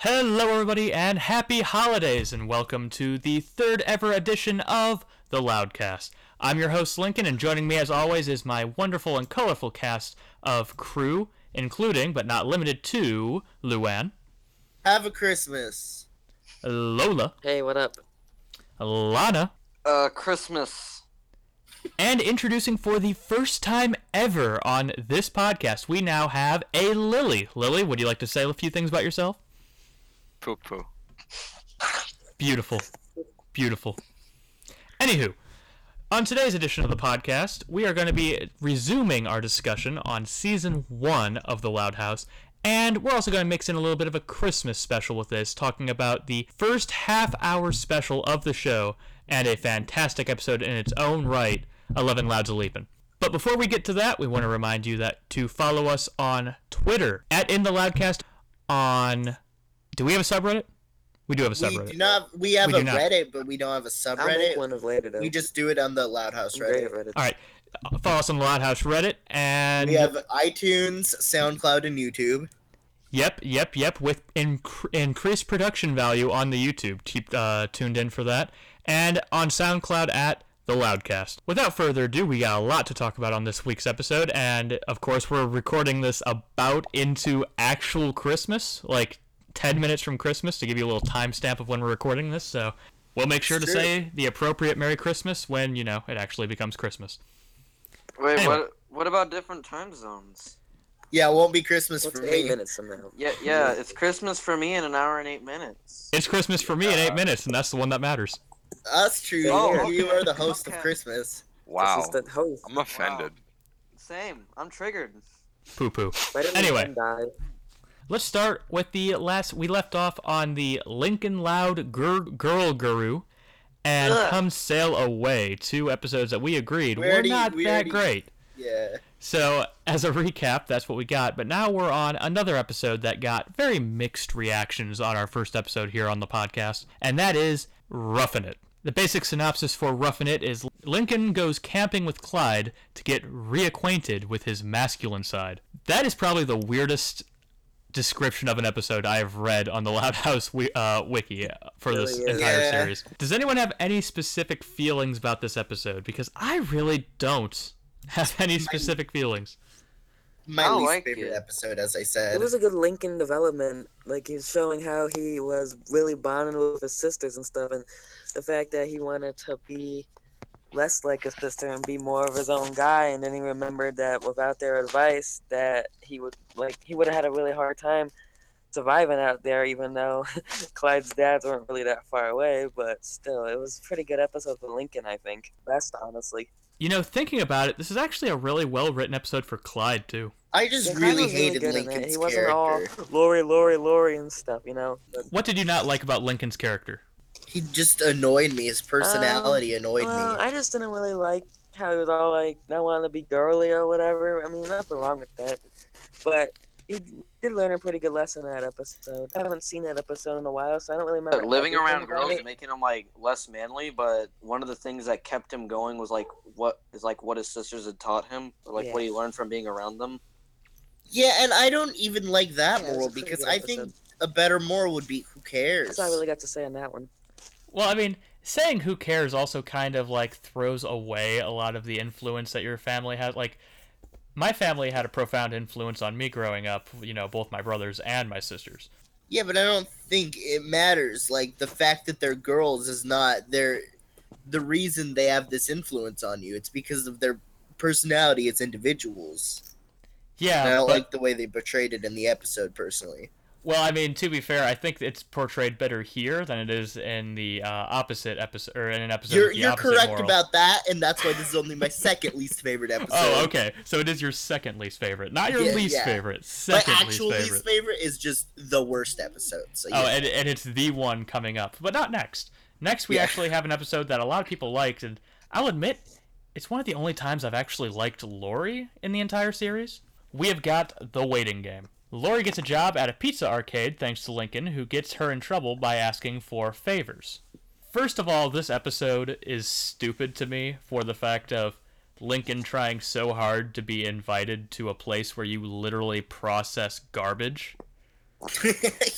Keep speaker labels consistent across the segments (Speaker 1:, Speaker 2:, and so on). Speaker 1: Hello, everybody, and happy holidays, and welcome to the third ever edition of The Loudcast. I'm your host, Lincoln, and joining me, as always, is my wonderful and colorful cast of crew, including, but not limited to, Luann,
Speaker 2: Have a Christmas.
Speaker 1: Lola,
Speaker 3: Hey, what up?
Speaker 1: Lana,
Speaker 4: uh, Christmas.
Speaker 1: and introducing for the first time ever on this podcast, we now have a Lily. Lily, would you like to say a few things about yourself?
Speaker 4: Poo poo.
Speaker 1: Beautiful. Beautiful. Anywho, on today's edition of the podcast, we are going to be resuming our discussion on season one of The Loud House. And we're also going to mix in a little bit of a Christmas special with this, talking about the first half hour special of the show and a fantastic episode in its own right 11 Louds a Leapin'. But before we get to that, we want to remind you that to follow us on Twitter at In the Loudcast. On. Do we have a subreddit? We do have a
Speaker 2: We
Speaker 1: subreddit.
Speaker 2: do not. We have
Speaker 1: We do
Speaker 2: a
Speaker 1: not.
Speaker 2: Reddit, but we don't have a
Speaker 3: I'll make
Speaker 2: subreddit.
Speaker 3: one of later though.
Speaker 2: We just do it on the Loud House
Speaker 3: I'm great
Speaker 2: Reddit.
Speaker 3: at Reddit.
Speaker 1: All right. Uh, Follow us on the Loud House Reddit and
Speaker 2: We have iTunes, SoundCloud, and YouTube.
Speaker 1: yep, yep, yep, with inc- increased production value on the YouTube. Keep uh, tuned in for that, and on SoundCloud at the Loudcast. Without further ado, we got a lot to talk about on this week's episode, and of course, we're recording this about into actual Christmas, like ten minutes from Christmas, to give you a little timestamp of when we're recording this. So we'll make sure to
Speaker 2: Sure.
Speaker 1: say the appropriate Merry Christmas when you know it actually becomes Christmas.
Speaker 4: Wait,
Speaker 1: Anyway.
Speaker 4: what? What about different time zones?
Speaker 2: Yeah, it won't be Christmas
Speaker 3: What's
Speaker 2: for
Speaker 3: eight
Speaker 2: me.
Speaker 3: minutes from now?
Speaker 4: Yeah, yeah. It's Christmas for me in an hour and eight minutes.
Speaker 1: It's Christmas for me in eight minutes, and that's the one that matters.
Speaker 2: Us true.
Speaker 4: Oh,
Speaker 2: You
Speaker 4: okay.
Speaker 2: are the host of
Speaker 4: Okay.
Speaker 2: Christmas.
Speaker 5: Wow.
Speaker 3: This is the host.
Speaker 5: I'm offended.
Speaker 4: Same. I'm triggered.
Speaker 1: Poo poo.
Speaker 3: Why didn't
Speaker 1: Anyway.
Speaker 3: Lincoln die?
Speaker 1: Let's start with the last. We left off on the Lincoln Loud Gir- Girl Guru and
Speaker 4: Ugh.
Speaker 1: Come Sail Away, two episodes that we agreed
Speaker 2: We
Speaker 1: were
Speaker 2: already-
Speaker 1: not
Speaker 2: we
Speaker 1: that
Speaker 2: already-
Speaker 1: great.
Speaker 2: Yeah.
Speaker 1: So, as a recap, that's what we got. But now we're on another episode that got very mixed reactions on our first episode here on the podcast, and that is Roughing It. The basic synopsis for Roughing It is Lincoln goes camping with Clyde to get reacquainted with his masculine side. That is probably the weirdest description of an episode I have read on the Loud House wi- uh, wiki for this
Speaker 3: Really is.
Speaker 1: entire
Speaker 2: Yeah.
Speaker 1: series. Does anyone have any specific feelings about this episode? Because I really don't have any specific feelings.
Speaker 2: My
Speaker 4: I
Speaker 2: least
Speaker 4: like
Speaker 2: favorite
Speaker 4: it.
Speaker 2: episode, as I said.
Speaker 3: It was a good Lincoln development. Like he's showing how he was really bonding with his sisters and stuff, and the fact that he wanted to be less like his sister and be more of his own guy. And then he remembered that without their advice, that he would like he would have had a really hard time surviving out there, even though Clyde's dads weren't really that far away. But still, it was a pretty good episode for Lincoln. I think best, honestly.
Speaker 1: You know, thinking about it, this is actually a really well written episode for Clyde too.
Speaker 2: I just
Speaker 3: Yeah, Clyde
Speaker 2: really
Speaker 3: was
Speaker 2: hated
Speaker 3: good in it.
Speaker 2: Lincoln's
Speaker 3: He wasn't
Speaker 2: character.
Speaker 3: all Lori, Lori, Lori and stuff, you know. But
Speaker 1: What did you not like about Lincoln's character?
Speaker 2: He just annoyed me. His personality annoyed
Speaker 3: Um, Well,
Speaker 2: me.
Speaker 3: I just didn't really like how he was all like, not wanting to be girly or whatever. I mean, nothing wrong with that. But he did learn a pretty good lesson in that episode. I haven't seen that episode in a while, so I don't really remember.
Speaker 4: Living
Speaker 3: everything
Speaker 4: around
Speaker 3: about
Speaker 4: girls
Speaker 3: it.
Speaker 4: is making him like less manly, but one of the things that kept him going was like what is like what his sisters had taught him, or like what he learned from being around them.
Speaker 2: Yeah, and I don't even like that
Speaker 3: Yeah, it was
Speaker 2: moral
Speaker 3: a pretty
Speaker 2: because
Speaker 3: good
Speaker 2: I
Speaker 3: episode.
Speaker 2: think a better moral would be who cares.
Speaker 3: That's all I really got to say on that one.
Speaker 1: Well, I mean, saying who cares also kind of like throws away a lot of the influence that your family has. Like, my family had a profound influence on me growing up, you know, both my brothers and my sisters.
Speaker 2: Yeah, but I don't think it matters. Like the fact that they're girls is not their the reason they have this influence on you. It's because of their personality as individuals.
Speaker 1: Yeah,
Speaker 2: and I don't
Speaker 1: but-
Speaker 2: like the way they portrayed it in the episode personally.
Speaker 1: Well, I mean, to be fair, I think it's portrayed better here than it is in the uh, opposite episode, or in an episode.
Speaker 2: You're
Speaker 1: with the
Speaker 2: you're
Speaker 1: opposite
Speaker 2: correct
Speaker 1: moral.
Speaker 2: about that, and that's why this is only my second least favorite episode.
Speaker 1: Oh, okay. So it is your second least favorite, not your
Speaker 2: Yeah,
Speaker 1: least
Speaker 2: yeah.
Speaker 1: favorite.
Speaker 2: My
Speaker 1: Second
Speaker 2: actual
Speaker 1: least favorite.
Speaker 2: least favorite is just the worst episode. So yeah.
Speaker 1: Oh, and, and it's the one coming up, but not next. Next, we
Speaker 2: Yeah.
Speaker 1: actually have an episode that a lot of people liked, and I'll admit, it's one of the only times I've actually liked Lori in the entire series. We have got The Waiting Game. Lori gets a job at a pizza arcade thanks to Lincoln, who gets her in trouble by asking for favors. First of all, this episode is stupid to me for the fact of Lincoln trying so hard to be invited to a place where you literally process garbage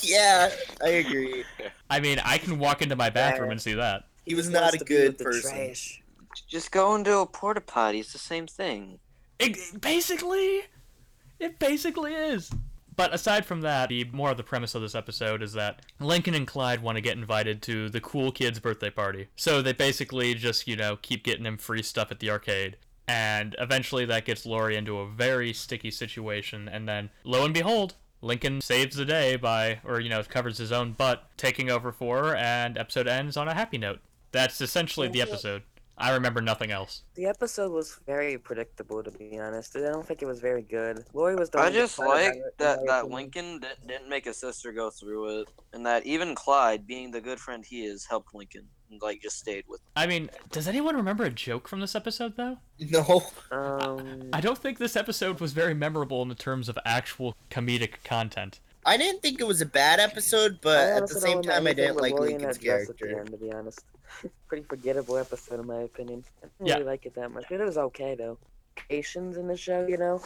Speaker 2: yeah, I agree.
Speaker 1: I mean, I can walk into my bathroom and see that.
Speaker 2: He was
Speaker 3: just
Speaker 2: not
Speaker 3: wants
Speaker 2: a
Speaker 3: to be
Speaker 2: good
Speaker 3: with the
Speaker 2: person.
Speaker 3: trash.
Speaker 4: Just go into a porta potty. It's the same thing.
Speaker 1: It, basically, it basically is. But aside from that, the more of the premise of this episode is that Lincoln and Clyde want to get invited to the cool kid's birthday party. So they basically just, you know, keep getting him free stuff at the arcade. And eventually that gets Lori into a very sticky situation. And then, lo and behold, Lincoln saves the day by, or, you know, covers his own butt, taking over for her, and episode ends on a happy note. That's essentially the episode. I remember nothing else.
Speaker 3: The episode was very predictable, to be honest. I don't think it was very good. Lori was the
Speaker 4: I
Speaker 3: one that
Speaker 4: just
Speaker 3: thought about it,
Speaker 4: like
Speaker 3: in
Speaker 4: that
Speaker 3: my
Speaker 4: that
Speaker 3: opinion.
Speaker 4: Lincoln di- didn't make his sister go through it, and that even Clyde, being the good friend he is, helped Lincoln and like just stayed with. Him.
Speaker 1: I mean, does anyone remember a joke from this episode, though?
Speaker 2: No,
Speaker 3: Um,
Speaker 1: I don't think this episode was very memorable in the terms of actual comedic content.
Speaker 2: I didn't think it was a bad episode,
Speaker 3: I "Oh,
Speaker 2: but at
Speaker 3: honestly don't
Speaker 2: the same
Speaker 3: remember
Speaker 2: time, I
Speaker 3: anything
Speaker 2: didn't
Speaker 3: with
Speaker 2: like
Speaker 3: Lori and
Speaker 2: Lincoln's
Speaker 3: that dress at the
Speaker 2: character.
Speaker 3: end, to be honest, pretty forgettable episode in my opinion. I didn't
Speaker 1: Yeah.
Speaker 3: really like it that much, but it was okay though. Locations in the show, you know,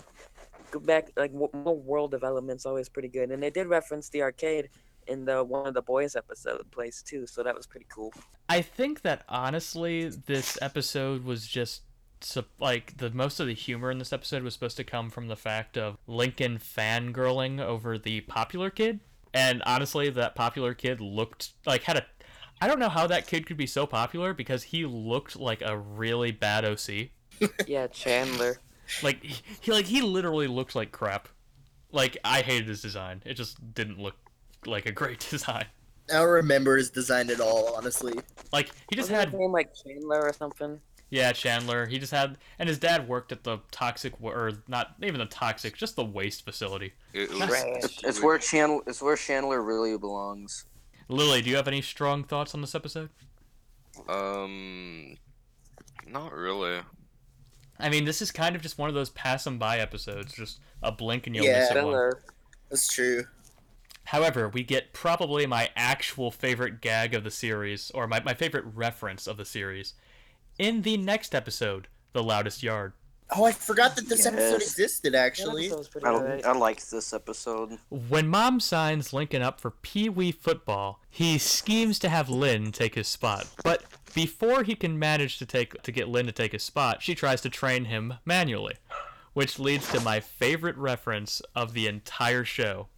Speaker 3: go back like w- more world development's always pretty good, and they did reference the arcade in the one of the boys episode place too, so that was pretty cool.
Speaker 1: I think that honestly, this episode was just sup- like the most of the humor in this episode was supposed to come from the fact of Lincoln fangirling over the popular kid. And honestly, that popular kid looked like had a. I don't know how that kid could be so popular because he looked like a really bad OC.
Speaker 3: yeah, Chandler.
Speaker 1: Like he, he like he literally looked like crap. Like I hated his design. It just didn't look like a great design.
Speaker 2: I don't remember his design at all, honestly.
Speaker 1: Like he just
Speaker 3: Wasn't
Speaker 1: had
Speaker 3: his name like Chandler or something.
Speaker 1: yeah Chandler. He just had and his dad worked at the toxic wa- or not even the toxic, just the waste facility.
Speaker 5: It, it was,
Speaker 3: Trash.
Speaker 5: it
Speaker 4: It's
Speaker 5: was-
Speaker 4: where Chandler. It's where Chandler really belongs.
Speaker 1: Lily, do you have any strong thoughts on this episode?
Speaker 5: Um, not really.
Speaker 1: I mean, this is kind of just one of those pass 'em by episodes, just a blink and you'll
Speaker 2: Yeah.
Speaker 1: miss someone.
Speaker 3: Chandler.
Speaker 2: That's true.
Speaker 1: However, we get probably my actual favorite gag of the series, or my, my favorite reference of the series, in the next episode, The Loudest Yard.
Speaker 2: Oh, I forgot that this episode
Speaker 4: Yes.
Speaker 2: existed. Actually, um,
Speaker 3: That episode was pretty
Speaker 4: I,
Speaker 3: alright.
Speaker 4: I liked this episode.
Speaker 1: When Mom signs Lincoln up for Pee Wee football, he schemes to have Lynn take his spot. But before he can manage to take to get Lynn to take his spot, she tries to train him manually, which leads to my favorite reference of the entire show,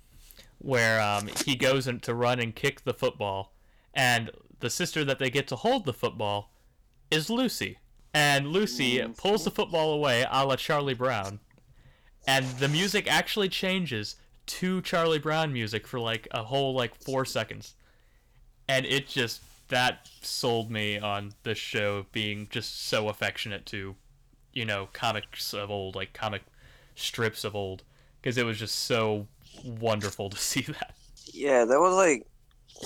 Speaker 1: where um, he goes in to run and kick the football, and the sister that they get to hold the football is Lucy, and Lucy pulls the football away, a la Charlie Brown and the music actually changes to Charlie Brown music for like a whole like four seconds, and it just that sold me on this show being just so affectionate to, you know, comics of old, like comic strips of old, because it was just so wonderful to see that.
Speaker 4: Yeah, that was like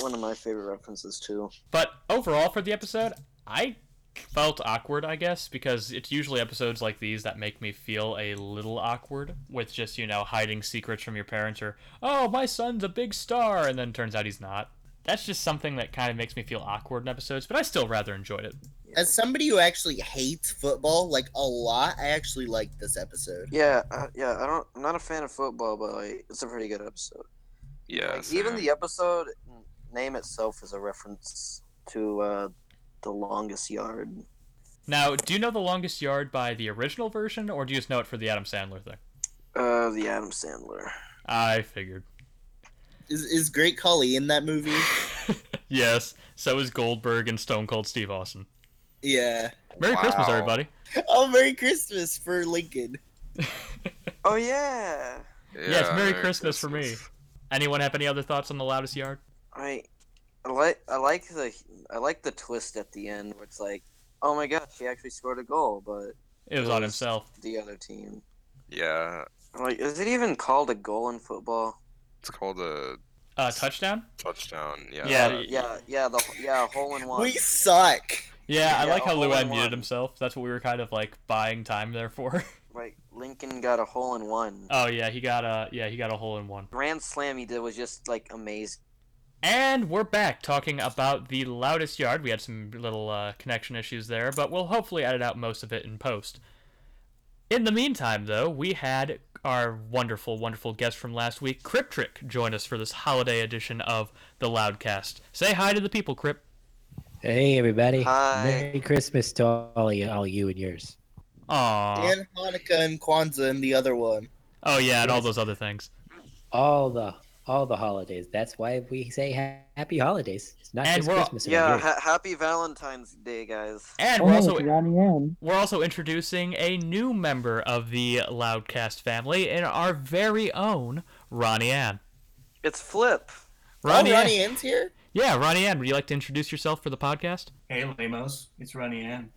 Speaker 4: one of my favorite references too.
Speaker 1: But overall, for the episode, I felt awkward, I guess, because it's usually episodes like these that make me feel a little awkward with just, you know, hiding secrets from your parents or, oh, my son's a big star, and then turns out he's not. That's just something that kind of makes me feel awkward in episodes, but I still rather enjoyed it.
Speaker 2: as somebody who actually hates football like a lot, I actually liked this episode.
Speaker 4: Yeah, uh, yeah. I don't. I'm not a fan of football, but like, it's a pretty good episode.
Speaker 5: Yeah.
Speaker 4: Like, even
Speaker 5: same.
Speaker 4: the episode name itself is a reference to uh, the longest yard.
Speaker 1: Now, do you know The Longest Yard by the original version, or do you just know it for the Adam Sandler thing?
Speaker 4: Uh, the Adam Sandler.
Speaker 1: I figured.
Speaker 2: Is is Great Collie in that movie?
Speaker 1: yes, so is Goldberg and Stone Cold Steve Austin.
Speaker 2: Yeah.
Speaker 1: Merry Christmas,
Speaker 5: Wow.
Speaker 1: everybody.
Speaker 2: Oh, Merry Christmas for Lincoln.
Speaker 4: Oh yeah.
Speaker 1: yes,
Speaker 5: Yeah,
Speaker 1: Merry, Christmas, for me. Anyone have any other thoughts on the loudest yard?
Speaker 4: I, I like I like the I like the twist at the end where it's like, oh my gosh, he actually scored a goal, but
Speaker 1: It was
Speaker 4: It
Speaker 1: on
Speaker 4: was-
Speaker 1: himself.
Speaker 4: the other team.
Speaker 5: Yeah,
Speaker 4: I'm like, is it even called a goal in football?
Speaker 5: it's called a
Speaker 1: Uh, touchdown?
Speaker 5: touchdown. Yeah.
Speaker 1: Yeah.
Speaker 4: Yeah, yeah, the yeah hole in one.
Speaker 2: We suck.
Speaker 1: Yeah, I
Speaker 4: Yeah,
Speaker 1: like how
Speaker 4: all
Speaker 1: Luan
Speaker 4: in
Speaker 1: muted
Speaker 4: one.
Speaker 1: himself. That's what we were kind of like buying time there for.
Speaker 4: Like Lincoln got a hole in one.
Speaker 1: oh yeah, he got a yeah he got a hole in one.
Speaker 4: Grand slam he did was just like amazing.
Speaker 1: And we're back talking about the loudest yard. We had some little uh, connection issues there, but we'll hopefully edit out most of it in post. In the meantime, though, we had our wonderful, wonderful guest from last week, Crip Trick, join us for this holiday edition of the Loudcast. Say hi to the people, Crip.
Speaker 6: Hey everybody!
Speaker 4: Hi.
Speaker 6: Merry Christmas to all you, all you and yours.
Speaker 1: Aw.
Speaker 2: And Hanukkah and Kwanzaa and the other one.
Speaker 1: Oh yeah, and all those other things.
Speaker 6: All the all the holidays. That's why we say ha- Happy Holidays. It's not
Speaker 1: And
Speaker 6: just
Speaker 1: we're all-
Speaker 6: Christmas. over
Speaker 4: Yeah,
Speaker 6: here.
Speaker 4: ha- happy Valentine's Day, guys.
Speaker 2: Oh,
Speaker 1: And we're also
Speaker 3: Ronnie M.
Speaker 1: we're also introducing a new member of the Loudcast family in our very own Ronnie Ann.
Speaker 4: It's Flip.
Speaker 1: Ronnie,
Speaker 2: oh,
Speaker 1: Ann.
Speaker 2: Ronnie Ann's here.
Speaker 1: Yeah, Ronnie Ann, would you like to introduce yourself for the podcast?
Speaker 7: Hey, Lamos, it's Ronnie Ann.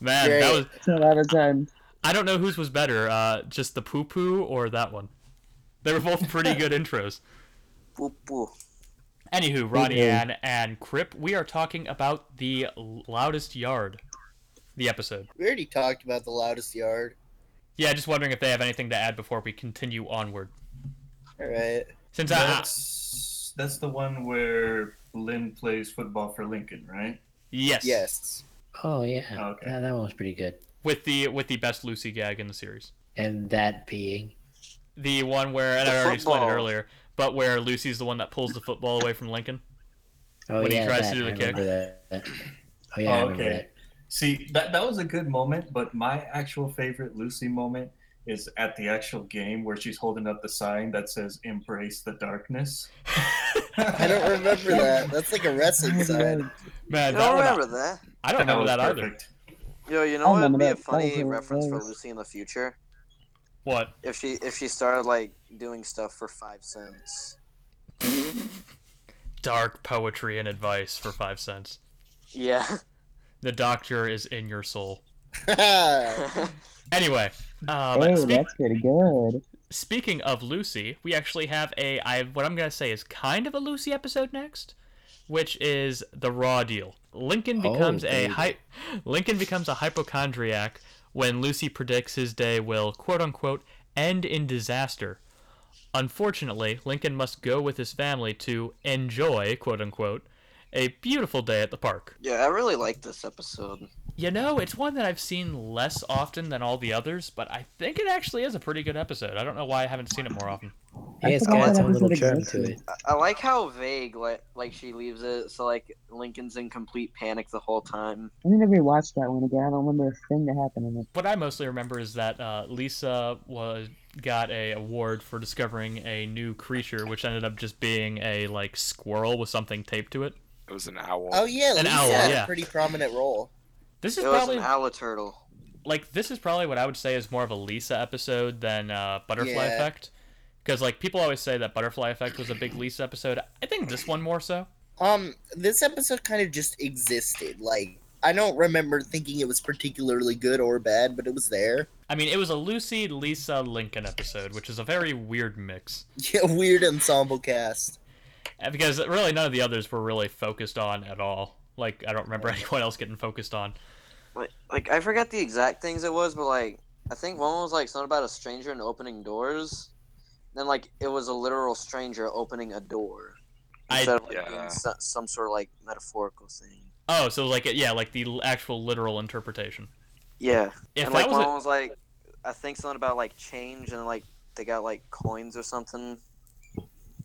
Speaker 1: Man,
Speaker 2: Great.
Speaker 1: that was
Speaker 3: Ten out of
Speaker 2: um,
Speaker 3: ten.
Speaker 1: I don't know whose was better, uh, just the poo poo or that one. They were both pretty good intros.
Speaker 4: Boop, boop.
Speaker 1: Anywho, Ronnie
Speaker 6: Poo-poo.
Speaker 1: Ann and Crip, we are talking about the loudest yard, the episode.
Speaker 2: We already talked about the loudest yard.
Speaker 1: Yeah, just wondering if they have anything to add before we continue onward.
Speaker 2: All right.
Speaker 1: Since I,
Speaker 7: That's that's the one where Lynn plays football for Lincoln, right?
Speaker 1: yes,
Speaker 2: Yes.
Speaker 6: Oh yeah.
Speaker 7: Okay.
Speaker 6: That, that one was pretty good.
Speaker 1: with the with the best Lucy gag in the series,
Speaker 6: And that being
Speaker 1: the one where and
Speaker 4: The
Speaker 1: I already explained it
Speaker 4: football.
Speaker 1: earlier, but where Lucy's the one that pulls the football away from Lincoln.
Speaker 6: oh
Speaker 1: When he
Speaker 6: yeah,
Speaker 1: tries
Speaker 6: that,
Speaker 1: to do the
Speaker 6: I remember that. Oh yeah, I
Speaker 7: Oh,
Speaker 6: remember
Speaker 7: okay.
Speaker 6: that.
Speaker 7: See, that that was a good moment, but my actual favorite Lucy moment is at the actual game where she's holding up the sign that says "Embrace the Darkness."
Speaker 2: I don't remember that. That's like a wrestling sign.
Speaker 1: Man,
Speaker 4: You
Speaker 1: that
Speaker 4: don't
Speaker 1: one,
Speaker 4: remember that?
Speaker 1: I don't remember
Speaker 7: was
Speaker 1: that either.
Speaker 7: perfect.
Speaker 4: Yo, you
Speaker 3: I
Speaker 4: know what'd
Speaker 3: remember
Speaker 4: be a
Speaker 3: that. That was
Speaker 4: funny
Speaker 3: a-
Speaker 4: reference
Speaker 3: that
Speaker 4: for
Speaker 3: was-
Speaker 4: Lucy in the future?
Speaker 1: What?
Speaker 4: If she if she started like doing stuff for five cents.
Speaker 1: dark poetry and advice for five cents.
Speaker 4: Yeah.
Speaker 1: The doctor is in your soul.
Speaker 2: Haha.
Speaker 1: Anyway, um,
Speaker 3: Oh,
Speaker 1: speak-
Speaker 3: that's pretty good.
Speaker 1: speaking of Lucy, we actually have a I what I'm gonna say is kind of a Lucy episode next, which is the raw deal. Lincoln
Speaker 6: Oh,
Speaker 1: becomes a
Speaker 6: baby.
Speaker 1: hy- Lincoln becomes a hypochondriac when Lucy predicts his day will quote unquote end in disaster. Unfortunately, Lincoln must go with his family to enjoy quote unquote a beautiful day at the park.
Speaker 4: yeah, I really like this episode.
Speaker 1: You know, it's one that I've seen less often than all the others, but I think it actually is a pretty good episode. I don't know why I haven't seen it more often.
Speaker 6: Yeah, it's
Speaker 3: forgot
Speaker 6: got its
Speaker 3: that
Speaker 6: own little
Speaker 3: episode
Speaker 6: charm to
Speaker 3: existed.
Speaker 6: it.
Speaker 4: I- I like how vague like like she leaves it so like Lincoln's in complete panic the whole time.
Speaker 3: I never watched that one again. I don't remember a thing that happened in it.
Speaker 1: What I mostly remember is that uh, Lisa was got a award for discovering a new creature, which ended up just being a like squirrel with something taped to it.
Speaker 5: It was an owl.
Speaker 2: oh yeah,
Speaker 1: An
Speaker 2: Lisa
Speaker 1: owl,
Speaker 2: had
Speaker 1: yeah.
Speaker 2: a pretty prominent role.
Speaker 1: This is
Speaker 4: It was
Speaker 1: probably
Speaker 4: an owl turtle.
Speaker 1: like this is probably what I would say is more of a Lisa episode than uh, Butterfly
Speaker 2: Yeah.
Speaker 1: Effect, because like people always say that Butterfly Effect was a big Lisa episode. I think this one more so.
Speaker 2: Um, this episode kind of just existed. Like, I don't remember thinking it was particularly good or bad, but it was there.
Speaker 1: I mean, it was a Lucy Lisa Lincoln episode, which is a very weird mix.
Speaker 2: Yeah, weird ensemble cast.
Speaker 1: Uh, because really none of the others were really focused on at all. Like I don't remember anyone else getting focused on.
Speaker 4: Like, like I forgot the exact things it was, but like I think one was like something about a stranger and opening doors. Then like it was a literal stranger opening a door
Speaker 1: I-
Speaker 4: instead of like
Speaker 5: Yeah.
Speaker 4: being so, some sort of like metaphorical thing.
Speaker 1: Oh, so like yeah, like the l- actual literal interpretation.
Speaker 4: Yeah,
Speaker 1: If
Speaker 4: and like
Speaker 1: that
Speaker 4: one
Speaker 1: was
Speaker 4: was like I think something about like change and like they got like coins or something.
Speaker 1: a,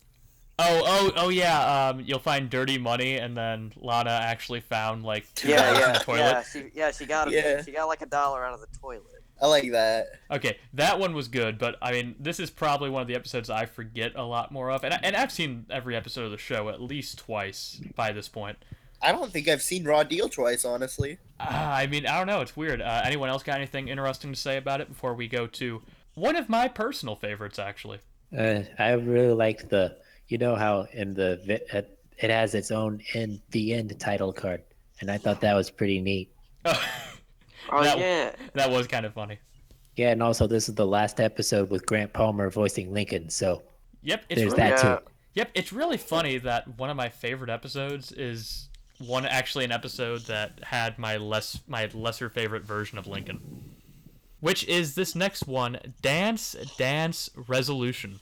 Speaker 1: oh oh oh yeah, um, you'll find dirty money, and then Lana actually found like two
Speaker 4: Yeah,
Speaker 1: dollars in the
Speaker 4: yeah,
Speaker 1: toilet.
Speaker 4: yeah. She yeah she got a,
Speaker 2: Yeah.
Speaker 4: she got like a dollar out of the toilet.
Speaker 2: I like that.
Speaker 1: Okay, that one was good, but I mean, this is probably one of the episodes I forget a lot more of, and I, and I've seen every episode of the show at least twice by this point.
Speaker 2: I don't think I've seen Raw Deal twice, honestly.
Speaker 1: Uh, I mean, I don't know. It's weird. Uh, anyone else got anything interesting to say about it before we go to one of my personal favorites, actually?
Speaker 6: Uh, I really liked the. You know how in the vi- uh, it has its own in the end title card, and I thought that was pretty neat.
Speaker 1: that
Speaker 4: Oh
Speaker 1: That-
Speaker 4: yeah,
Speaker 1: was kind of funny.
Speaker 6: Yeah, and also this is the last episode with Grant Palmer voicing Lincoln, so
Speaker 1: Yep, it's
Speaker 6: there's
Speaker 1: really,
Speaker 6: that
Speaker 4: Yeah.
Speaker 6: too.
Speaker 1: yep, it's really funny that one of my favorite episodes is one actually an episode that had my less my lesser favorite version of Lincoln, which is this next one, Dance Dance Resolution.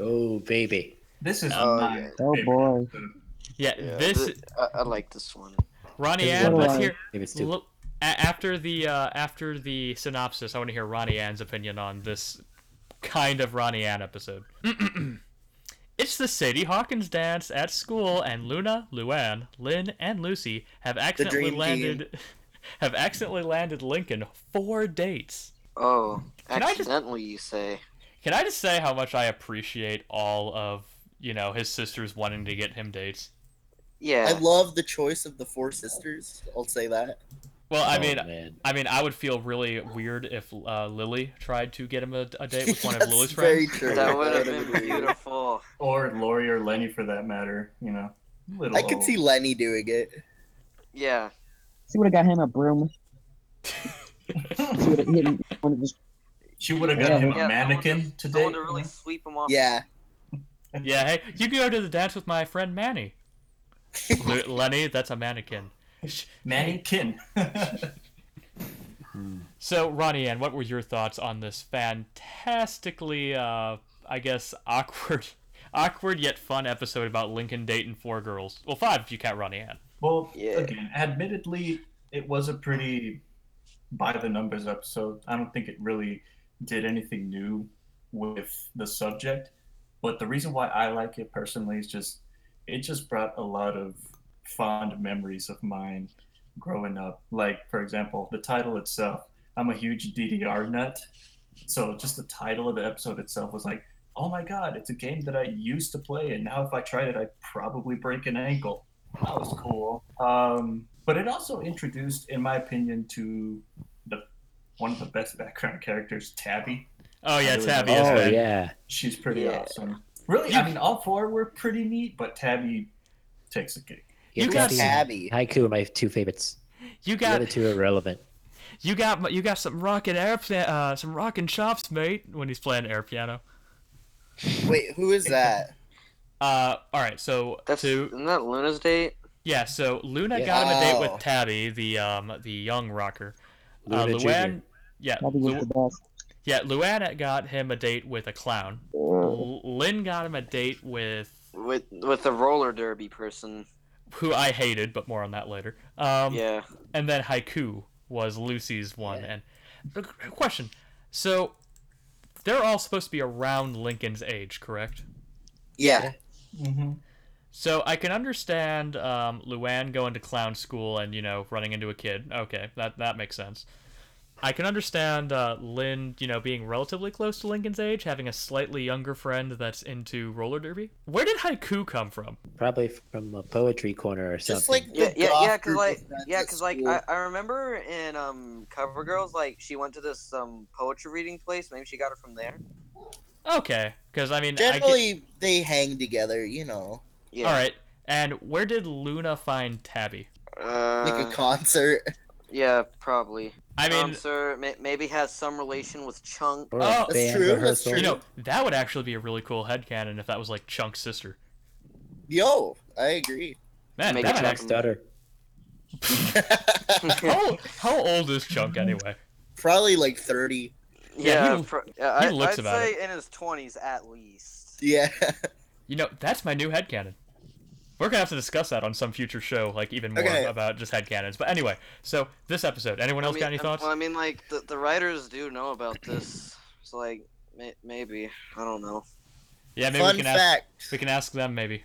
Speaker 6: Oh baby,
Speaker 7: This is
Speaker 4: Oh,
Speaker 7: my
Speaker 4: yeah.
Speaker 3: Oh,
Speaker 7: favorite
Speaker 3: boy.
Speaker 7: episode.
Speaker 1: Yeah,
Speaker 4: yeah.
Speaker 1: this
Speaker 4: I, I like this one.
Speaker 1: Ronnie
Speaker 6: This is
Speaker 1: Ann,
Speaker 6: one of
Speaker 1: let's
Speaker 6: my
Speaker 1: hear
Speaker 6: favorites too.
Speaker 1: l- A- after the uh, after the synopsis, I want to hear Ronnie Ann's opinion on this kind of Ronnie Ann episode. it's the Sadie Hawkins dance at school, and Luna, Luann, Lynn, and Lucy have accidentally
Speaker 2: dream team.
Speaker 1: landed have accidentally landed Lincoln four dates.
Speaker 4: Oh,
Speaker 1: Can I just-
Speaker 4: accidentally, you say.
Speaker 1: Can I just say how much I appreciate all of you know his sisters wanting to get him dates?
Speaker 4: Yeah.
Speaker 2: I love the choice of the four sisters. I'll say that.
Speaker 1: Well, I
Speaker 6: Oh,
Speaker 1: mean,
Speaker 6: man.
Speaker 1: I mean, I would feel really weird if uh, Lily tried to get him a, a date with one of
Speaker 2: That's
Speaker 1: Lily's
Speaker 2: very
Speaker 1: friends.
Speaker 2: true.
Speaker 4: that would have
Speaker 2: I
Speaker 4: been
Speaker 2: agree.
Speaker 4: beautiful.
Speaker 7: or Lori or Lenny for that matter. You know, little
Speaker 2: I could see Lenny doing it.
Speaker 4: Yeah.
Speaker 8: She would have got him a broom. She would have hit him one of his
Speaker 7: she would have got him
Speaker 4: Yeah,
Speaker 7: a mannequin today.
Speaker 4: Someone to really sweep him off.
Speaker 2: Yeah,
Speaker 1: Yeah, hey, you can go to the dance with my friend Manny. Lu- Lenny, that's a mannequin.
Speaker 7: mannequin.
Speaker 1: So, Ronnie Ann, what were your thoughts on this fantastically, uh, I guess, awkward, awkward yet fun episode about Lincoln dating four girls? Well, five if you count Ronnie Ann.
Speaker 7: well,
Speaker 4: Yeah.
Speaker 7: again, admittedly, it was a pretty by the numbers episode. I don't think it really did anything new with the subject. But the reason why I like it personally is just it just brought a lot of fond memories of mine growing up. Like, for example, the title itself. I'm a huge DDR nut. So just the title of the episode itself was like, oh my God, it's a game that I used to play. And now if I tried it, I'd probably break an ankle. That was cool. Um, but it also introduced, in my opinion, to the one of the best background characters, Tabby
Speaker 1: Oh yeah,
Speaker 7: Really?
Speaker 1: Tabby is
Speaker 6: Oh
Speaker 1: bad.
Speaker 6: yeah.
Speaker 7: she's pretty
Speaker 4: Yeah.
Speaker 7: awesome. Really, I mean, all four were pretty neat, but Tabby takes the cake.
Speaker 1: You
Speaker 6: Yeah,
Speaker 1: got
Speaker 6: Tabby and
Speaker 2: Tabby.
Speaker 6: Haiku are my two favorites.
Speaker 1: You
Speaker 6: The
Speaker 1: got
Speaker 6: other two are irrelevant.
Speaker 1: You got you got some rockin' air uh, some rockin' chops, mate. When he's playing air piano.
Speaker 2: Wait, who is that?
Speaker 1: Uh, all right. So
Speaker 4: That's
Speaker 1: to
Speaker 4: isn't that Luna's date?
Speaker 1: yeah. So Luna
Speaker 6: Yeah.
Speaker 1: got him a date
Speaker 2: Oh.
Speaker 1: with Tabby, the um the young rocker. Uh,
Speaker 6: Luna
Speaker 1: Luann, yeah,
Speaker 8: probably was
Speaker 1: Lu-
Speaker 8: the best.
Speaker 1: yeah. Luann got him a date with a clown. L- Lynn got him a date with
Speaker 4: With with the roller derby person.
Speaker 1: who I hated, but more on that later. Um,
Speaker 4: yeah.
Speaker 1: and then haiku was Lucy's one. And And uh, question: So they're all supposed to be around Lincoln's age, correct?
Speaker 2: Yeah,
Speaker 7: Mm-hmm.
Speaker 1: So I can understand um, Luann going to clown school and you know running into a kid. Okay, that that makes sense. I can understand uh, Lynn, you know, being relatively close to Lincoln's age, having a slightly younger friend that's into roller derby. Where did haiku come from?
Speaker 6: probably from a poetry corner or
Speaker 2: just
Speaker 6: something.
Speaker 2: like
Speaker 4: Yeah,
Speaker 2: the
Speaker 4: yeah,
Speaker 2: goth
Speaker 4: yeah, cause
Speaker 2: group
Speaker 4: like,
Speaker 2: of friends
Speaker 4: yeah,
Speaker 2: at
Speaker 4: cause like,
Speaker 2: school.
Speaker 4: I, I remember in um CoverGirls, like she went to this um poetry reading place. Maybe she got it from there.
Speaker 1: Okay, because I mean, I
Speaker 2: generally they hang together, you know,
Speaker 1: get,
Speaker 4: Yeah.
Speaker 1: all right. And where did Luna find Tabby?
Speaker 4: Uh,
Speaker 2: like a concert.
Speaker 4: yeah, probably.
Speaker 1: I mean,
Speaker 4: um, sir, may- maybe has some relation with Chunk.
Speaker 6: Or a
Speaker 1: Oh, that's
Speaker 6: band
Speaker 2: true, that's
Speaker 6: rehearsal.
Speaker 1: you know, that would actually be a really cool headcanon if that was like Chunk's sister.
Speaker 2: Yo, I agree.
Speaker 1: Man,
Speaker 4: Make
Speaker 1: that
Speaker 4: it
Speaker 1: would
Speaker 4: Chunk's
Speaker 1: actually,
Speaker 6: Chuck's daughter.
Speaker 1: how, how old is Chunk anyway?
Speaker 2: Probably like thirty.
Speaker 1: Yeah,
Speaker 4: yeah,
Speaker 1: he-
Speaker 4: pro- I,
Speaker 1: he looks
Speaker 4: I'd
Speaker 1: about
Speaker 4: say in his twenties at least.
Speaker 2: Yeah,
Speaker 1: You know, that's my new headcanon. We're gonna have to discuss that on some future show, like even more
Speaker 2: Okay.
Speaker 1: about just headcanons. But anyway, so this episode, anyone
Speaker 4: I
Speaker 1: else
Speaker 4: mean,
Speaker 1: got any
Speaker 4: uh,
Speaker 1: thoughts?
Speaker 4: Well, I mean, like the, the writers do know about this, so like may- maybe I don't know.
Speaker 1: yeah, maybe we
Speaker 2: Fun
Speaker 1: can
Speaker 2: fact:
Speaker 1: ask we can ask them maybe.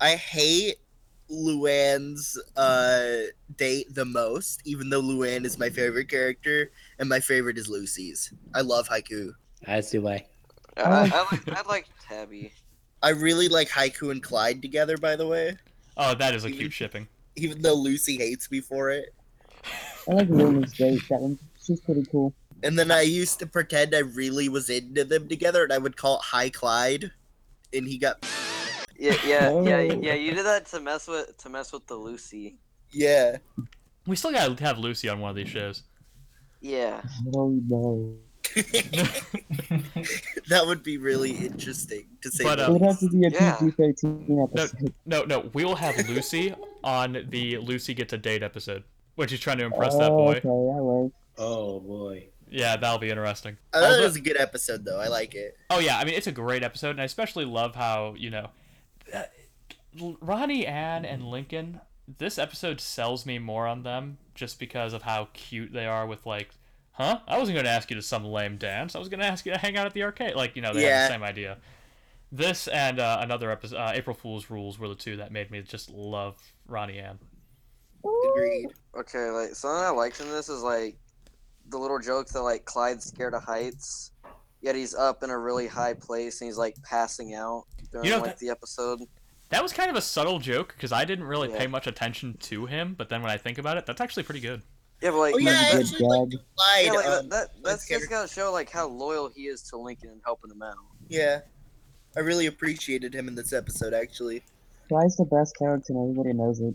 Speaker 2: I hate Luann's uh, date the most, even though Luann is my favorite character, and my favorite is Lucy's. I love Haiku.
Speaker 6: As do I.
Speaker 4: I, I, I like I like Tabby.
Speaker 2: I really like Haiku and Clyde together, by the way,
Speaker 1: Oh, that is a
Speaker 2: Mhm.
Speaker 1: cute shipping.
Speaker 2: even though Lucy hates me for it.
Speaker 8: I like Luna's face. That one, she's pretty cool.
Speaker 2: And then I used to pretend I really was into them together, and I would call it High Clyde, and he got
Speaker 4: Yeah, yeah, yeah,
Speaker 8: Oh.
Speaker 4: yeah. You did that to mess with to mess with the Lucy.
Speaker 2: yeah.
Speaker 1: We still gotta have Lucy on one of these shows.
Speaker 4: Yeah.
Speaker 8: Oh no.
Speaker 2: That would be really interesting to say.
Speaker 1: But,
Speaker 2: the
Speaker 1: uh,
Speaker 8: It would have
Speaker 2: least.
Speaker 8: to be a
Speaker 4: Yeah.
Speaker 8: PG-13 episode.
Speaker 1: No, no, we will have Lucy on the Lucy gets a date episode when she's trying to impress that
Speaker 8: Oh,
Speaker 1: boy.
Speaker 8: Okay, that works.
Speaker 6: Oh boy.
Speaker 1: Yeah, that'll be interesting.
Speaker 2: I thought
Speaker 1: although-
Speaker 2: it was a good episode, though. I like it.
Speaker 1: Oh yeah, I mean it's a great episode, and I especially love how you know, uh, Ronnie Ann and Lincoln this episode sells me more on them just because of how cute they are with like, huh? I wasn't going to ask you to some lame dance. I was going to ask you to hang out at the arcade. Like you know they have
Speaker 2: Yeah.
Speaker 1: the same idea. This and uh, another episode, uh, April Fool's Rules, were the two that made me just love Ronnie Anne.
Speaker 2: Agreed.
Speaker 4: Okay, like something I liked in this is like the little joke that like Clyde's scared of heights, yet he's up in a really high place and he's like passing out during
Speaker 1: You know,
Speaker 4: like the episode.
Speaker 1: That was kind of a subtle joke because I didn't really
Speaker 4: Yeah.
Speaker 1: pay much attention to him, but then when I think about it, that's actually pretty good.
Speaker 4: Yeah, but like,
Speaker 2: Oh yeah,
Speaker 8: That's a
Speaker 2: I
Speaker 8: good
Speaker 2: actually like the slide.
Speaker 4: yeah, like,
Speaker 1: uh,
Speaker 2: um,
Speaker 4: that, that that's
Speaker 2: scary.
Speaker 4: just gotta show like how loyal he is to Lincoln and helping him out.
Speaker 2: Yeah. I really appreciated him in this episode, actually.
Speaker 8: Fly's the best character, and everybody knows it.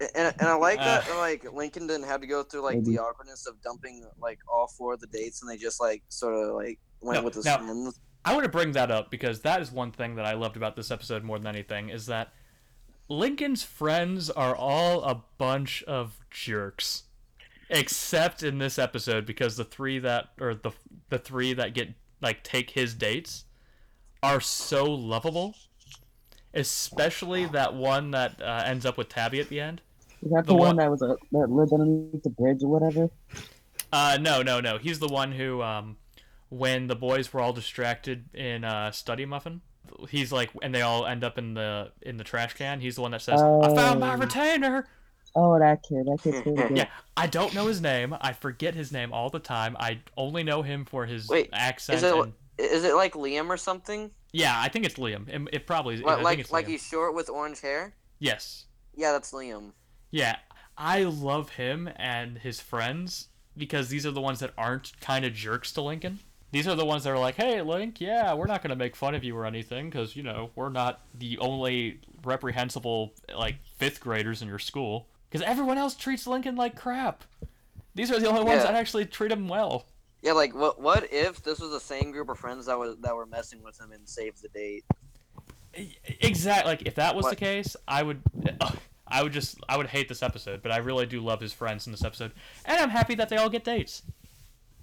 Speaker 4: And- And, and I like
Speaker 1: Uh.
Speaker 4: that like Lincoln didn't have to go through like
Speaker 8: Maybe.
Speaker 4: the awkwardness of dumping like all four of the dates, and they just like sort of like went
Speaker 1: No,
Speaker 4: with his
Speaker 1: no.
Speaker 4: friends.
Speaker 1: I want to bring that up because that is one thing that I loved about this episode more than anything is that Lincoln's friends are all a bunch of jerks, except in this episode because the three that or the the three that get like take his dates are so lovable, especially that one that uh, ends up with Tabby at the end.
Speaker 8: Is that
Speaker 1: The
Speaker 8: the, one
Speaker 1: one-
Speaker 8: that was uh, that lived underneath the bridge or whatever?
Speaker 1: Uh, no, no, no. He's the one who, um, when the boys were all distracted in uh, Study Muffin, he's like, and they all end up in the in the trash can. He's the one that says, "I found my
Speaker 8: Oh.
Speaker 1: retainer."
Speaker 8: Oh, that kid. That kid's pretty good.
Speaker 1: Yeah, I don't know his name. I forget his name all the time. I only know him for his
Speaker 4: Wait,
Speaker 1: accent.
Speaker 4: is it-
Speaker 1: and-
Speaker 4: Is it like Liam or something?
Speaker 1: Yeah, I think it's Liam. It, it probably is. I
Speaker 4: Like
Speaker 1: think
Speaker 4: like,
Speaker 1: it's
Speaker 4: like
Speaker 1: Liam.
Speaker 4: he's short with orange hair.
Speaker 1: Yes.
Speaker 4: Yeah, that's Liam.
Speaker 1: Yeah, I love him and his friends because these are the ones that aren't kind of jerks to Lincoln. These are the ones that are like, "Hey, Link, yeah, we're not gonna make fun of you or anything because you know we're not the only reprehensible like fifth graders in your school." Because everyone else treats Lincoln like crap. These are the only ones
Speaker 4: Yeah.
Speaker 1: that actually treat him well.
Speaker 4: Yeah, like what? What if this was the same group of friends that was that were messing with him and saved the date?
Speaker 1: Exactly. Like if that was the
Speaker 4: What?
Speaker 1: case, I would, I would just, I would hate this episode. But I really do love his friends in this episode, and I'm happy that they all get dates.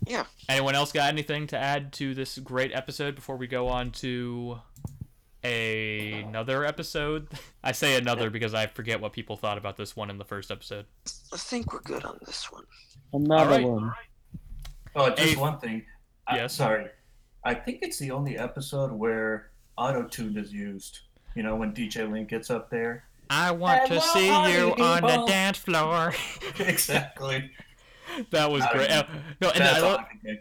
Speaker 4: Yeah.
Speaker 1: Anyone else got anything to add to this great episode before we go on to a- another episode? I say another because I forget what people thought about this one in the first episode.
Speaker 4: I think we're good on this one.
Speaker 8: Another
Speaker 1: Alright.
Speaker 8: one.
Speaker 7: Oh, just
Speaker 1: Hey.
Speaker 7: one thing. I-
Speaker 1: Yes.
Speaker 7: sorry. I think it's the only episode where auto tune is used. You know, when DJ Link gets up there.
Speaker 1: I want to see you on the dance floor.
Speaker 7: exactly.
Speaker 1: that was
Speaker 7: I
Speaker 1: great.
Speaker 7: mean,
Speaker 1: Uh, No, and then I
Speaker 7: That's all
Speaker 1: love,
Speaker 7: I can think.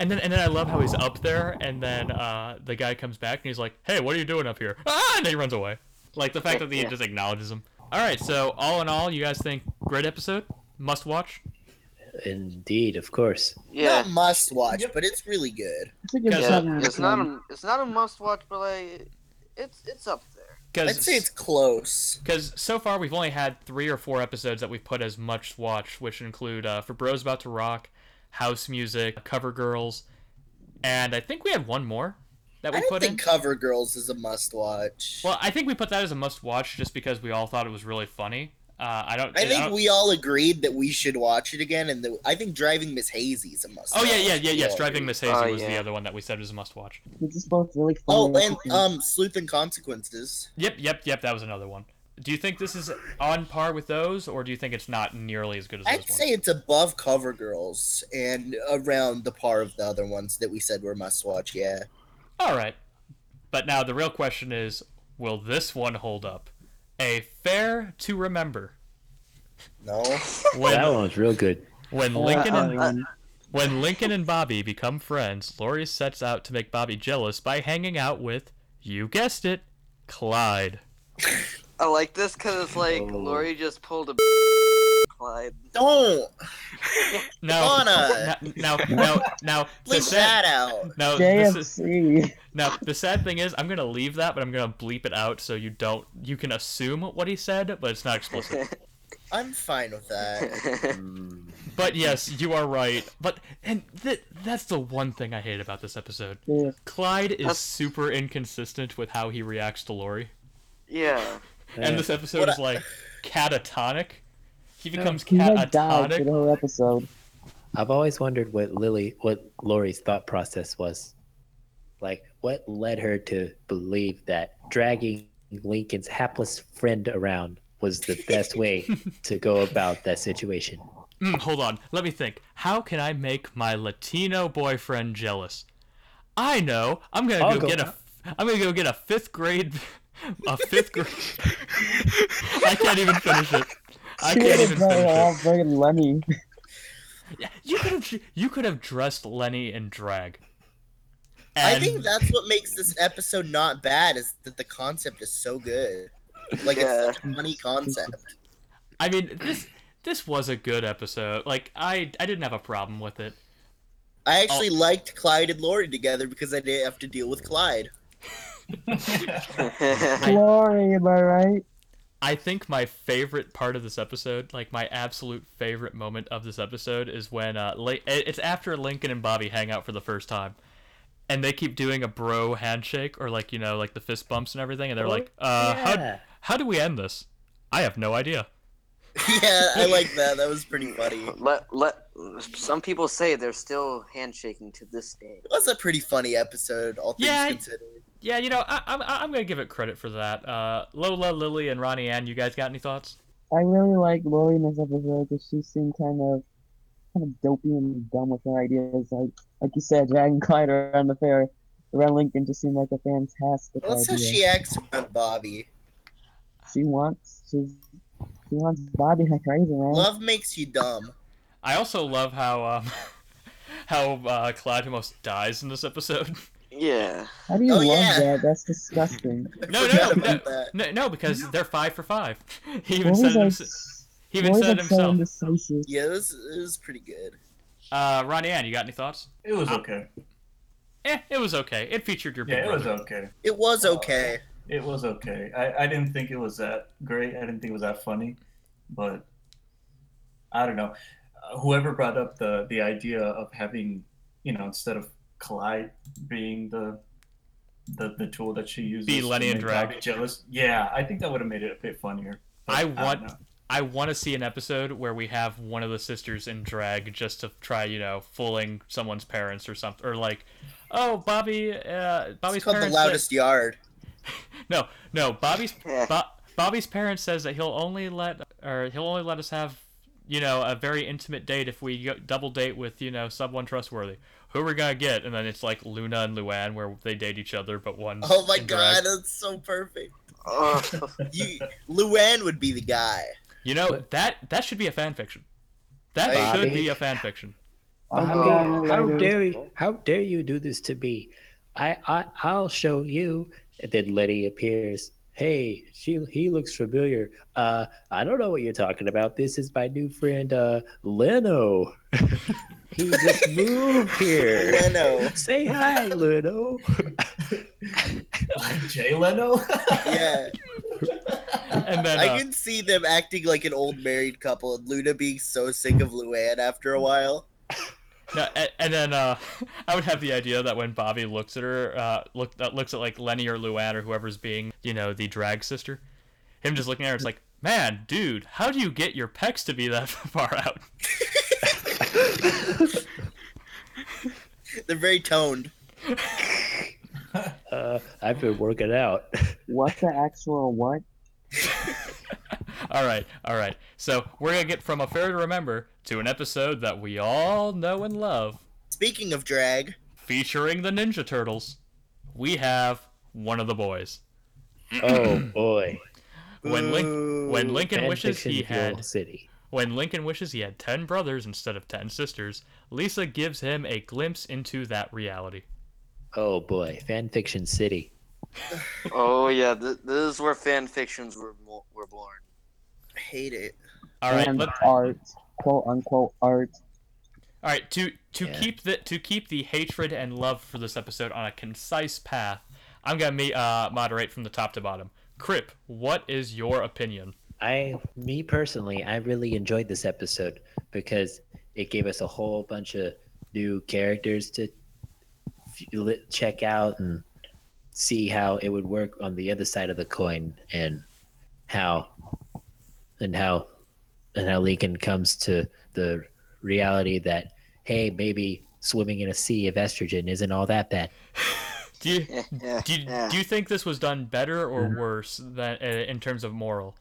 Speaker 1: And then and then I love how he's up there, and then uh, the guy comes back and he's like, "Hey, what are you doing up here?" Ah, and then he runs away. Like the fact that he
Speaker 4: Yeah.
Speaker 1: just acknowledges him. All right, so all in all, you guys think great episode, must watch.
Speaker 6: Indeed, of course.
Speaker 4: Yeah,
Speaker 2: Not must watch, but it's really good.
Speaker 8: It's a good
Speaker 1: Yeah,
Speaker 8: seven out of
Speaker 4: it's not
Speaker 8: 10.
Speaker 4: a it's not a must watch, but like it's it's up there.
Speaker 2: I'd say it's close.
Speaker 1: Because so far we've only had three or four episodes that we've put as much watch, which include uh, For Bros About to Rock, House Music, Cover Girls, and I think we had one more that we
Speaker 2: I don't
Speaker 1: put
Speaker 2: think
Speaker 1: in.
Speaker 2: Cover Girls is a must watch.
Speaker 1: well, I think we put that as a must watch just because we all thought it was really funny. Uh, I don't.
Speaker 2: I think
Speaker 1: don't-
Speaker 2: we all agreed that we should watch it again, and the, I think Driving Miss Hazy is a must.
Speaker 1: Oh yeah, yeah,
Speaker 2: watch.
Speaker 1: yeah, yes. Driving Miss Hazy
Speaker 4: Oh,
Speaker 1: was the
Speaker 4: yeah.
Speaker 1: other one that we said was a must watch.
Speaker 8: They're just both really funny.
Speaker 2: Oh, and um, Sleuth and Consequences.
Speaker 1: Yep, yep, yep. That was another one. Do you think this is on par with those, or do you think it's not nearly as good as
Speaker 2: I'd
Speaker 1: those
Speaker 2: say it's above Cover Girls and around the par of the other ones that we said were must watch. Yeah.
Speaker 1: All right, but now the real question is, will this one hold up? A fair to remember
Speaker 2: No.
Speaker 1: when
Speaker 6: that one was real good.
Speaker 1: when Lincoln
Speaker 4: Uh,
Speaker 1: and
Speaker 4: uh,
Speaker 1: when Lincoln and Bobby become friends, Lori sets out to make Bobby jealous by hanging out with, you guessed it, Clyde.
Speaker 4: I like this because it's like
Speaker 6: Oh.
Speaker 4: Lori just pulled a Clyde.
Speaker 2: Don't
Speaker 1: Now, now,
Speaker 2: Donna!
Speaker 1: now, now, now, the
Speaker 2: leave
Speaker 1: sad,
Speaker 2: that out.
Speaker 1: now, this is,
Speaker 8: JFC.
Speaker 1: Now, the sad thing is, I'm gonna leave that, but I'm gonna bleep it out so you don't. You can assume what he said, but it's not explicit.
Speaker 2: I'm fine with that.
Speaker 6: Mm.
Speaker 1: but yes, you are right. But and th- that's the one thing I hate about this episode.
Speaker 8: Yeah.
Speaker 1: Clyde is
Speaker 4: That's-
Speaker 1: super inconsistent with how he reacts to Lori,
Speaker 4: yeah,
Speaker 1: and this episode
Speaker 2: What
Speaker 1: is
Speaker 2: I-
Speaker 1: like catatonic. He becomes
Speaker 8: He like died for the
Speaker 1: catatonic.
Speaker 8: whole episode.
Speaker 6: I've always wondered what Lily, what Lori's thought process was. Like, what led her to believe that dragging Lincoln's hapless friend around was the best way to go about that situation.
Speaker 1: Mm, hold on. Let me think. How can I make my Latino boyfriend jealous? I know. I'm gonna
Speaker 6: I'll
Speaker 1: go,
Speaker 6: go
Speaker 1: get a.
Speaker 6: out.
Speaker 1: I'm gonna go get a fifth grade. A fifth grade. I can't even finish it. I can't even
Speaker 8: Bro, I'll
Speaker 1: finish
Speaker 8: bring Lenny.
Speaker 1: it. You could have. You could have dressed Lenny in drag.
Speaker 2: I think that's what makes this episode not bad is that the concept is so good. Like
Speaker 4: Yeah.
Speaker 2: it's such a funny concept.
Speaker 1: I mean this. This was a good episode. Like I. I didn't have a problem with it. Oh.
Speaker 2: I actually liked Clyde and Lori together because I didn't have to deal with Clyde.
Speaker 8: Glory, am I right?
Speaker 1: I think my favorite part of this episode, like my absolute favorite moment of this episode, is when uh, La- it- it's after Lincoln and Bobby hang out for the first time, and they keep doing a bro handshake or like you know like the fist bumps and everything, and they're like, uh, how
Speaker 6: Yeah.
Speaker 1: how do we end this? I have no idea.
Speaker 2: yeah, I like that. That was pretty funny.
Speaker 4: let let some people say they're still handshaking to this day.
Speaker 2: It was a pretty funny episode, all things
Speaker 1: Yeah, I-
Speaker 2: considered.
Speaker 1: Yeah, you know, I- I'm I'm gonna give it credit for that. Uh, Lola, Lily, and Ronnie Ann, you guys got any thoughts?
Speaker 8: I really like Lori in this episode because she seemed kind of kind of dopey and dumb with her ideas. Like like you said, Jack and Clyde around the fair around Lincoln just seemed like a fantastic
Speaker 1: Oh,
Speaker 2: Well, that's how
Speaker 8: idea.
Speaker 2: she acts around Bobby.
Speaker 8: She wants she's she wants Bobby like crazy, man.
Speaker 2: Love makes you dumb.
Speaker 1: I also love how um, how uh, Clyde almost dies in this episode.
Speaker 4: Yeah.
Speaker 8: How do you
Speaker 2: Oh,
Speaker 8: love
Speaker 2: yeah.
Speaker 8: that? That's disgusting.
Speaker 2: I
Speaker 1: No, no,
Speaker 2: forgot
Speaker 1: no,
Speaker 2: about that.
Speaker 1: No, no, because they're five for five. He even
Speaker 8: What
Speaker 1: said
Speaker 8: was
Speaker 1: it,
Speaker 8: I
Speaker 1: himself. he even
Speaker 8: what was
Speaker 1: said it
Speaker 8: I so
Speaker 1: himself.
Speaker 8: indecisive?
Speaker 2: Yeah, it was, it was pretty good.
Speaker 1: Uh, Ronnie Ann, you got any thoughts?
Speaker 7: It was okay.
Speaker 1: Eh, it was okay. It featured your big
Speaker 7: Yeah, it was
Speaker 1: brother.
Speaker 7: okay.
Speaker 2: It was
Speaker 1: Oh,
Speaker 2: okay.
Speaker 7: It was okay. I, I didn't think it was that great. I didn't think it was that funny, but I don't know. Uh, whoever brought up the the idea of having, you know, instead of Clyde being the the, the tool that she uses,
Speaker 1: Be Lenny
Speaker 7: to
Speaker 1: and
Speaker 7: make
Speaker 1: Drag.
Speaker 7: Bobby jealous. Yeah, I think that would have made it a bit funnier. But
Speaker 1: I
Speaker 7: don't
Speaker 1: want-
Speaker 7: know.
Speaker 1: I want to see an episode where we have one of the sisters in drag just to try, you know, fooling someone's parents or something, or like, oh, Bobby, uh, Bobby's
Speaker 2: It's called the
Speaker 1: parents.
Speaker 2: loudest yard.
Speaker 1: No, no, Bobby's
Speaker 4: Yeah.
Speaker 1: Bo- Bobby's parents says that he'll only let or he'll only let us have you know a very intimate date if we go, double date with you know someone trustworthy. Who are we gonna get? And then it's like Luna and Luann where they date each other, but one.
Speaker 2: Oh my god, that's so perfect.
Speaker 4: Oh,
Speaker 2: You, Luann would be the guy.
Speaker 1: You know that that should be a fan fiction. That
Speaker 2: Hey.
Speaker 1: should
Speaker 6: Bobby.
Speaker 1: be a fan fiction.
Speaker 8: Oh, my
Speaker 4: Oh,
Speaker 8: God,
Speaker 6: how
Speaker 8: Lenny.
Speaker 6: dare you? How dare you do this to me? I, I I'll show you. And then Letty appears. Hey, she he looks familiar. Uh, I don't know what you're talking about. This is my new friend, uh, Leno. he just moved here.
Speaker 2: Leno.
Speaker 6: Say hi, Leno.
Speaker 7: Jay Leno.
Speaker 2: Yeah,
Speaker 1: And then
Speaker 2: I
Speaker 1: uh,
Speaker 2: can see them acting like an old married couple, and Luna being so sick of Luann after a while.
Speaker 1: no, a- and, then uh, I would have the idea that when Bobby looks at her, uh, look that looks at like Lenny or Luann or whoever's being you know the drag sister, him just looking at her, it's like, man, dude, how do you get your pecs to be that far out?
Speaker 2: They're very toned.
Speaker 6: Uh, I've been working out.
Speaker 8: What the actual what?
Speaker 1: All right, all right. So we're gonna get from a fair to remember to an episode that we all know and love,
Speaker 2: Speaking of drag,
Speaker 1: featuring the Ninja Turtles. We have one of the boys.
Speaker 6: Oh boy.
Speaker 1: When Link, when
Speaker 2: Ooh.
Speaker 1: Lincoln
Speaker 6: Fan
Speaker 1: wishes he
Speaker 6: fiction fuel
Speaker 1: had
Speaker 6: city.
Speaker 1: when Lincoln wishes he had ten brothers instead of ten sisters, Lisa gives him a glimpse into that reality.
Speaker 6: Oh boy, fan fiction city.
Speaker 4: oh yeah. Th- this is where fan fictions were mo- were born.
Speaker 2: I hate it.
Speaker 1: All right,
Speaker 8: and
Speaker 1: let, all
Speaker 8: art, quote unquote art.
Speaker 1: right. To to
Speaker 6: Yeah.
Speaker 1: keep the to keep the hatred and love for this episode on a concise path, I'm gonna me, uh, moderate from the top to bottom. Crip, what is your opinion?
Speaker 6: I, me personally, I really enjoyed this episode because it gave us a whole bunch of new characters to f- li- check out and see how it would work on the other side of the coin and how and how and how Lincoln comes to the reality that hey, maybe swimming in a sea of estrogen isn't all that bad.
Speaker 1: Do you,
Speaker 4: Yeah.
Speaker 1: do you,
Speaker 4: yeah.
Speaker 6: Mm-hmm.
Speaker 1: do you think this was done better or worse than uh, in terms of moral?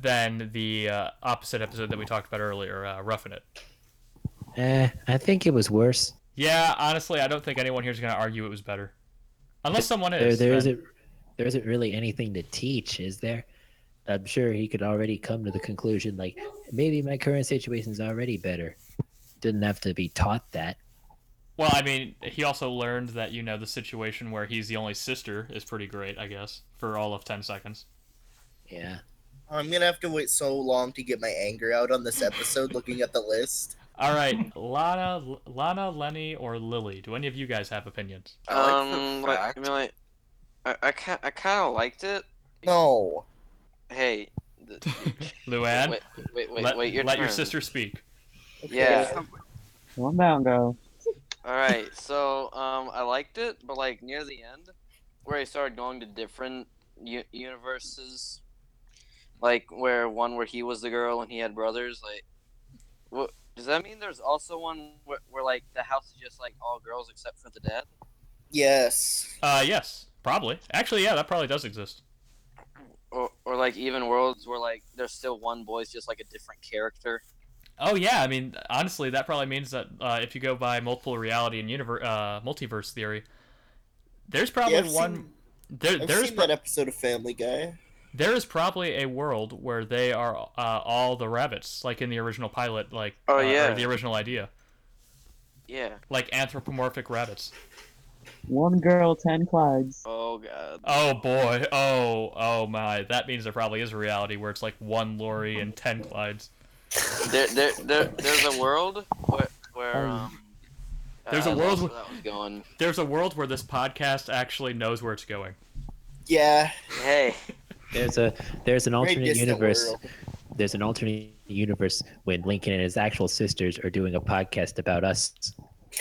Speaker 1: than the uh, opposite episode that we talked about earlier, uh, Roughing It.
Speaker 6: Eh, I think it was worse.
Speaker 1: Yeah, honestly, I don't think anyone here is going to argue it was better. Unless someone
Speaker 6: There,
Speaker 1: is.
Speaker 6: there
Speaker 1: then-
Speaker 6: isn't, there isn't really anything to teach, is there? I'm sure he could already come to the conclusion, like maybe my current situation is already better. Didn't have to be taught that.
Speaker 1: Well, I mean, he also learned that, you know, the situation where he's the only sister is pretty great, I guess, for all of 10 seconds.
Speaker 6: Yeah.
Speaker 2: I'm gonna have to wait so long to get my anger out on this episode. looking at the list,
Speaker 1: All right, Lana, Lana, Lenny, or Lily? Do any of you guys have opinions?
Speaker 5: I like oh.
Speaker 4: um,
Speaker 5: the
Speaker 4: like,
Speaker 5: fact.
Speaker 4: I mean, like, I, I, ki- I kind of liked it.
Speaker 2: no,
Speaker 4: Hey, th-
Speaker 1: Luann,
Speaker 4: wait, wait, wait,
Speaker 1: let,
Speaker 4: wait, your
Speaker 1: let
Speaker 4: turn.
Speaker 1: your sister speak.
Speaker 4: Yeah.
Speaker 8: Calm down, girl.
Speaker 4: All right, so um, I liked it, but like near the end, where I started going to different u- universes, like where one where he was the girl and he had brothers. Like, what does that mean? There's also one where, where like the house is just like all girls except for the dad.
Speaker 2: yes,
Speaker 1: Uh, yes, probably. Actually, yeah, that probably does exist.
Speaker 4: Or, or like even worlds where like there's still one boy, it's just like a different character.
Speaker 1: Oh yeah, I mean, honestly, that probably means that uh, if you go by multiple reality and universe, uh, multiverse theory, there's probably
Speaker 2: Yeah, I've
Speaker 1: one.
Speaker 2: seen-
Speaker 1: there,
Speaker 2: I've
Speaker 1: there's
Speaker 2: seen
Speaker 1: pro-
Speaker 2: that episode of Family Guy.
Speaker 1: there is probably a world where they are uh, all the rabbits, like in the original pilot, like
Speaker 4: Oh,
Speaker 1: uh,
Speaker 4: yeah.
Speaker 1: or the original idea,
Speaker 4: Yeah.
Speaker 1: like anthropomorphic rabbits.
Speaker 8: One girl, ten clouds.
Speaker 4: Oh god.
Speaker 1: Oh boy, oh oh my, that means there probably is a reality where it's like one Lori and ten Clydes.
Speaker 4: There, there, there, there's a world where, where um.
Speaker 1: Oh. There's
Speaker 4: a
Speaker 1: a world where-
Speaker 4: that was going.
Speaker 1: There's a world where this podcast actually knows where it's going.
Speaker 2: Yeah,
Speaker 4: Hey.
Speaker 6: There's a there's an
Speaker 2: very
Speaker 6: alternate
Speaker 2: distant
Speaker 6: universe.
Speaker 2: world.
Speaker 6: There's an alternate universe when Lincoln and his actual sisters are doing a podcast about us.
Speaker 1: So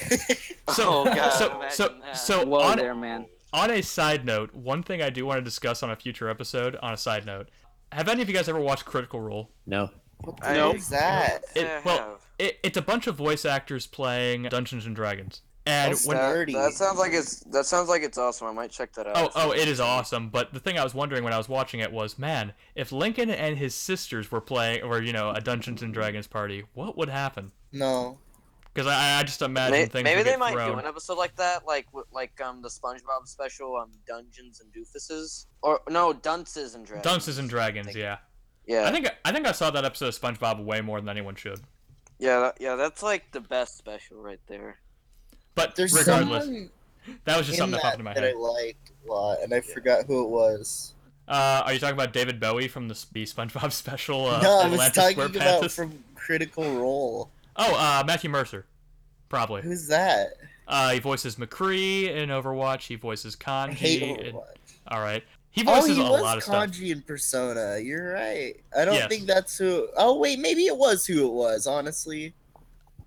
Speaker 4: oh god.
Speaker 1: so
Speaker 4: imagine
Speaker 1: so
Speaker 4: that.
Speaker 1: so
Speaker 9: Whoa
Speaker 1: on,
Speaker 9: there, man.
Speaker 1: on a side note, one thing I do want to discuss on a future episode. On a side note, have any of you guys ever watched Critical Role?
Speaker 6: No.
Speaker 2: What the
Speaker 4: I-
Speaker 2: hell is that?
Speaker 1: It-
Speaker 4: Yeah,
Speaker 1: well,
Speaker 4: have.
Speaker 1: It, it's a bunch of voice actors playing Dungeons and Dragons, and
Speaker 2: That's
Speaker 1: when
Speaker 2: not-
Speaker 4: that,
Speaker 2: nerdy.
Speaker 4: that sounds like it's that sounds like it's awesome. I might check that out.
Speaker 1: Oh, oh, it is awesome. But the thing I was wondering when I was watching it was, man, if Lincoln and his sisters were playing, or you know, a Dungeons and Dragons party, what would happen?
Speaker 2: No,
Speaker 1: Because I, I just
Speaker 4: May-
Speaker 1: imagine
Speaker 4: Maybe,
Speaker 1: things. would
Speaker 4: they
Speaker 1: get
Speaker 4: might
Speaker 1: thrown.
Speaker 4: do an episode like that, like with- like um the SpongeBob special, um Dungeons and Doofuses, or no Dunces and Dragons.
Speaker 1: Dunces and Dragons, yeah.
Speaker 4: Yeah,
Speaker 1: I think I think I saw that episode of SpongeBob way more than anyone should.
Speaker 4: yeah, that, yeah. That's like the best special right there.
Speaker 1: But
Speaker 2: there's
Speaker 1: regardless,
Speaker 2: someone
Speaker 1: that was just
Speaker 2: in
Speaker 1: something that popped
Speaker 2: that
Speaker 1: into my
Speaker 2: that I
Speaker 1: head.
Speaker 2: liked a lot, and I forgot who it was.
Speaker 1: Uh, are you talking about David Bowie from the, the SpongeBob special? Uh,
Speaker 2: no, I was
Speaker 1: Atlantis
Speaker 2: talking
Speaker 1: SquarePants?
Speaker 2: about from Critical Role.
Speaker 1: Oh, uh, Matthew Mercer, probably.
Speaker 2: Who's that?
Speaker 1: Uh, he voices McCree in Overwatch. He voices Kanji.
Speaker 2: I hate
Speaker 1: in-
Speaker 2: Overwatch.
Speaker 1: all right, he
Speaker 2: Oh,
Speaker 1: voices
Speaker 2: he
Speaker 1: a
Speaker 2: was
Speaker 1: lot of stuff.
Speaker 2: Kanji in Persona. You're right. I don't
Speaker 1: Yes.
Speaker 2: think that's who. Oh wait, maybe it was who it was. Honestly,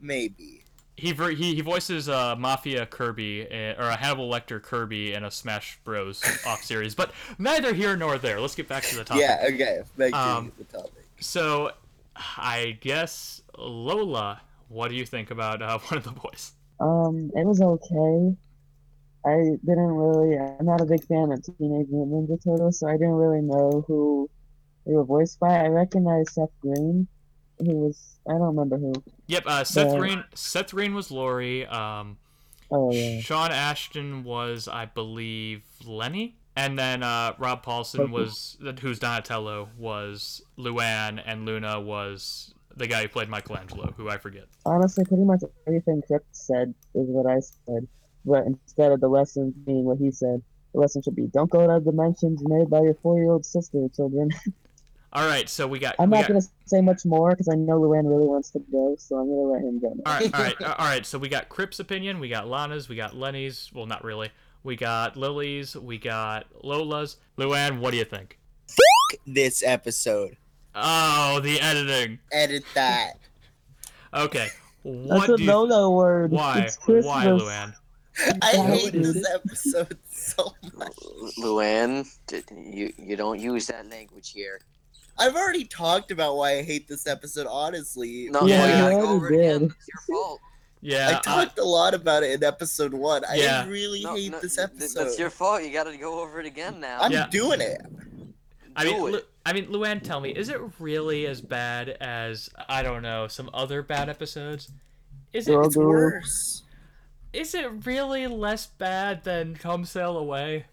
Speaker 2: maybe.
Speaker 1: He ver- he he voices uh, Mafia Kirby uh, or a Hannibal Lecter Kirby in a Smash Bros. off series, but neither here nor there. Let's get back to the topic.
Speaker 2: Yeah. Okay. Back to
Speaker 1: Um,
Speaker 2: the topic.
Speaker 1: So, I guess Lola, what do you think about uh, one of the boys?
Speaker 8: Um, it was okay. I didn't really. I'm not a big fan of Teenage Mutant Ninja Turtles, so I didn't really know who they were voiced by. I recognized Seth Green, who was I don't remember who.
Speaker 1: Yep, uh, Seth
Speaker 8: Yeah.
Speaker 1: Green. Seth Green was Lori. Um,
Speaker 8: Oh yeah,
Speaker 1: Sean Ashton was, I believe, Lenny, and then uh, Rob Paulson
Speaker 8: Okay.
Speaker 1: was, who's Donatello, was Luann, and Luna was the guy who played Michelangelo, who I forget.
Speaker 8: honestly, pretty much everything Crip said is what I said, but instead of the lesson being what he said, the lesson should be don't go to dimensions made by your four-year-old sister, children.
Speaker 1: All right, so we got.
Speaker 8: I'm
Speaker 1: we
Speaker 8: not
Speaker 1: got-
Speaker 8: gonna say much more because I know Luann really wants to go, so I'm gonna let him go.
Speaker 1: All right, all right, all right. So we got Crip's opinion, we got Lana's, we got Lenny's. Well, not really. We got Lily's, we got Lola's. Luann, what do you think?
Speaker 2: This episode.
Speaker 1: Oh, the editing.
Speaker 2: Edit that.
Speaker 1: Okay.
Speaker 8: That's
Speaker 1: What
Speaker 8: a
Speaker 1: do you,
Speaker 8: no-no word.
Speaker 1: why?
Speaker 8: It's Christmas.
Speaker 1: Why, Luann?
Speaker 2: I
Speaker 8: Yeah,
Speaker 2: hate
Speaker 8: dude.
Speaker 2: this episode so much.
Speaker 4: Lu- Luann, d- you you don't use that language here.
Speaker 2: I've already talked about why I hate this episode. Honestly,
Speaker 4: No,
Speaker 1: Yeah,
Speaker 4: you gotta
Speaker 8: you
Speaker 4: go over it
Speaker 8: already
Speaker 4: again.
Speaker 8: did.
Speaker 4: It's your fault.
Speaker 2: I
Speaker 1: Yeah. uh,
Speaker 2: talked a lot about it in episode one.
Speaker 1: Yeah.
Speaker 2: I really
Speaker 4: No,
Speaker 2: hate
Speaker 4: no,
Speaker 2: this
Speaker 4: th-
Speaker 2: episode.
Speaker 4: That's your fault. You gotta go over it again now.
Speaker 2: I'm
Speaker 1: Yeah.
Speaker 2: doing it.
Speaker 1: I
Speaker 4: Do
Speaker 1: mean,
Speaker 4: it.
Speaker 1: look, I mean, Luann, tell me, is it really as bad as I don't know some other bad episodes? Is it
Speaker 8: Girl
Speaker 2: It's
Speaker 8: Guru.
Speaker 2: worse.
Speaker 1: is it really less bad than Come Sail Away?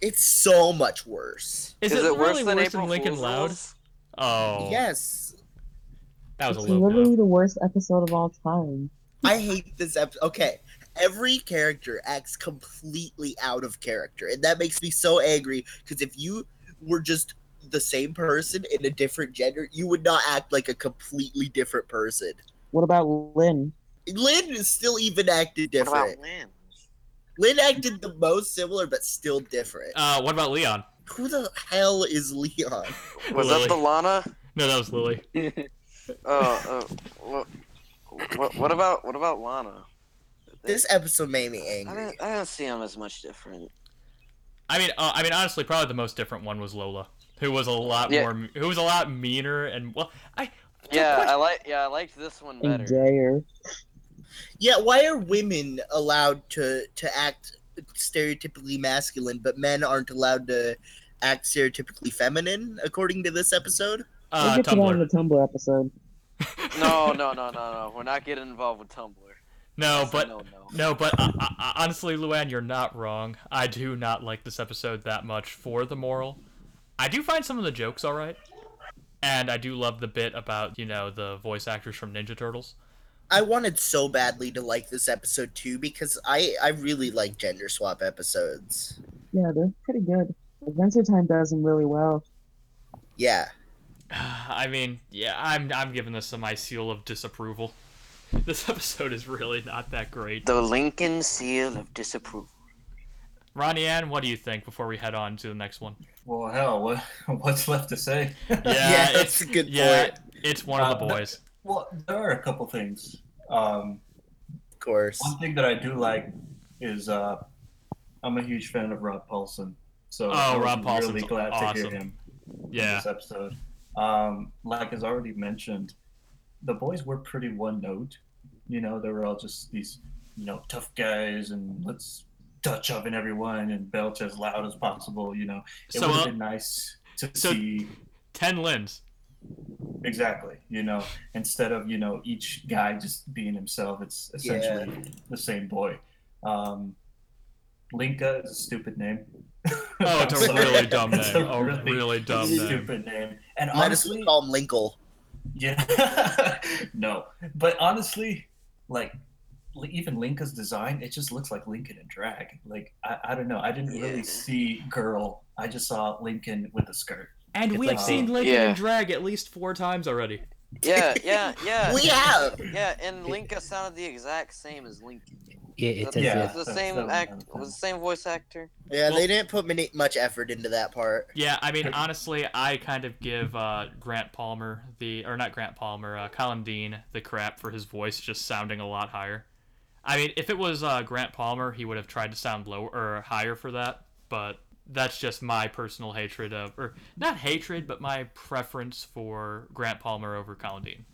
Speaker 2: It's so much worse.
Speaker 1: Is,
Speaker 4: it worse
Speaker 1: really
Speaker 4: than
Speaker 1: worse
Speaker 4: April
Speaker 1: than Lincoln
Speaker 4: Fool's
Speaker 1: Loud?
Speaker 4: Us?
Speaker 1: Oh,
Speaker 2: Yes,
Speaker 1: that was a
Speaker 8: It's
Speaker 1: low blow.
Speaker 8: literally the worst episode of all time.
Speaker 2: I hate this episode. Okay, every character acts completely out of character, and that makes me so angry. Because if you were just the same person in a different gender, you would not act like a completely different person.
Speaker 8: What about Lynn?
Speaker 2: Lynn is still even acted
Speaker 4: What about
Speaker 2: different.
Speaker 4: Lynn?
Speaker 2: Lynn acted the most similar, but still different.
Speaker 1: Uh, what about Leon?
Speaker 2: Who the hell is Leon?
Speaker 4: Was
Speaker 1: Lily.
Speaker 4: that the Lana?
Speaker 1: No, that was Lily.
Speaker 4: Oh, uh, what, what about what about Lana?
Speaker 2: This episode made me
Speaker 4: I
Speaker 2: angry.
Speaker 4: don't, I don't see him as much different.
Speaker 1: I mean, uh, I mean, honestly, probably the most different one was Lola, who was a lot
Speaker 4: Yeah.
Speaker 1: more, who was a lot meaner and well, I
Speaker 4: Yeah, I like yeah I liked this one
Speaker 8: And
Speaker 4: better.
Speaker 8: Jair.
Speaker 2: Yeah, why are women allowed to to act stereotypically masculine, but men aren't allowed to act stereotypically feminine, according to this episode?
Speaker 1: uh,
Speaker 8: we'll get to that in the
Speaker 1: Tumblr.
Speaker 8: Tumblr episode.
Speaker 4: No, no, no, no, no. We're not getting involved with Tumblr.
Speaker 1: No,
Speaker 4: That's a
Speaker 1: but
Speaker 4: no, no.
Speaker 1: No, but uh, uh, honestly, Luann, you're not wrong. I do not like this episode that much for the moral. I do find some of the jokes all right, and I do love the bit about you know the voice actors from Ninja Turtles.
Speaker 2: I wanted so badly to like this episode too because I I really like gender swap episodes.
Speaker 8: Yeah, they're pretty good. Adventure Time does them really well.
Speaker 2: Yeah,
Speaker 1: I mean, yeah, I'm I'm giving this my seal of disapproval. This episode is really not that great.
Speaker 4: The Lincoln seal of disapproval.
Speaker 1: Ronnie Ann, what do you think before we head on to the next one?
Speaker 7: Well, hell, what, what's left to say?
Speaker 1: Yeah,
Speaker 2: Yeah,
Speaker 1: it's,
Speaker 2: that's a good
Speaker 1: yeah, it's one of the
Speaker 7: Uh, the-
Speaker 1: boys.
Speaker 7: Well, there are a couple things. Um,
Speaker 2: of course.
Speaker 7: one thing that I do like is uh, I'm a huge fan of Rob Paulson. So
Speaker 1: Oh,
Speaker 7: I was
Speaker 1: Rob Paulson's
Speaker 7: really glad to hear
Speaker 1: awesome.
Speaker 7: him in
Speaker 1: Yeah,
Speaker 7: this episode. Um, like as already mentioned, the boys were pretty one note. You know, they were all just these, you know, tough guys and let's Dutch oven everyone and belch as loud as possible. You know, it
Speaker 1: so
Speaker 7: would have
Speaker 1: uh,
Speaker 7: been nice to
Speaker 1: so-
Speaker 7: see
Speaker 1: ten limbs.
Speaker 7: exactly. You know, instead of you know each guy just being himself, it's essentially the same boy. Um, Linka is a stupid name.
Speaker 1: Oh, it's a really dumb name.
Speaker 7: It's a
Speaker 1: A
Speaker 7: really
Speaker 1: really dumb name.
Speaker 7: stupid name. And
Speaker 2: Might as well
Speaker 7: honestly,
Speaker 2: call him Linkle.
Speaker 7: yeah. no, but honestly, like li- even Linka's design, it just looks like Lincoln in drag. Like I, I don't know, I didn't
Speaker 4: Yeah.
Speaker 7: really see girl. I just saw Lincoln with a skirt.
Speaker 1: And
Speaker 6: It's
Speaker 1: we
Speaker 7: like
Speaker 1: have
Speaker 7: the-
Speaker 1: seen Lincoln
Speaker 4: Yeah.
Speaker 1: and Drag at least four times already.
Speaker 4: Yeah, yeah, yeah.
Speaker 2: We have.
Speaker 4: Yeah, and Linka sounded the exact same as Lincoln.
Speaker 6: Yeah, it's as
Speaker 7: Yeah.
Speaker 6: if
Speaker 4: It's the
Speaker 7: that's-
Speaker 4: same
Speaker 7: that was
Speaker 4: act,
Speaker 7: another thing.
Speaker 4: was the same voice actor.
Speaker 2: Yeah,
Speaker 1: Well-
Speaker 2: they didn't put many, much effort into that part.
Speaker 1: Yeah, I mean, honestly, I kind of give uh, Grant Palmer the, or not Grant Palmer, uh, Colin Dean the crap for his voice just sounding a lot higher. I mean, if it was uh, Grant Palmer, he would have tried to sound lower or higher for that. But that's just my personal hatred of, or not hatred, but my preference for Grant Palmer over Colin Dean.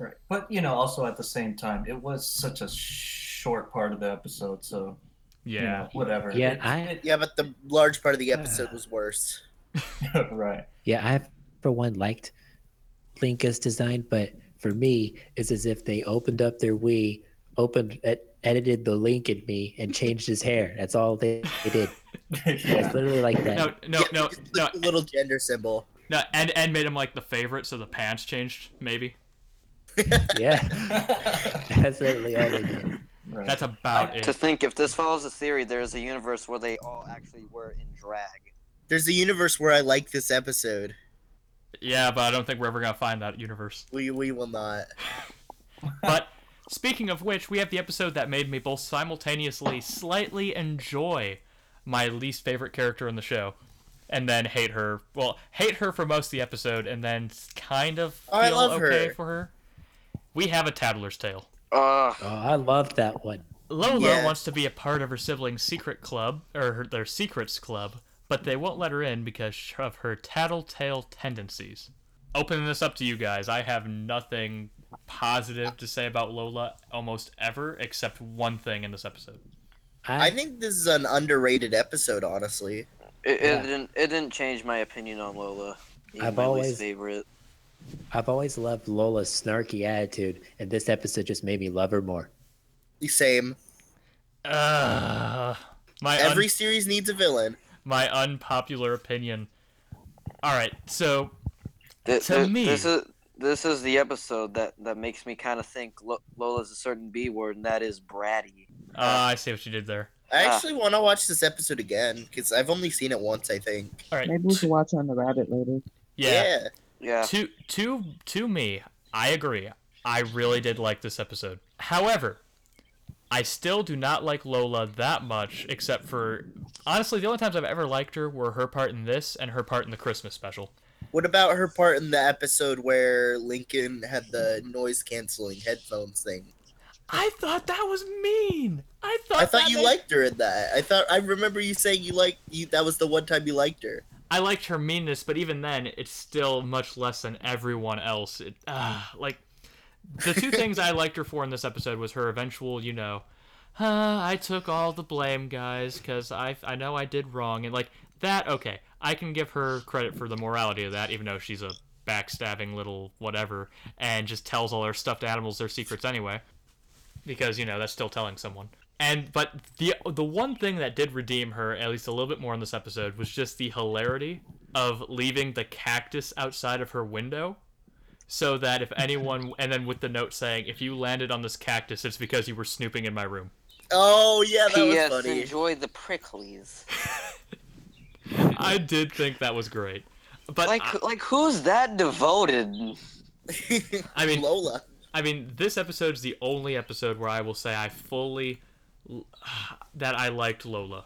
Speaker 7: Right. But you know, also at the same time, it was such a short part of the episode, so you
Speaker 1: Yeah.
Speaker 7: know, whatever.
Speaker 6: Yeah,
Speaker 7: It-
Speaker 6: I-
Speaker 2: Yeah, but the large part of the episode was worse.
Speaker 7: right.
Speaker 6: Yeah, I for one liked Linka's design, but for me, it's as if they opened up their Wii, opened ed- edited the link in me, and changed his hair. That's all they, they did. It's
Speaker 7: yeah.
Speaker 6: literally like that.
Speaker 1: No, no,
Speaker 2: Yeah,
Speaker 1: no,
Speaker 2: it's
Speaker 1: no,
Speaker 2: like a little gender symbol.
Speaker 1: no, and and made him like the favorite, so the pants changed. Maybe
Speaker 6: Yeah, that's literally all they did.
Speaker 7: Right.
Speaker 1: that's about it.
Speaker 4: To think if this follows the theory, there is a universe where they all actually were in drag.
Speaker 2: There's a universe where I like this episode.
Speaker 1: Yeah, but I don't think we're ever gonna find that universe.
Speaker 2: We we will not.
Speaker 1: But speaking of which, we have the episode that made me both simultaneously slightly enjoy my least favorite character in the show, and then hate her. Well, hate her for most of the episode, and then s- kind of feel
Speaker 2: Oh, I love
Speaker 1: okay
Speaker 2: her.
Speaker 1: for her. We have a Tattler's Tale.
Speaker 4: Ugh.
Speaker 6: Oh, I love that one.
Speaker 1: Lola
Speaker 2: Yeah.
Speaker 1: wants to be a part of her siblings' secret club, or her, their secrets club, but they won't let her in because of her tattletale tendencies. Opening this up to you guys, I have nothing positive to say about Lola almost ever, except one thing in this episode.
Speaker 6: I,
Speaker 2: I think this is an underrated episode, honestly.
Speaker 4: It, it
Speaker 6: Yeah.
Speaker 4: didn't it didn't change my opinion on Lola. He's
Speaker 6: I've
Speaker 4: my least
Speaker 6: always-
Speaker 4: favorite.
Speaker 6: I've always loved Lola's snarky attitude, and this episode just made me love her more.
Speaker 2: Same.
Speaker 1: Uh, my un-
Speaker 2: Every series needs a villain.
Speaker 1: my unpopular opinion. All right, so
Speaker 4: Th-
Speaker 1: To
Speaker 4: th-
Speaker 1: me-
Speaker 4: this is this is the episode that that makes me kind of think Lo- Lola's a certain B word, and that is bratty.
Speaker 1: uh, I see what you did there.
Speaker 2: I
Speaker 4: Ah.
Speaker 2: actually want to watch this episode again because I've only seen it once, I think.
Speaker 1: All right,
Speaker 8: Maybe we
Speaker 1: t-
Speaker 8: can watch on the rabbit later.
Speaker 1: yeah,
Speaker 4: Yeah,
Speaker 1: to to to me, I agree. I really did like this episode. However, I still do not like Lola that much, except for honestly, the only times I've ever liked her were her part in this and her part in the Christmas special.
Speaker 2: What about her part in the episode where Lincoln had the noise canceling headphones thing?
Speaker 1: I thought that was mean. I thought
Speaker 2: I thought
Speaker 1: that
Speaker 2: you
Speaker 1: made-
Speaker 2: liked her in that. I thought I remember you saying you liked you. That was the one time you liked her.
Speaker 1: I liked her meanness, but even then, it's still much less than everyone else. It, uh, like the two things I liked her for in this episode was her eventual, you know, uh, I took all the blame, guys, because I I know I did wrong, and like that. Okay, I can give her credit for the morality of that, even though she's a backstabbing little whatever, and just tells all her stuffed animals their secrets anyway, because you know that's still telling someone. And but the the one thing that did redeem her at least a little bit more in this episode was just the hilarity of leaving the cactus outside of her window so that if anyone and then with the note saying if you landed on this cactus it's because you were snooping in my room.
Speaker 2: Oh yeah, that was
Speaker 4: P.S.
Speaker 2: funny.
Speaker 4: Enjoy the pricklies.
Speaker 1: I did think that was great. But
Speaker 4: like, uh,
Speaker 1: I,
Speaker 4: like who's that devoted?
Speaker 1: I mean
Speaker 2: Lola.
Speaker 1: I mean this episode's the only episode where I will say I fully that I liked Lola.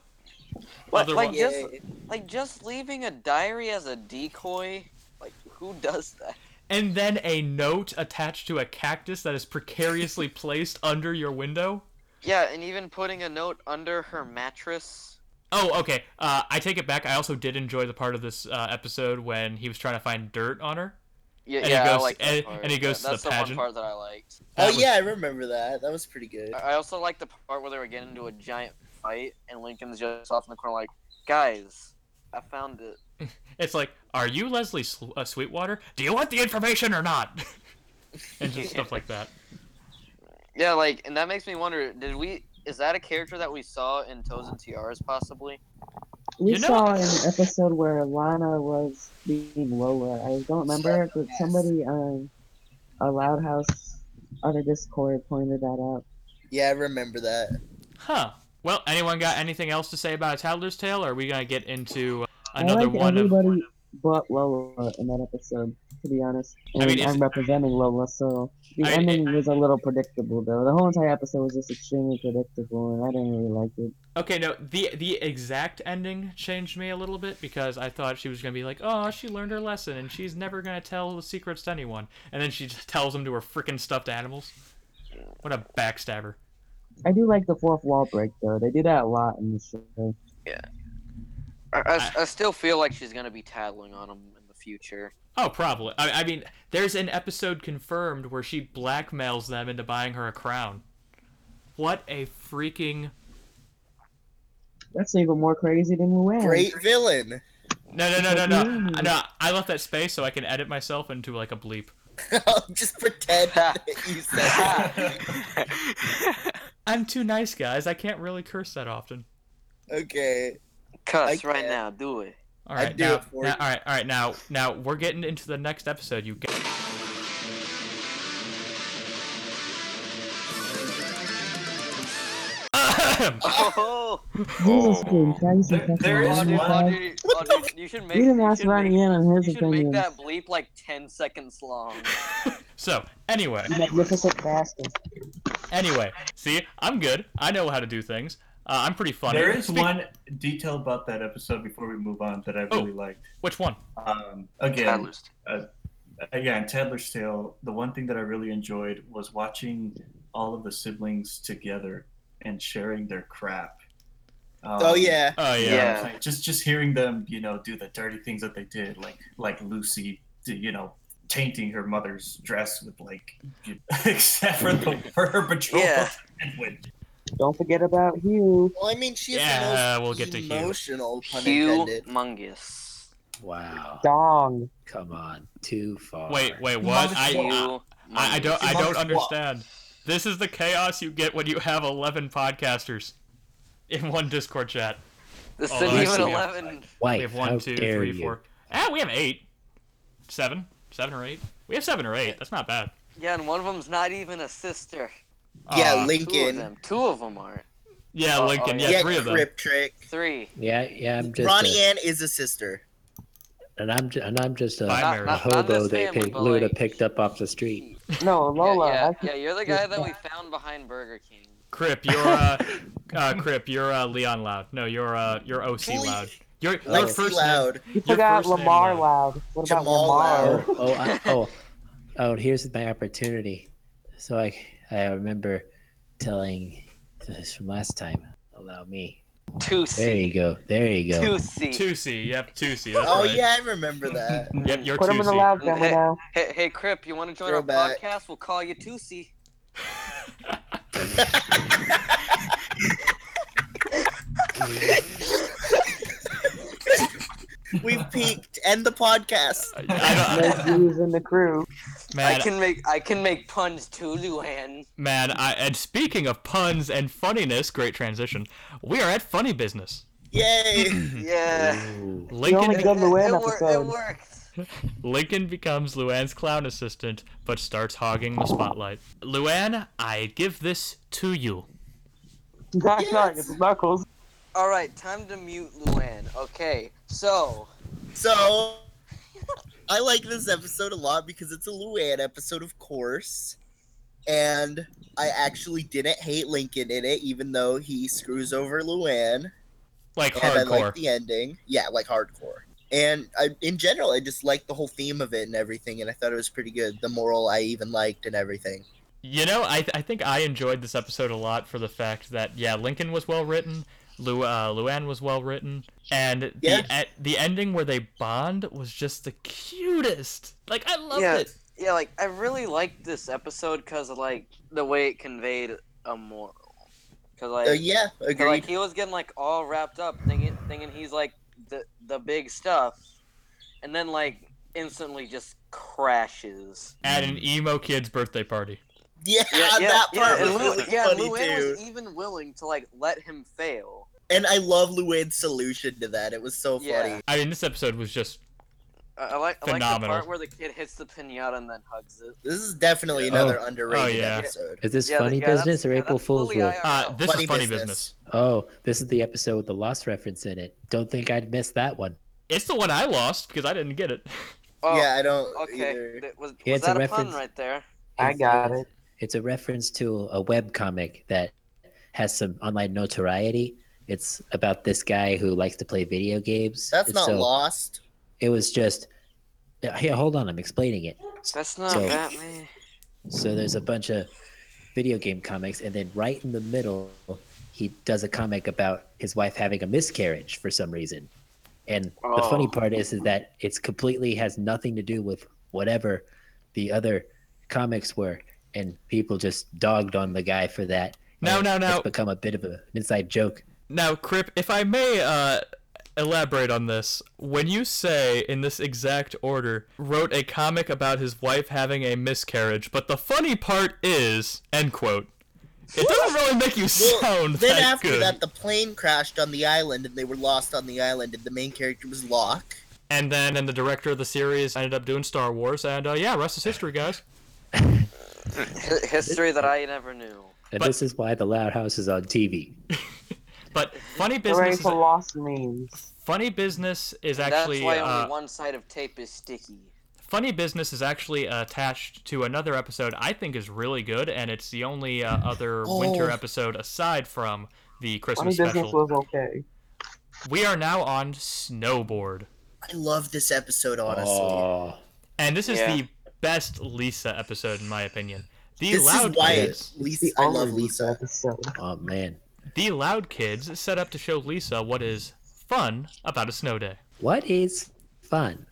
Speaker 4: Like,
Speaker 1: Otherwi-
Speaker 4: like
Speaker 1: Yeah,
Speaker 4: just like just leaving a diary as a decoy. Like, who does that?
Speaker 1: And then a note attached to a cactus that is precariously placed under your window.
Speaker 4: Yeah, and even putting a note under her mattress.
Speaker 1: Oh, okay. Uh, I take it back. I also did enjoy the part of this uh, episode when he was trying to find dirt on her.
Speaker 4: Yeah,
Speaker 1: And he
Speaker 4: yeah, I
Speaker 1: goes-
Speaker 4: like that
Speaker 1: and-
Speaker 4: part.
Speaker 1: and he goes to
Speaker 4: That-
Speaker 1: the
Speaker 4: That's the,
Speaker 1: pageant.
Speaker 4: one part that I liked.
Speaker 1: That
Speaker 2: Oh
Speaker 1: was- Uh,
Speaker 2: yeah, I remember that. That was pretty good.
Speaker 4: I I also like the part where they were getting into a giant fight, and Lincoln's just off in the corner, like, guys, I found it.
Speaker 1: It's like, are you Leslie Sl- uh, Sweetwater? Do you want the information or not? and just stuff like that.
Speaker 4: Yeah, like, and that makes me wonder: did we? Is that a character that we saw in Toes and Tiaras, possibly?
Speaker 8: We
Speaker 1: You know-
Speaker 8: saw an episode where Lana was being Lola. I don't remember it, but somebody on a Loud House on a Discord pointed that out.
Speaker 2: Yeah, I remember that.
Speaker 1: Huh. Well, anyone got anything else to say about a Tattler's Tale? Or are we gonna get into uh,
Speaker 8: I
Speaker 1: another
Speaker 8: like
Speaker 1: one of?
Speaker 8: everybody but Lola in that episode, to be honest.
Speaker 1: I
Speaker 8: And
Speaker 1: mean,
Speaker 8: I
Speaker 1: it's-
Speaker 8: am representing Lola, so the
Speaker 1: I mean,
Speaker 8: ending was a little predictable, though. The whole entire episode was just extremely predictable, and I didn't really like it.
Speaker 1: Okay, no. The the exact ending changed me a little bit because I thought she was gonna be like, oh, she learned her lesson and she's never gonna tell the secrets to anyone, and then she just tells them to her freaking stuffed animals. What a backstabber.
Speaker 8: I do like the fourth wall break, though. They do that a lot in the show.
Speaker 4: I, I, I still feel like she's gonna be tattling on him in the future.
Speaker 1: Oh, probably. I, I mean, there's an episode confirmed where she blackmails them into buying her a crown. What a freaking
Speaker 8: That's even more crazy than Luann.
Speaker 2: Great villain.
Speaker 1: no no no no no no! I left that space so I can edit myself into like a bleep.
Speaker 2: Just pretend that you said that.
Speaker 1: I'm too nice, guys. I can't really curse that often.
Speaker 2: Okay.
Speaker 4: Cuss
Speaker 2: I
Speaker 4: right
Speaker 2: can't.
Speaker 4: now, do it.
Speaker 1: All
Speaker 2: I'd
Speaker 1: right,
Speaker 2: do
Speaker 1: now,
Speaker 2: it for
Speaker 1: now-
Speaker 2: you.
Speaker 1: all right, all right. Now, now we're getting into the next episode. You guys. Ahem.
Speaker 4: Oh,
Speaker 8: Jesus
Speaker 5: Oh.
Speaker 8: Christ,
Speaker 7: There- there is
Speaker 8: Audrey,
Speaker 4: Audrey,
Speaker 7: one-
Speaker 8: guys.
Speaker 4: Audrey,
Speaker 2: What the
Speaker 4: Audrey, you should make.
Speaker 8: We didn't
Speaker 4: you
Speaker 8: ask
Speaker 4: should
Speaker 8: Ronnie
Speaker 4: make-
Speaker 8: in on his
Speaker 4: You should make
Speaker 8: opinion.
Speaker 4: that bleep like ten seconds long.
Speaker 1: so anyway,
Speaker 8: Magnificent bastard.
Speaker 1: anyway, see, I'm good. I know how to do things. Uh, I'm pretty funny.
Speaker 7: There is
Speaker 1: Speak-
Speaker 7: one detail about that episode before we move on that I
Speaker 1: Oh.
Speaker 7: really liked.
Speaker 1: Which one?
Speaker 7: Um, again,
Speaker 4: Tattler's-
Speaker 7: again, Tadler's Tale. The one thing that I really enjoyed was watching all of the siblings together and sharing their crap. Um,
Speaker 2: Oh yeah.
Speaker 1: Oh yeah.
Speaker 4: Yeah.
Speaker 7: like, just just hearing them, you know, do the dirty things that they did, like like Lucy, d- you know, tainting her mother's dress with like, you- except for the for her patrol
Speaker 4: Yeah.
Speaker 7: sandwich.
Speaker 8: Don't forget about Hugh.
Speaker 2: Well, I mean, she's
Speaker 1: Yeah,
Speaker 2: the most
Speaker 1: we'll get to Hugh.
Speaker 2: emotional, pun intended.
Speaker 4: humongous.
Speaker 6: Wow.
Speaker 8: Dong.
Speaker 6: Come on. Too far.
Speaker 1: Wait, wait, what? I, I,
Speaker 4: You
Speaker 1: I don't, I
Speaker 7: Humongous
Speaker 1: don't
Speaker 7: what?
Speaker 1: understand. This is the chaos you get when you have eleven podcasters in one Discord chat.
Speaker 4: This
Speaker 1: Oh,
Speaker 4: isn't
Speaker 1: I
Speaker 4: even
Speaker 1: see.
Speaker 4: eleven.
Speaker 6: Wife,
Speaker 1: We have one,
Speaker 6: how
Speaker 1: two,
Speaker 6: dare
Speaker 1: three,
Speaker 6: you.
Speaker 1: four. Ah, we have eight, seven, seven or eight. We have seven or eight. That's not bad.
Speaker 4: Yeah, and one of them's not even a sister.
Speaker 2: yeah,
Speaker 1: Aw.
Speaker 4: Two of
Speaker 2: Lincoln.
Speaker 4: them. Two of them aren't.
Speaker 1: Uh, Yeah,
Speaker 4: Uh,
Speaker 1: Lincoln.
Speaker 4: oh,
Speaker 1: yeah,
Speaker 4: yeah.
Speaker 1: three
Speaker 2: yeah,
Speaker 1: of them.
Speaker 2: Crip Trick.
Speaker 4: Three.
Speaker 6: Yeah, yeah. I'm just.
Speaker 2: Ronnie
Speaker 6: a,
Speaker 2: Ann is a sister.
Speaker 6: and I'm ju- and I'm just a,
Speaker 1: Bye,
Speaker 6: a
Speaker 1: Mary.
Speaker 4: Not- not
Speaker 6: hobo
Speaker 4: this
Speaker 6: they
Speaker 4: family,
Speaker 6: picked,
Speaker 4: but,
Speaker 6: Luda
Speaker 4: like-
Speaker 6: picked up off the street.
Speaker 8: No, Lola.
Speaker 4: Yeah,
Speaker 8: that's-
Speaker 4: yeah, yeah, you're the guy that we found behind Burger King.
Speaker 1: Crip, you're uh, uh, Crip, you're uh, Leon Loud. No, you're uh, you're OC
Speaker 2: Holy-
Speaker 1: Loud. Your your
Speaker 2: Like
Speaker 1: first name.
Speaker 2: Loud.
Speaker 8: You
Speaker 1: Your
Speaker 8: forgot
Speaker 1: first name
Speaker 8: Lamar
Speaker 1: was-
Speaker 8: Loud. What about
Speaker 2: Jamal
Speaker 8: Lamar?
Speaker 6: Oh, oh, I, oh, oh! Here's my opportunity. So I, I remember telling this from last time. Allow me.
Speaker 4: Two
Speaker 6: There
Speaker 4: C.
Speaker 6: you go. There you go.
Speaker 4: Two C.
Speaker 1: Two C. Yep, two C. That's
Speaker 2: Oh
Speaker 1: right.
Speaker 2: yeah, I remember that.
Speaker 1: Yep, you're
Speaker 8: Put
Speaker 1: two
Speaker 8: him in the
Speaker 1: C.
Speaker 8: loud demo
Speaker 4: Hey.
Speaker 8: now.
Speaker 4: Hey, hey, Crip, you want to join
Speaker 2: Throwback.
Speaker 4: our podcast? We'll call you Two C.
Speaker 2: We've peaked. End the podcast.
Speaker 1: I don't-
Speaker 8: No Jews in the crew.
Speaker 1: man,
Speaker 4: I can make I can make puns too, Luann.
Speaker 1: man. I, and speaking of puns and funniness, great transition. We are at funny business.
Speaker 2: Yay.
Speaker 1: Hmm.
Speaker 4: Yeah.
Speaker 6: Ooh.
Speaker 8: only
Speaker 1: Lincoln
Speaker 8: good Luann
Speaker 4: it, wor-
Speaker 8: episode.
Speaker 4: it worked.
Speaker 1: Lincoln becomes Luann's clown assistant, but starts hogging the spotlight. Luann, I give this to you.
Speaker 8: Knock, knock.
Speaker 2: Yes.
Speaker 8: It's Knuckles.
Speaker 4: All right, time to mute Luann. Okay, so
Speaker 2: So I like this episode a lot because it's a Luann episode, of course. And I actually didn't hate Lincoln in it, even though he screws over Luann.
Speaker 1: Like
Speaker 2: And I
Speaker 1: hardcore.
Speaker 2: like e- the ending. Yeah, like hardcore. And I, in general, I just liked the whole theme of it and everything, and I thought it was pretty good. The moral I even liked and everything.
Speaker 1: You know, I, I think I enjoyed this episode a lot for the fact that yeah, Lincoln was well written, Lu uh, Luann was well written, and
Speaker 2: Yeah.
Speaker 1: the e- the ending where they bond was just the cutest. Like I loved
Speaker 4: Yeah.
Speaker 1: it.
Speaker 4: yeah, like I really liked this episode because of like the way it conveyed a moral. Cause like,
Speaker 2: Uh, yeah,
Speaker 4: But, like
Speaker 2: agreed.
Speaker 4: he was getting like all wrapped up thinking thinking he's like the the big stuff and then like instantly just crashes.
Speaker 1: At an emo kid's birthday party.
Speaker 2: Yeah,
Speaker 4: yeah,
Speaker 2: that
Speaker 4: yeah,
Speaker 2: part
Speaker 4: and
Speaker 2: was
Speaker 4: Lu-
Speaker 2: really
Speaker 4: yeah,
Speaker 2: funny
Speaker 4: Luann
Speaker 2: too.
Speaker 4: was even willing to like let him fail.
Speaker 2: And I love Luann's solution to that. It was so funny.
Speaker 4: Yeah.
Speaker 1: I mean, this episode was just
Speaker 4: I, I like I like the
Speaker 1: Phenomenal.
Speaker 4: part where the kid hits the pinata and then hugs it.
Speaker 2: This is definitely another underrated
Speaker 1: Oh, yeah.
Speaker 2: episode.
Speaker 6: Is this
Speaker 4: Yeah,
Speaker 6: funny
Speaker 4: yeah, that's-
Speaker 6: business or
Speaker 4: yeah,
Speaker 6: April
Speaker 4: that's
Speaker 6: Fool's
Speaker 4: fully
Speaker 6: Rule?
Speaker 1: uh,
Speaker 4: IRL.
Speaker 1: this
Speaker 2: Funny
Speaker 1: is funny
Speaker 2: business.
Speaker 1: business.
Speaker 6: Oh, this is the episode with the Lost reference in it. Don't think I'd miss that one.
Speaker 1: It's the one I lost because I didn't get it.
Speaker 4: Oh,
Speaker 2: yeah, I don't
Speaker 4: Okay.
Speaker 2: either.
Speaker 4: That was,
Speaker 6: Yeah,
Speaker 4: was
Speaker 6: it's a
Speaker 4: that a, pun
Speaker 6: reference.
Speaker 4: right there?
Speaker 8: I got it.
Speaker 6: It's a reference to a web comic that has some online notoriety. It's about this guy who likes to play video games.
Speaker 2: That's
Speaker 6: And
Speaker 2: not
Speaker 6: so
Speaker 2: lost.
Speaker 6: It was just. Here, hold on. I'm explaining it.
Speaker 4: That's not
Speaker 6: So-
Speaker 4: Batman.
Speaker 6: So there's a bunch of video game comics, and then right in the middle, he does a comic about his wife having a miscarriage for some reason. And the funny
Speaker 4: Oh.
Speaker 6: part is, is that it's completely has nothing to do with whatever the other comics were, and people just dogged on the guy for that.
Speaker 1: No,
Speaker 6: And
Speaker 1: no, no.
Speaker 6: It's become a bit of a, an inside joke.
Speaker 1: Now, Crip, if I may uh, elaborate on this, when you say in this exact order, wrote a comic about his wife having a miscarriage, but the funny part is, end quote. It doesn't really make you
Speaker 2: Well,
Speaker 1: sound
Speaker 2: then
Speaker 1: that
Speaker 2: after
Speaker 1: good.
Speaker 2: that, the plane crashed on the island, and they were lost on the island, and the main character was Locke.
Speaker 1: And then, and the director of the series ended up doing Star Wars, and uh, yeah, rest is history, guys.
Speaker 4: Hi- History that I never knew.
Speaker 6: And
Speaker 1: But-
Speaker 6: this is why the Loud House is on TV.
Speaker 1: But funny
Speaker 8: We're ready
Speaker 1: business, is,
Speaker 8: for lost memes.
Speaker 1: funny business is
Speaker 4: And
Speaker 1: actually
Speaker 4: that's why only
Speaker 1: uh,
Speaker 4: one side of tape is sticky.
Speaker 1: Funny Business is actually attached to another episode I think is really good, and it's the only uh, other
Speaker 2: Oh.
Speaker 1: winter episode aside from the
Speaker 8: Funny
Speaker 1: Christmas
Speaker 8: business
Speaker 1: special.
Speaker 8: was okay.
Speaker 1: We are now on Snowboard,
Speaker 2: I love this episode, honestly.
Speaker 6: Aw.
Speaker 1: and this is
Speaker 4: Yeah.
Speaker 1: the best Lisa episode in my opinion. The
Speaker 2: This
Speaker 1: loud
Speaker 2: is why
Speaker 1: kids,
Speaker 2: it's Lisa.
Speaker 8: It's the
Speaker 2: I
Speaker 8: only
Speaker 2: love Lisa.
Speaker 8: episode.
Speaker 6: oh man.
Speaker 1: the loud kids, set up to show Lisa what is fun about a snow day.
Speaker 6: What is fun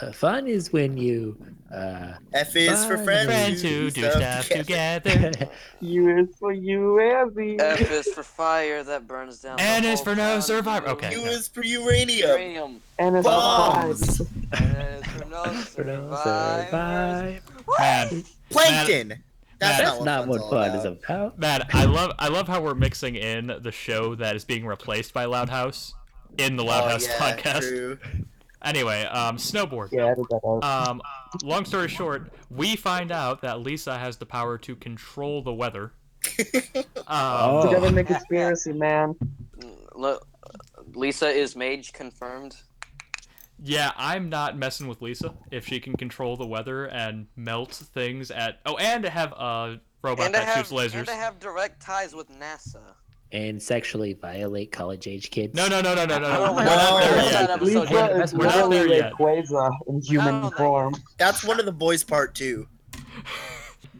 Speaker 6: Uh, fun is when you. Uh,
Speaker 2: F is for
Speaker 6: Fun.
Speaker 2: friends.
Speaker 1: Friends who do stuff together.
Speaker 8: You is for E. you, Abby.
Speaker 4: F is for fire that burns down. the
Speaker 1: N is
Speaker 4: whole
Speaker 1: for no
Speaker 4: town.
Speaker 1: survivor- okay.
Speaker 2: U
Speaker 1: no.
Speaker 2: is for uranium.
Speaker 4: Uranium.
Speaker 8: and it's
Speaker 2: Bombs.
Speaker 8: five.
Speaker 4: N is for no
Speaker 6: for no
Speaker 4: survivors.
Speaker 6: survive.
Speaker 1: Man,
Speaker 2: Plankton. That's,
Speaker 1: That's
Speaker 6: That's not
Speaker 2: not
Speaker 6: what fun is about.
Speaker 1: man, I love I love how we're mixing in the show that is being replaced by Loud House in the Loud House podcast.
Speaker 2: Oh, True.
Speaker 1: Anyway, um, snowboard.
Speaker 8: Yeah, I added that out.
Speaker 1: Um, long story short, we find out that Lisa has the power to control the weather. Um,
Speaker 8: The
Speaker 6: Oh.
Speaker 8: government conspiracy, man.
Speaker 4: Mm, Look, Lisa is mage confirmed.
Speaker 1: Yeah, I'm not messing with Lisa if she can control the weather and melt things at. Oh, and to have a robot
Speaker 4: And I
Speaker 1: that
Speaker 4: have,
Speaker 1: shoots lasers.
Speaker 4: and I have direct ties with NASA.
Speaker 6: And sexually violate college age kids.
Speaker 1: No, no, no, no, no, no.
Speaker 4: I don't
Speaker 1: no.
Speaker 4: want
Speaker 1: We're not
Speaker 2: know
Speaker 1: there
Speaker 2: about
Speaker 1: yet.
Speaker 4: that episode.
Speaker 1: We're not-
Speaker 8: Lisa is
Speaker 1: we're not there
Speaker 8: literally
Speaker 1: yet.
Speaker 8: a quasar in human
Speaker 4: on that
Speaker 8: form. What
Speaker 2: That's one of the boys' part two.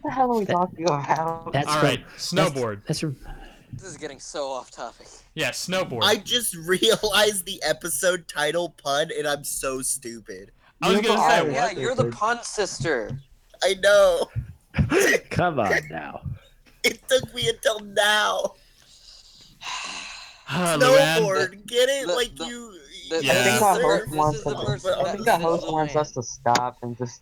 Speaker 8: the hell are we
Speaker 6: That-
Speaker 8: talking about?
Speaker 6: That's
Speaker 1: All
Speaker 6: from-
Speaker 1: right, snowboard.
Speaker 6: That's, that's from.
Speaker 4: This is getting so off topic.
Speaker 1: Yeah, snowboard.
Speaker 2: I just realized the episode title pun, and I'm so stupid.
Speaker 1: I was gonna
Speaker 8: You're the-
Speaker 1: say
Speaker 4: Yeah,
Speaker 8: what?
Speaker 4: yeah,
Speaker 1: what?
Speaker 4: you're the pun sister.
Speaker 2: I know.
Speaker 6: Come on now.
Speaker 2: It took me until now.
Speaker 1: Ah, Luann.
Speaker 2: Snowboard, get it?
Speaker 4: The-
Speaker 2: like
Speaker 4: the-
Speaker 2: you.
Speaker 4: the-
Speaker 1: Yeah.
Speaker 8: I think
Speaker 1: This
Speaker 8: our
Speaker 2: is
Speaker 8: host
Speaker 2: the-
Speaker 8: wants
Speaker 4: this is the
Speaker 8: us.
Speaker 4: person
Speaker 8: I think
Speaker 4: that
Speaker 8: our
Speaker 4: this is
Speaker 8: host
Speaker 4: the
Speaker 8: wants
Speaker 4: way.
Speaker 8: us to stop and just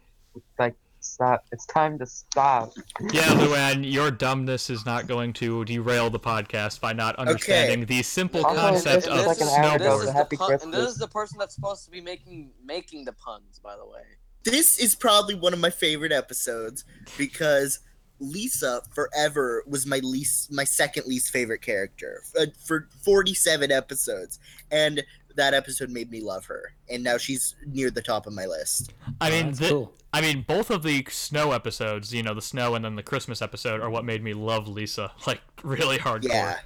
Speaker 8: like stop. It's time to stop.
Speaker 1: Yeah, Luann, your dumbness is not going to derail the podcast by not understanding the simple
Speaker 8: Also,
Speaker 1: concept
Speaker 8: this
Speaker 1: of
Speaker 8: is like an hour ago,
Speaker 1: snowboard.
Speaker 8: so happy
Speaker 4: pun- and this
Speaker 8: Christmas.
Speaker 4: is the person that's supposed to be making making the puns, by the way.
Speaker 2: this is probably one of my favorite episodes because Lisa forever was my least, my second least favorite character uh, for 47 episodes, and that episode made me love her, and now she's near the top of my list.
Speaker 1: I mean,
Speaker 6: that's
Speaker 1: thi-
Speaker 6: cool.
Speaker 1: I mean, both of the snow episodes, you know, the snow and then the Christmas episode, are what made me love Lisa like really hardcore.
Speaker 2: Yeah,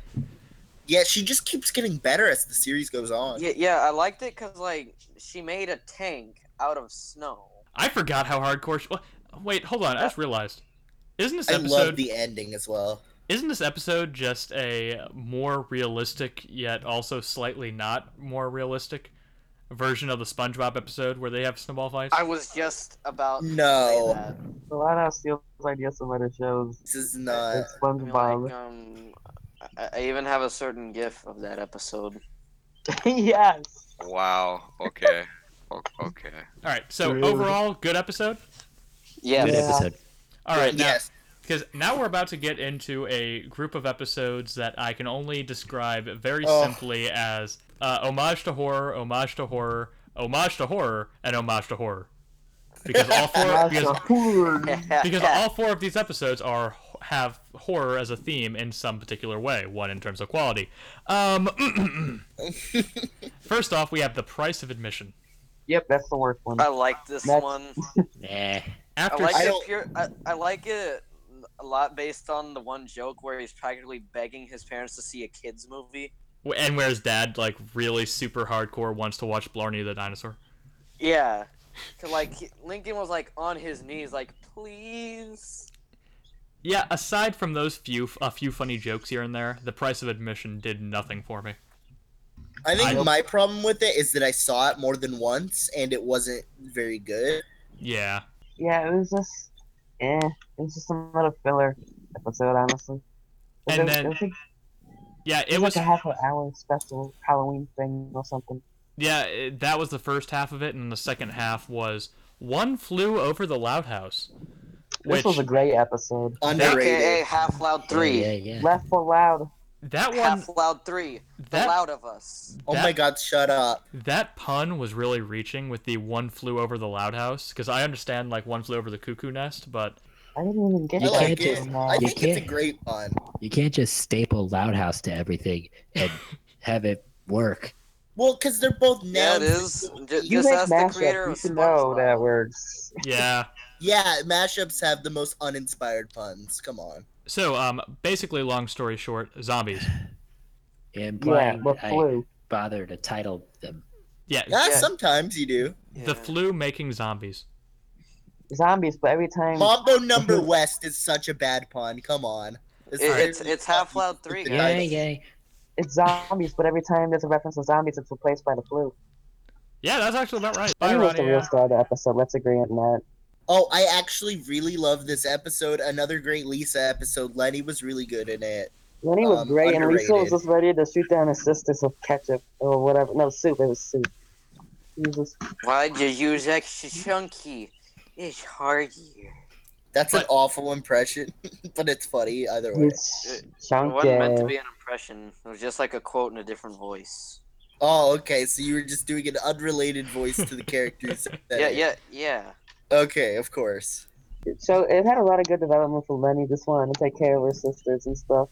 Speaker 2: yeah, she just keeps getting better as the series goes on.
Speaker 4: Yeah, yeah, I liked it because like she made a tank out of snow.
Speaker 1: I forgot how hardcore. She- wha- Wait, hold on. I just realized. Isn't this
Speaker 2: I
Speaker 1: episode?
Speaker 2: love the ending as well.
Speaker 1: Isn't this episode just a more realistic yet also slightly not more realistic version of the SpongeBob episode where they have snowball fights?
Speaker 4: I was just about
Speaker 2: No.
Speaker 4: to say that.
Speaker 8: A lot of steals ideas from other shows.
Speaker 2: This is not.
Speaker 8: It's
Speaker 4: I mean,
Speaker 8: SpongeBob.
Speaker 4: like, um, I, I even have a certain gif of that episode.
Speaker 8: yes.
Speaker 5: Wow. Okay. O- okay.
Speaker 1: All right. So
Speaker 6: Rude.
Speaker 1: overall, good episode.
Speaker 4: Yes.
Speaker 6: Good
Speaker 8: Yeah.
Speaker 6: episode.
Speaker 1: All right. Now,
Speaker 2: yes.
Speaker 1: Because now we're about to get into a group of episodes that I can only describe very
Speaker 2: Oh.
Speaker 1: simply as uh, homage to horror, homage to horror, homage to horror, and homage to horror. Because all four,
Speaker 8: That's a
Speaker 1: because,
Speaker 8: horn.
Speaker 1: because all four of these episodes are have horror as a theme in some particular way. One in terms of quality. Um, first off, we have the price of admission.
Speaker 8: Yep, that's the worst one.
Speaker 4: I like this
Speaker 8: That's-
Speaker 4: one.
Speaker 6: Nah.
Speaker 1: After
Speaker 4: I like
Speaker 2: I
Speaker 4: it
Speaker 2: don't-
Speaker 4: pure. I, I like it a lot based on the one joke where he's practically begging his parents to see a kids movie.
Speaker 1: and where's dad like really super hardcore wants to watch Blarney the dinosaur.
Speaker 4: Yeah, 'Cause, like he- Lincoln was like on his knees, like please.
Speaker 1: Yeah, aside from those few a few funny jokes here and there, the price of admission did nothing for me.
Speaker 2: I think
Speaker 1: I-
Speaker 2: my problem with it is that I saw it more than once and it wasn't very good.
Speaker 1: Yeah.
Speaker 8: Yeah, it was just eh. It was just another filler episode, honestly. It
Speaker 1: And
Speaker 8: was-
Speaker 1: then-
Speaker 8: it was, like,
Speaker 1: Yeah,
Speaker 8: it
Speaker 1: it
Speaker 8: was
Speaker 1: was
Speaker 8: like a half an hour special Halloween thing or something.
Speaker 1: yeah, it- that was the first half of it and the second half was One Flew Over the Loud House.
Speaker 8: This
Speaker 1: Which
Speaker 8: was a great episode.
Speaker 2: Underrated.
Speaker 4: AKA Half Loud Three.
Speaker 6: Yeah, yeah.
Speaker 8: Left for Loud.
Speaker 1: that one
Speaker 4: Half Loud Three. The
Speaker 1: that,
Speaker 4: Loud of Us.
Speaker 2: Oh
Speaker 1: that-
Speaker 2: my god, shut up.
Speaker 1: That pun was really reaching with the One Flew Over the Loud House cuz I understand like One Flew Over the Cuckoo Nest, but
Speaker 8: I didn't even get
Speaker 6: You
Speaker 2: I
Speaker 8: that
Speaker 2: like
Speaker 6: can't
Speaker 2: it.
Speaker 6: just-
Speaker 8: one,
Speaker 2: I
Speaker 8: man.
Speaker 6: you
Speaker 2: think it's a
Speaker 6: can't-
Speaker 2: great pun.
Speaker 6: You can't just staple Loud House to everything and have it work.
Speaker 2: Well, because they're both
Speaker 4: Yeah, it
Speaker 2: nouns.
Speaker 4: is. Ju-
Speaker 8: You
Speaker 4: just
Speaker 8: make
Speaker 4: ask the
Speaker 8: mashups,
Speaker 4: creator
Speaker 8: you
Speaker 4: of
Speaker 8: should know
Speaker 4: SpongeBob.
Speaker 8: that works.
Speaker 1: yeah.
Speaker 2: Yeah, mashups have the most uninspired puns. Come on.
Speaker 1: so, um basically long story short, zombies.
Speaker 8: Yeah,
Speaker 6: Implying
Speaker 8: but
Speaker 6: I
Speaker 8: blue.
Speaker 6: bother to title them.
Speaker 1: Yeah,
Speaker 2: Yeah,
Speaker 4: Yeah.
Speaker 2: sometimes you do.
Speaker 1: the flu making zombies.
Speaker 8: Zombies, but every time
Speaker 2: Mambo Number West is such a bad pun. Come on.
Speaker 4: It- it's it's Half Loud Three.
Speaker 2: The
Speaker 6: Yeah,
Speaker 4: Guys.
Speaker 2: title.
Speaker 6: yeah.
Speaker 8: it's zombies, but every time there's a reference to zombies, it's replaced by the flu.
Speaker 1: Yeah, that's actually about right. Bye,
Speaker 8: I think that's the
Speaker 1: Ronnie.
Speaker 8: real star of the episode. Let's agree on that.
Speaker 2: Oh, I actually really love this episode. Another great Lisa episode. Lenny was really good in it.
Speaker 8: Lenny was
Speaker 2: Um,
Speaker 8: great, and Lisa
Speaker 2: underrated.
Speaker 8: was just ready to shoot down his sisters with ketchup or whatever. No, soup. It was soup. He was just-
Speaker 4: Why'd you use extra chunky? It's hardier.
Speaker 2: That's an
Speaker 1: But-
Speaker 2: awful impression, but it's funny either way.
Speaker 8: he's
Speaker 4: It wasn't meant to
Speaker 8: chunky.
Speaker 4: be an impression. It was just like a quote in a different voice.
Speaker 2: Oh, okay. So you were just doing an unrelated voice to the characters. that-
Speaker 4: Yeah, yeah, yeah.
Speaker 2: Okay, of course.
Speaker 8: So it had a lot of good development for Lenny. Just wanted to take care of her sisters and stuff.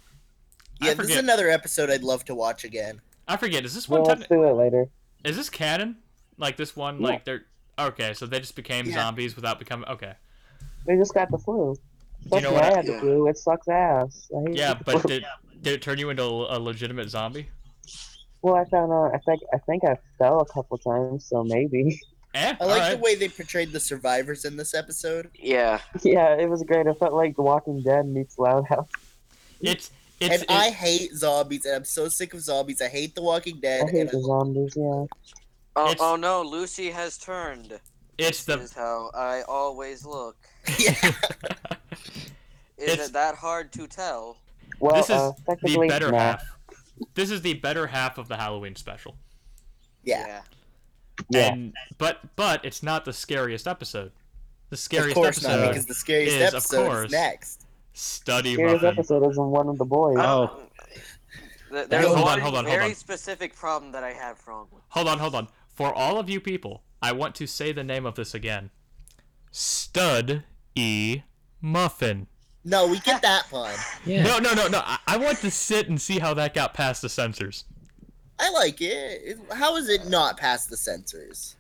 Speaker 1: I
Speaker 2: Yeah, this is
Speaker 1: forget-
Speaker 2: another episode I'd love to watch again.
Speaker 1: I forget. Is this one
Speaker 8: We'll
Speaker 1: time?
Speaker 8: do it later.
Speaker 1: Is this canon? Like this one?
Speaker 8: Yeah.
Speaker 1: Like they're okay. So they just became
Speaker 2: Yeah.
Speaker 1: zombies without becoming okay.
Speaker 8: They just got the flu.
Speaker 1: You
Speaker 8: Fuck
Speaker 1: know
Speaker 8: me,
Speaker 1: what
Speaker 8: I
Speaker 1: I-
Speaker 8: had the
Speaker 4: yeah.
Speaker 8: flu. It sucks ass. I hate
Speaker 1: Yeah,
Speaker 8: the
Speaker 1: but
Speaker 8: flu.
Speaker 1: did, did it turn you into a legitimate zombie?
Speaker 8: well, I found out. I think I think I fell a couple times, so maybe.
Speaker 1: Eh,
Speaker 2: I like
Speaker 1: alright.
Speaker 2: the way they portrayed the survivors in this episode.
Speaker 4: Yeah.
Speaker 8: yeah, it was great. It felt like The Walking Dead meets Loud House.
Speaker 1: it's it's
Speaker 2: and
Speaker 1: it-
Speaker 2: I hate zombies, and I'm so sick of zombies. I hate The Walking Dead.
Speaker 8: I hate
Speaker 2: and
Speaker 8: the zombies. Yeah,
Speaker 4: Oh,
Speaker 1: It's-
Speaker 4: oh no, Lucy has turned.
Speaker 1: it's
Speaker 4: This
Speaker 1: the
Speaker 4: is how I always look.
Speaker 2: yeah,
Speaker 4: Is
Speaker 1: It's-
Speaker 4: it that hard to tell?
Speaker 8: well,
Speaker 1: This is
Speaker 8: uh,
Speaker 1: the
Speaker 8: technically,
Speaker 1: better
Speaker 8: nah.
Speaker 1: half. This is the better half of the Halloween special.
Speaker 2: yeah.
Speaker 8: Yeah.
Speaker 1: And but but it's not the scariest episode. The
Speaker 2: Of
Speaker 1: scariest
Speaker 2: course
Speaker 1: episode
Speaker 2: not, because the scariest
Speaker 1: is, of
Speaker 2: episode
Speaker 1: course,
Speaker 2: is next.
Speaker 1: study
Speaker 8: Serious
Speaker 1: muffin. Uh,
Speaker 8: episode is in one of the boys.
Speaker 6: Oh.
Speaker 4: Th- There's
Speaker 1: hold on,
Speaker 4: one
Speaker 1: hold on, hold
Speaker 4: very
Speaker 1: on.
Speaker 4: specific problem that I have wrong with.
Speaker 1: Hold on, hold on. For all of you people, I want to say the name of this again. Stud E Muffin.
Speaker 2: No, we get that pun.
Speaker 6: Yeah.
Speaker 1: No, no, no, no. I, I want to sit and see how that got past the censors.
Speaker 2: I like it. It- How is it not past the censors?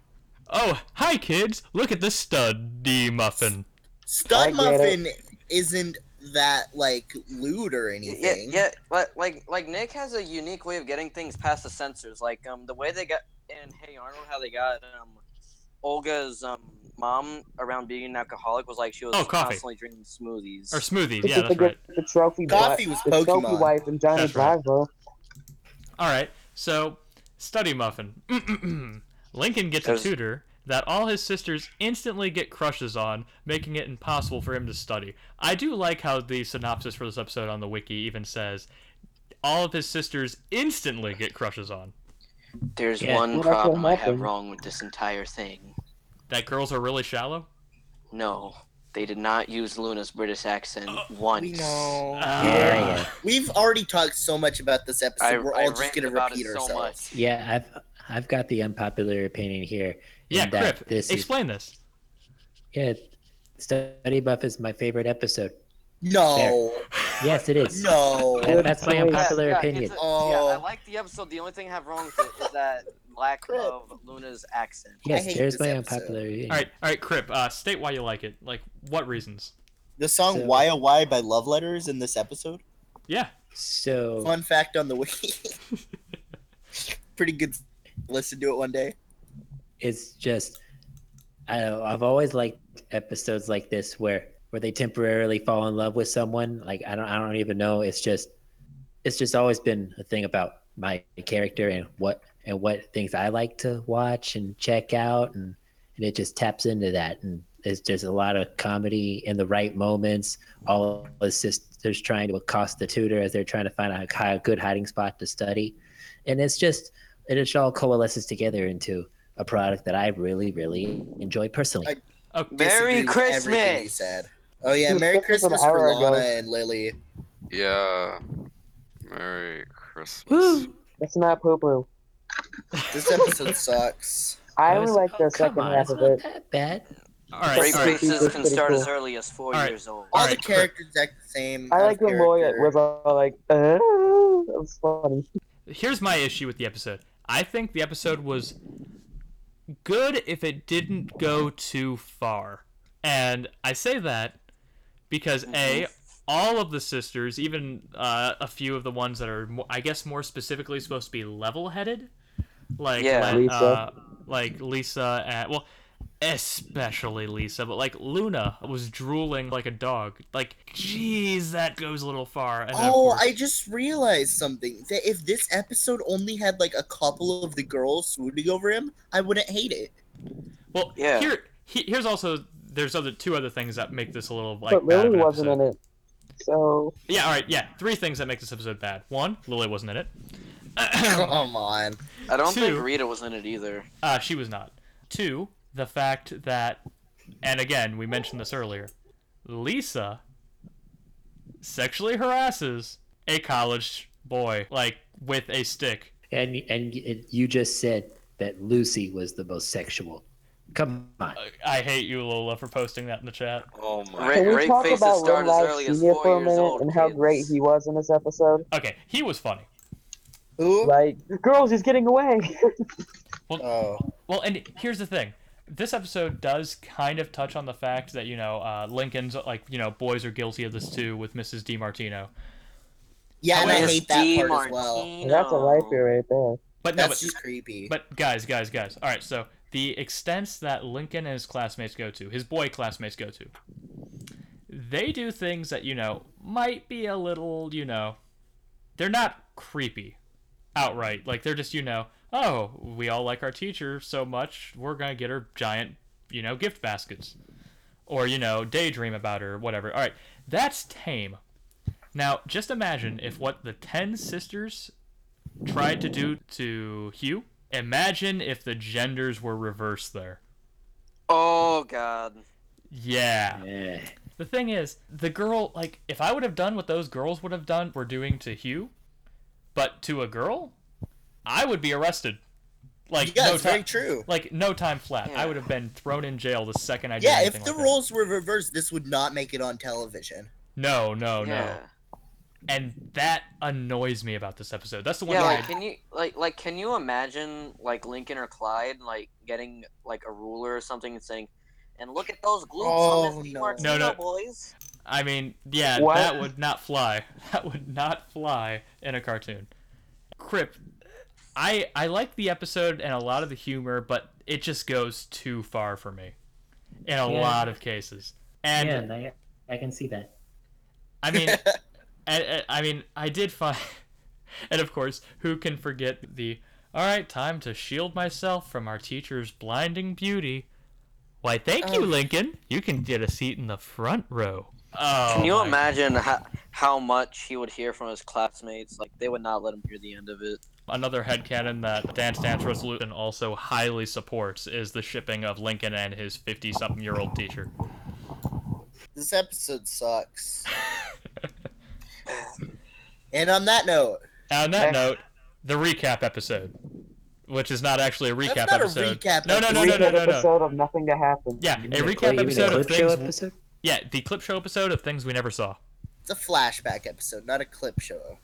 Speaker 1: Oh, hi kids! Look at this stud E Muffin.
Speaker 8: I
Speaker 2: Stud
Speaker 8: get
Speaker 2: Muffin isn't that like lewd or
Speaker 4: Y- Yeah,
Speaker 2: anything.
Speaker 4: yeah, but like like Nick has a unique way of getting things past the censors. Like um the way they got in Hey Arnold, how they got um Olga's um mom around being an alcoholic was like she was
Speaker 1: Oh, coffee.
Speaker 4: constantly drinking smoothies.
Speaker 1: Or smoothies,
Speaker 8: Just
Speaker 1: yeah,
Speaker 8: to
Speaker 1: that's
Speaker 8: get
Speaker 1: right.
Speaker 8: The trophy
Speaker 2: Coffee
Speaker 8: wife-
Speaker 2: was
Speaker 8: the trophy
Speaker 2: Pokemon.
Speaker 8: wife and Johnny
Speaker 1: That's right.
Speaker 8: Bravo.
Speaker 1: All right. So, study muffin. Lincoln gets
Speaker 4: There's-
Speaker 1: a tutor that all his sisters instantly get crushes on, making it impossible for him to study. I do like how the synopsis for this episode on the wiki even says all of his sisters instantly get crushes on.
Speaker 4: There's
Speaker 6: Yeah,
Speaker 4: one
Speaker 8: well, that's what
Speaker 4: problem I have
Speaker 8: happened.
Speaker 4: wrong with this entire thing.
Speaker 1: That girls are really shallow.
Speaker 4: No, they did not use Luna's British accent once.
Speaker 2: We know.
Speaker 6: Uh, Yeah, yeah.
Speaker 2: We've already talked so much about this episode.
Speaker 4: I,
Speaker 2: We're all
Speaker 4: I
Speaker 2: just
Speaker 4: rant
Speaker 2: gonna
Speaker 4: about
Speaker 2: repeat
Speaker 4: it so
Speaker 2: ourselves.
Speaker 4: much.
Speaker 6: Yeah, I've I've got the unpopular opinion here.
Speaker 1: yeah,
Speaker 6: in that
Speaker 1: Crip.
Speaker 6: This is,
Speaker 1: Explain this.
Speaker 6: yeah, Study Buff is my favorite episode.
Speaker 2: No,
Speaker 6: Yes, it is.
Speaker 2: no.
Speaker 6: That- that's my
Speaker 8: Yeah,
Speaker 6: unpopular
Speaker 4: yeah,
Speaker 6: opinion.
Speaker 4: it's a-
Speaker 2: Oh.
Speaker 4: Yeah, I like the episode. The only thing I have wrong with it is that lack
Speaker 2: Crip.
Speaker 4: of Luna's accent.
Speaker 2: I
Speaker 6: yes,
Speaker 2: hate
Speaker 6: there's
Speaker 2: this
Speaker 6: my
Speaker 2: episode.
Speaker 6: unpopular opinion.
Speaker 1: All right, all right, Crip. Uh, state why you like it. Like, what reasons?
Speaker 2: The song
Speaker 6: So-
Speaker 2: "Why Oh Why" by Love Letters in this episode.
Speaker 1: Yeah.
Speaker 6: So
Speaker 2: Fun fact on the wiki. Pretty good. Listen to it one day.
Speaker 6: it's just I don't know, I've always liked episodes like this where where they temporarily fall in love with someone. Like I don't I don't even know. It's just it's just always been a thing about my character and what and what things I like to watch and check out and, and it just taps into that and it's just a lot of comedy in the right moments. All of his sisters trying to accost the tutor as they're trying to find a, hi- a good hiding spot to study, and it's just it just all coalesces together into a product that I really really enjoy personally.
Speaker 2: I-
Speaker 4: Merry
Speaker 2: Disagree with everything
Speaker 4: Christmas!
Speaker 2: You said. Oh yeah,
Speaker 8: Dude,
Speaker 2: Merry
Speaker 8: Christmas was
Speaker 2: Christmas
Speaker 8: an
Speaker 2: for
Speaker 8: hour ago.
Speaker 2: Lana and Lily.
Speaker 5: Yeah. Merry Christmas.
Speaker 8: It's not poo poo.
Speaker 2: This episode sucks.
Speaker 8: I
Speaker 6: It
Speaker 8: only
Speaker 6: was-
Speaker 8: like
Speaker 6: oh,
Speaker 8: the
Speaker 6: come
Speaker 8: second
Speaker 6: on,
Speaker 8: half
Speaker 6: it's
Speaker 8: of
Speaker 6: not
Speaker 8: it.
Speaker 6: that bad.
Speaker 1: All right.
Speaker 4: Race
Speaker 1: All right.
Speaker 8: Christmas.
Speaker 4: races can
Speaker 8: Pretty
Speaker 4: start
Speaker 8: cool.
Speaker 4: as early as four
Speaker 1: All right.
Speaker 4: years old.
Speaker 2: All
Speaker 1: Alright,
Speaker 2: the
Speaker 1: Chris.
Speaker 2: characters act the same.
Speaker 8: I
Speaker 2: out of
Speaker 8: like when Roy
Speaker 2: character.
Speaker 8: was all like, "Oh," it was funny.
Speaker 1: here's my issue with the episode. I think the episode was good if it didn't go too far. And I say that because a all of the sisters, even uh, a few of the ones that are, mo- I guess, more specifically supposed to be level-headed, like
Speaker 4: Yeah.
Speaker 1: like,
Speaker 8: Lisa.
Speaker 1: uh, like Lisa, and, well, especially Lisa, but like Luna was drooling like a dog. Like, geez, that goes a little far. And of
Speaker 2: oh,
Speaker 1: course-
Speaker 2: I just realized something. That if this episode only had like a couple of the girls swooning over him, I wouldn't hate it.
Speaker 1: well,
Speaker 4: Yeah.
Speaker 1: here he, here's also there's other two other things that make this a little like.
Speaker 8: but
Speaker 1: bad of
Speaker 8: Lily
Speaker 1: an
Speaker 8: wasn't
Speaker 1: episode.
Speaker 8: in it. So
Speaker 1: Yeah, all right, yeah, three things that make this episode bad. One, Lily wasn't in it.
Speaker 2: Come on.
Speaker 4: I don't
Speaker 1: Two.
Speaker 4: think Rita was in it either.
Speaker 1: uh, she was not. Two, the fact that, and again, we mentioned this earlier, Lisa sexually harasses a college boy like with a stick.
Speaker 6: And and y- you just said that Lucy was the most sexual. Come on.
Speaker 1: Uh, I hate you, Lola, for posting that in the chat.
Speaker 5: Oh my.
Speaker 4: Right.
Speaker 8: can we
Speaker 4: Rape
Speaker 8: talk
Speaker 4: faces
Speaker 8: about
Speaker 4: start
Speaker 8: Will
Speaker 4: as early
Speaker 8: Life
Speaker 4: as
Speaker 8: Junior
Speaker 4: four
Speaker 8: for a
Speaker 4: years
Speaker 8: minute
Speaker 4: old,
Speaker 8: and how
Speaker 4: kids.
Speaker 8: great he was in this episode?
Speaker 1: Okay, he was funny.
Speaker 2: Who?
Speaker 8: Like, girls, he's getting away.
Speaker 2: Oh.
Speaker 1: Well, and here's the thing. This episode does kind of touch on the fact that, you know, uh, Lincoln's, like, you know, boys are guilty of this too with Mrs. DiMartino.
Speaker 2: Yeah, and I
Speaker 1: However,
Speaker 2: hate that
Speaker 4: D.
Speaker 2: part as well.
Speaker 8: That's a
Speaker 4: Martino.
Speaker 8: lifer right there.
Speaker 1: But no, but,
Speaker 2: That's just creepy.
Speaker 1: but guys, guys, guys. All right, so the extents that Lincoln and his classmates go to, his boy classmates go to, they do things that, you know, might be a little, you know, they're not creepy outright. Like, they're just, you know, oh, we all like our teacher so much, we're going to get her giant, you know, gift baskets. Or, you know, daydream about her, whatever. All right, that's tame. Now, just imagine if what the Ten Sisters tried to do to Hugh. Imagine if the genders were reversed there.
Speaker 4: Oh God.
Speaker 1: Yeah.
Speaker 6: Yeah.
Speaker 1: The thing is, the girl, like, if I would have done what those girls would have done, were doing to Hugh, but to a girl, I would be arrested. Like,
Speaker 2: yeah,
Speaker 1: no
Speaker 2: it's very
Speaker 1: time.
Speaker 2: true.
Speaker 1: Like, no time flat. I
Speaker 4: Yeah.
Speaker 1: would have been thrown in jail the second I did
Speaker 2: Yeah,
Speaker 1: anything
Speaker 2: if the
Speaker 1: like that.
Speaker 2: roles were reversed, this would not make it on television.
Speaker 1: No, Oh, no,
Speaker 4: yeah.
Speaker 1: no. And that annoys me about this episode. That's the one
Speaker 4: Yeah,
Speaker 1: thing I-
Speaker 4: like can you like like can you imagine like Lincoln or Clyde like getting like a ruler or something and saying, and look at those glutes
Speaker 2: Oh,
Speaker 4: on this
Speaker 2: no.
Speaker 4: Martino
Speaker 1: No, no.
Speaker 4: boys.
Speaker 1: I mean, yeah,
Speaker 8: What?
Speaker 1: that would not fly. That would not fly in a cartoon. Crip, I I like the episode and a lot of the humor, but it just goes too far for me in a
Speaker 6: Yeah.
Speaker 1: lot of cases. And
Speaker 6: yeah, I, I can see that.
Speaker 1: I mean, and, and- I mean, I did find, and of course, who can forget the all right time to shield myself from our teacher's blinding beauty. Why, thank you,
Speaker 2: Oh.
Speaker 1: Lincoln. You can get a seat in the front row. Oh,
Speaker 4: Can you
Speaker 1: my
Speaker 4: imagine how, how much he would hear from his classmates? Like they would not let him hear the end of it.
Speaker 1: Another headcanon that Dance Dance Resolution also highly supports is the shipping of Lincoln and his 50 something year old teacher.
Speaker 2: This episode sucks. and on that note,
Speaker 1: And on that
Speaker 8: Next.
Speaker 1: note, the recap episode, which is not actually a recap
Speaker 2: that's not
Speaker 1: episode.
Speaker 2: a recap.
Speaker 1: No, no, no,
Speaker 8: Recap
Speaker 1: no, no, no, no.
Speaker 8: episode of nothing that happened.
Speaker 1: Yeah,
Speaker 6: You
Speaker 1: a
Speaker 6: mean the
Speaker 1: recap
Speaker 6: clip- you mean the
Speaker 1: episode of
Speaker 6: clip show
Speaker 1: things.
Speaker 6: episode?
Speaker 1: Yeah, the clip show episode of things we never saw.
Speaker 2: It's a flashback episode, not a clip show.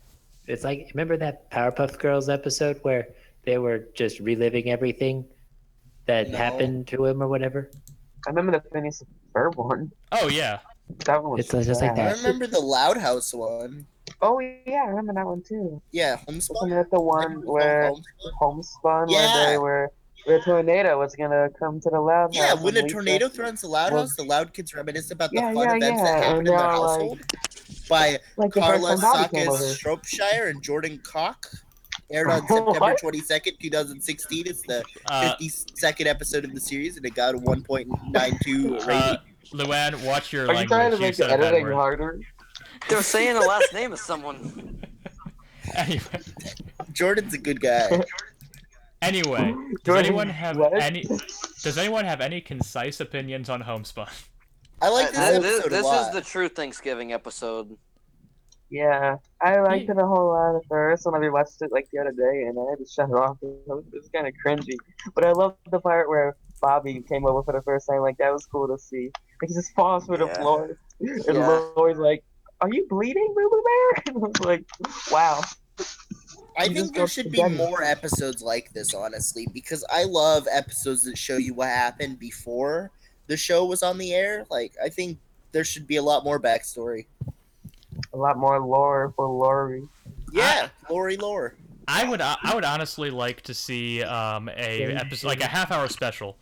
Speaker 6: It's like remember that Powerpuff Girls episode where they were just reliving everything that
Speaker 2: No.
Speaker 6: happened to him or whatever.
Speaker 8: I remember the Phineas and Ferb one.
Speaker 1: Oh yeah,
Speaker 8: That one was
Speaker 6: It's just like
Speaker 8: bad.
Speaker 6: that.
Speaker 2: I remember the Loud House one.
Speaker 8: Oh yeah, I remember that one too.
Speaker 2: Yeah,
Speaker 8: Wasn't
Speaker 2: Homespun.
Speaker 8: it the one where homespun where
Speaker 2: Yeah.
Speaker 8: they were where a tornado was gonna come to the lab?
Speaker 2: Yeah,
Speaker 8: house
Speaker 2: when
Speaker 8: and
Speaker 2: a
Speaker 8: Lisa-
Speaker 2: tornado threatens the Loud
Speaker 8: Well-
Speaker 2: House, the Loud kids reminisce about the
Speaker 8: Yeah,
Speaker 2: fun
Speaker 8: yeah,
Speaker 2: events
Speaker 8: yeah,
Speaker 2: that happened
Speaker 8: and
Speaker 2: in their
Speaker 8: they're all like-
Speaker 2: household by
Speaker 8: like the
Speaker 2: Carla
Speaker 8: first time Bobby came
Speaker 2: Sakis
Speaker 8: over.
Speaker 2: Shropshire and Jordan Cock. Aired on
Speaker 8: What?
Speaker 2: September 22nd, 2016. It's the
Speaker 1: uh,
Speaker 2: 52nd episode of the series, and it got a 1.92 rating.
Speaker 1: uh, Luann, watch your
Speaker 8: Are you
Speaker 1: language.
Speaker 8: trying to make
Speaker 1: said
Speaker 8: the
Speaker 1: a bad
Speaker 8: editing
Speaker 1: word.
Speaker 8: harder?
Speaker 4: They're saying the last name of someone.
Speaker 1: Anyway,
Speaker 2: Jordan's a good guy.
Speaker 1: anyway, does
Speaker 8: Jordan,
Speaker 1: anyone have
Speaker 8: what?
Speaker 1: any? Does anyone have any concise opinions on Homespun?
Speaker 2: I
Speaker 4: Uh,
Speaker 2: like
Speaker 4: this
Speaker 2: this episode
Speaker 4: this
Speaker 2: a lot.
Speaker 4: is the true Thanksgiving episode.
Speaker 8: Yeah, I liked it a whole lot at first when I rewatched it like the other day, and I had to shut it off. It was, it was kind of cringy, but I loved the part where Bobby came over for the first time. Like that was cool to see. Like he just falls through the
Speaker 4: Yeah.
Speaker 8: floor, and
Speaker 4: Yeah.
Speaker 8: Lori's like, "Are you bleeding, Boo Bear?" And I was like, "Wow."
Speaker 2: I think
Speaker 8: You just
Speaker 2: there
Speaker 8: go
Speaker 2: should be
Speaker 8: together.
Speaker 2: more episodes like this, honestly, because I love episodes that show you what happened before the show was on the air. Like, I think there should be a lot more backstory.
Speaker 8: A lot more lore for Lori.
Speaker 2: Yeah, Lori lore.
Speaker 1: uh, I would I would honestly like to see um a episode like a half hour special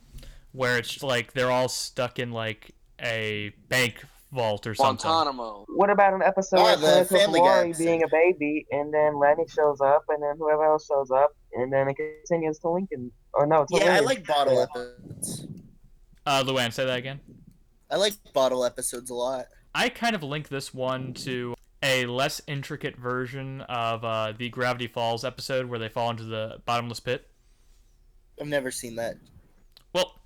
Speaker 1: where it's like they're all stuck in like a bank vault or something.
Speaker 4: Guantanamo.
Speaker 8: What about an episode
Speaker 2: Oh,
Speaker 8: where
Speaker 2: the
Speaker 8: Clarence was
Speaker 2: Family Guy
Speaker 8: Lori
Speaker 2: episode.
Speaker 8: being a baby, and then Lenny shows up, and then whoever else shows up, and then it continues to Lincoln? Or no, to
Speaker 2: Yeah, I
Speaker 8: Lori.
Speaker 2: like bottle episodes.
Speaker 1: Uh, Luann, say that again.
Speaker 2: I like bottle episodes a lot.
Speaker 1: I kind of link this one to a less intricate version of uh, the Gravity Falls episode where they fall into the bottomless pit.
Speaker 2: I've never seen that.
Speaker 1: Well,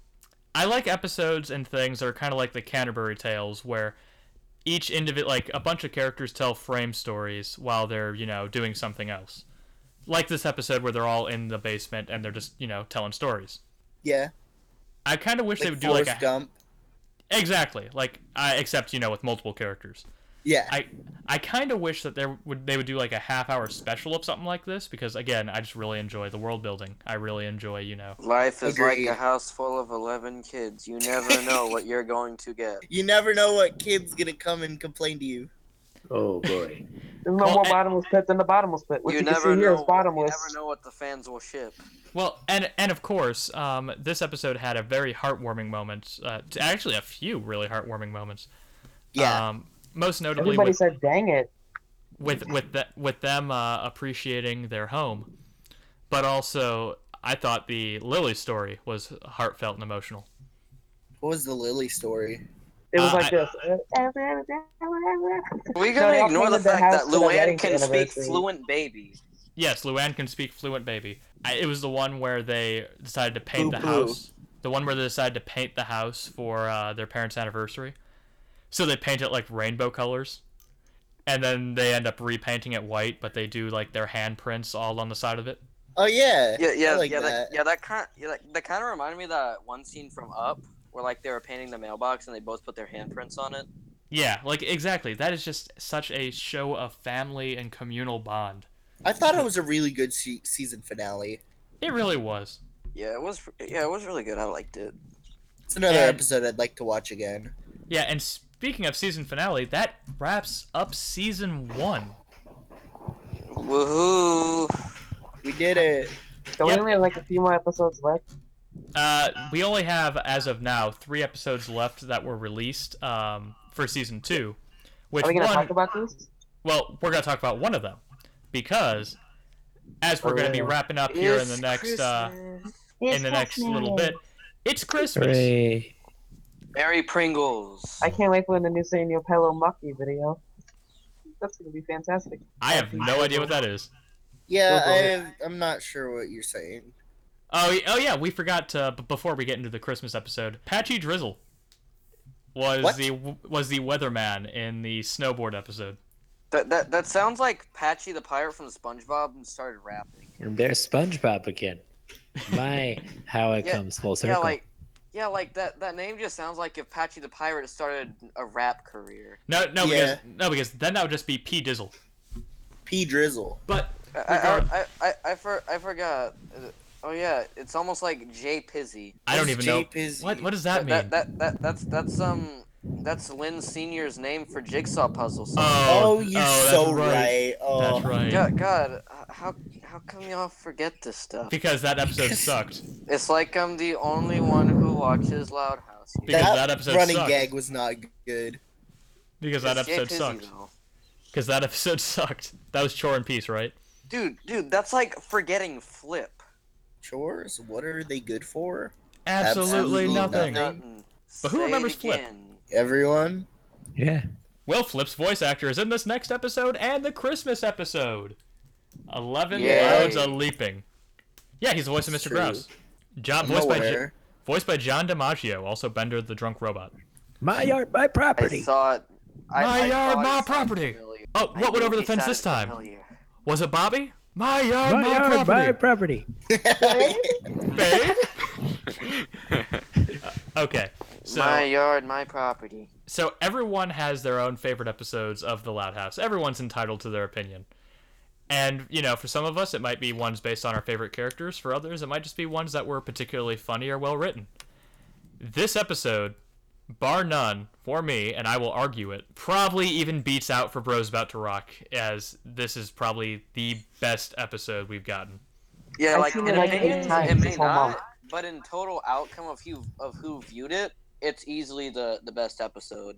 Speaker 1: I like episodes and things that are kind of like the Canterbury Tales, where each individual, like a bunch of characters, tell frame stories while they're you know doing something else. Like this episode where they're all in the basement and they're just you know telling stories.
Speaker 2: Yeah,
Speaker 1: I kind of wish they
Speaker 2: like
Speaker 1: would do like
Speaker 2: Forrest
Speaker 1: a
Speaker 2: Gump.
Speaker 1: exactly like I except you know with multiple characters.
Speaker 2: Yeah,
Speaker 1: I I kind of wish that there would they would do like a half hour special of something like this because again I just really enjoy the world building. I really enjoy you know
Speaker 4: Life is
Speaker 2: Agreed.
Speaker 4: like a house full of 11 kids. You never know what you're going to get.
Speaker 2: you never know what kid's gonna come and complain to you.
Speaker 6: Oh boy.
Speaker 8: There's no
Speaker 1: Well,
Speaker 8: more
Speaker 1: and-
Speaker 8: bottomless pit than the bottomless pit. What you,
Speaker 4: you
Speaker 8: can
Speaker 4: never
Speaker 8: see here
Speaker 4: know.
Speaker 8: is
Speaker 4: you
Speaker 8: bottomless.
Speaker 4: never know what the fans will ship.
Speaker 1: Well, and and of course, um, this episode had a very heartwarming moment. Uh, t- actually, a few really heartwarming moments.
Speaker 2: Yeah,
Speaker 1: Um, most notably
Speaker 8: Everybody
Speaker 1: with,
Speaker 8: said, "Dang it!"
Speaker 1: with with the, with them uh, appreciating their home, but also I thought the Lily story was heartfelt and emotional.
Speaker 2: what was the Lily story?
Speaker 8: It was
Speaker 1: Uh,
Speaker 8: like
Speaker 1: I-
Speaker 8: this.
Speaker 4: We
Speaker 8: No, they
Speaker 4: gotta
Speaker 8: all
Speaker 4: ignore
Speaker 8: came
Speaker 4: the
Speaker 8: into the
Speaker 4: fact that
Speaker 8: house for the
Speaker 4: Luann
Speaker 8: wedding
Speaker 4: can speak
Speaker 8: anniversary.
Speaker 4: fluent baby.
Speaker 1: Yes, Luann can speak fluent baby. I, it was the one where they decided to paint the
Speaker 2: Boo-boo.
Speaker 1: house. The one where they decided to paint the house for uh, their parents' anniversary. So they paint it like rainbow colors. And then they end up repainting it white, but they do like their handprints all on the side of it.
Speaker 2: Oh yeah,
Speaker 4: Yeah, yeah,
Speaker 2: I like
Speaker 4: yeah,
Speaker 2: that.
Speaker 4: that, yeah. That kind, yeah, that, that kind of reminded me of that one scene from Up, where like they were painting the mailbox and they both put their handprints on it.
Speaker 1: Yeah, like exactly. That is just such a show of family and communal bond.
Speaker 2: I thought it was a really good se- season finale.
Speaker 1: It really was.
Speaker 4: Yeah, it was. Yeah, it was really good. I liked it.
Speaker 2: It's another
Speaker 1: And-
Speaker 2: episode I'd like to watch again.
Speaker 1: Yeah, and speaking of season finale, that wraps up season one.
Speaker 4: Woohoo!
Speaker 2: We did it.
Speaker 8: So we
Speaker 1: Yep.
Speaker 8: only have like a few more episodes left.
Speaker 1: Uh, we only have, as of now, three episodes left that were released um, for season two. Which
Speaker 8: Are we
Speaker 1: one?
Speaker 8: gonna talk about this?
Speaker 1: well, we're gonna talk about one of them because, as we're gonna be
Speaker 8: Hooray.
Speaker 1: wrapping up here in the next uh, in the next little bit, it's Christmas.
Speaker 6: Hooray.
Speaker 4: Mary Pringles.
Speaker 8: I can't wait for the new Samuel Pello Mucky video. That's gonna be fantastic.
Speaker 1: I have no idea what that is.
Speaker 2: Yeah, I, I'm not sure what you're saying.
Speaker 1: Oh, y- oh yeah, we forgot to, b- before we get into the Christmas episode. Patchy Drizzle was
Speaker 2: What?
Speaker 1: the was the weatherman in the snowboard episode.
Speaker 4: That, that that sounds like Patchy the pirate from SpongeBob and started rapping.
Speaker 6: And there's SpongeBob again. My how it
Speaker 4: Yeah,
Speaker 6: comes full
Speaker 4: Yeah,
Speaker 6: circle.
Speaker 4: like. Yeah, like that. That name just sounds like if Patchy the Pirate started a rap career.
Speaker 1: No, no,
Speaker 2: Yeah.
Speaker 1: because no, because then that would just be P Dizzle.
Speaker 2: P drizzle.
Speaker 1: But
Speaker 4: I I I, I, I, for, I forgot. Uh, Oh yeah, it's almost like Jay Pizzy.
Speaker 1: I don't
Speaker 2: This
Speaker 1: even know
Speaker 2: Jape is-
Speaker 1: what what does that mean.
Speaker 4: That, that, that, that's that's um that's Lynn Senior's name for jigsaw puzzle. So.
Speaker 1: oh,
Speaker 2: Oh, you're
Speaker 1: oh,
Speaker 2: so
Speaker 1: that's right.
Speaker 2: right. Oh,
Speaker 1: That's right.
Speaker 4: God, God, h- how how come y'all forget this stuff?
Speaker 1: Because that episode sucked.
Speaker 4: It's like I'm the only one who watches Loud House.
Speaker 1: Because
Speaker 2: That
Speaker 1: that episode
Speaker 2: running
Speaker 1: sucked.
Speaker 2: gag was not good.
Speaker 1: Because that
Speaker 4: It's Jay
Speaker 1: episode
Speaker 4: Pizzy,
Speaker 1: sucked.
Speaker 4: though.
Speaker 1: Because that episode sucked. That was Chore and Peace, right?
Speaker 4: Dude, dude, that's like forgetting Flip.
Speaker 2: Chores? What are they good for?
Speaker 1: Absolutely,
Speaker 2: Absolutely
Speaker 1: nothing.
Speaker 2: nothing.
Speaker 1: But who
Speaker 4: Say it
Speaker 1: remembers Flip?
Speaker 4: again.
Speaker 2: Everyone?
Speaker 6: yeah.
Speaker 1: Will Flip's voice actor is in this next episode and the Christmas episode. Eleven
Speaker 4: Yay.
Speaker 1: loads a leaping. Yeah, he's the voice of Mr.
Speaker 2: That's true.
Speaker 1: Grouse. John,
Speaker 2: I'm
Speaker 1: voiced by J-
Speaker 2: aware.
Speaker 1: voiced by John DiMaggio, also Bender the Drunk Robot.
Speaker 6: My art, my
Speaker 4: I
Speaker 6: property.
Speaker 4: saw it. I,
Speaker 1: My
Speaker 4: I
Speaker 1: yard,
Speaker 4: thought it
Speaker 1: my
Speaker 4: sounded
Speaker 1: property.
Speaker 4: familiar.
Speaker 1: Oh,
Speaker 4: I
Speaker 1: what went
Speaker 4: knew
Speaker 1: over the
Speaker 4: he
Speaker 1: fence this
Speaker 4: sounded
Speaker 1: time?
Speaker 4: familiar.
Speaker 1: Was it Bobby? My yard,
Speaker 6: my,
Speaker 1: my,
Speaker 6: yard, my
Speaker 1: property.
Speaker 6: property.
Speaker 1: Babe? okay. So
Speaker 4: My yard, my property.
Speaker 1: so everyone has their own favorite episodes of The Loud House. Everyone's entitled to their opinion. And, you know, for some of us, it might be ones based on our favorite characters. For others, it might just be ones that were particularly funny or well written. This episode, bar none, for me, and I will argue it, probably even beats out for Bros About to Rock, as this is probably the best episode we've gotten.
Speaker 4: Yeah,
Speaker 8: I've
Speaker 4: like
Speaker 8: seen
Speaker 4: in
Speaker 8: it like
Speaker 4: opinions,
Speaker 8: eight times
Speaker 4: it may
Speaker 8: this whole
Speaker 4: not.
Speaker 8: month.
Speaker 4: but in total outcome of who of who viewed it, it's easily the the best episode.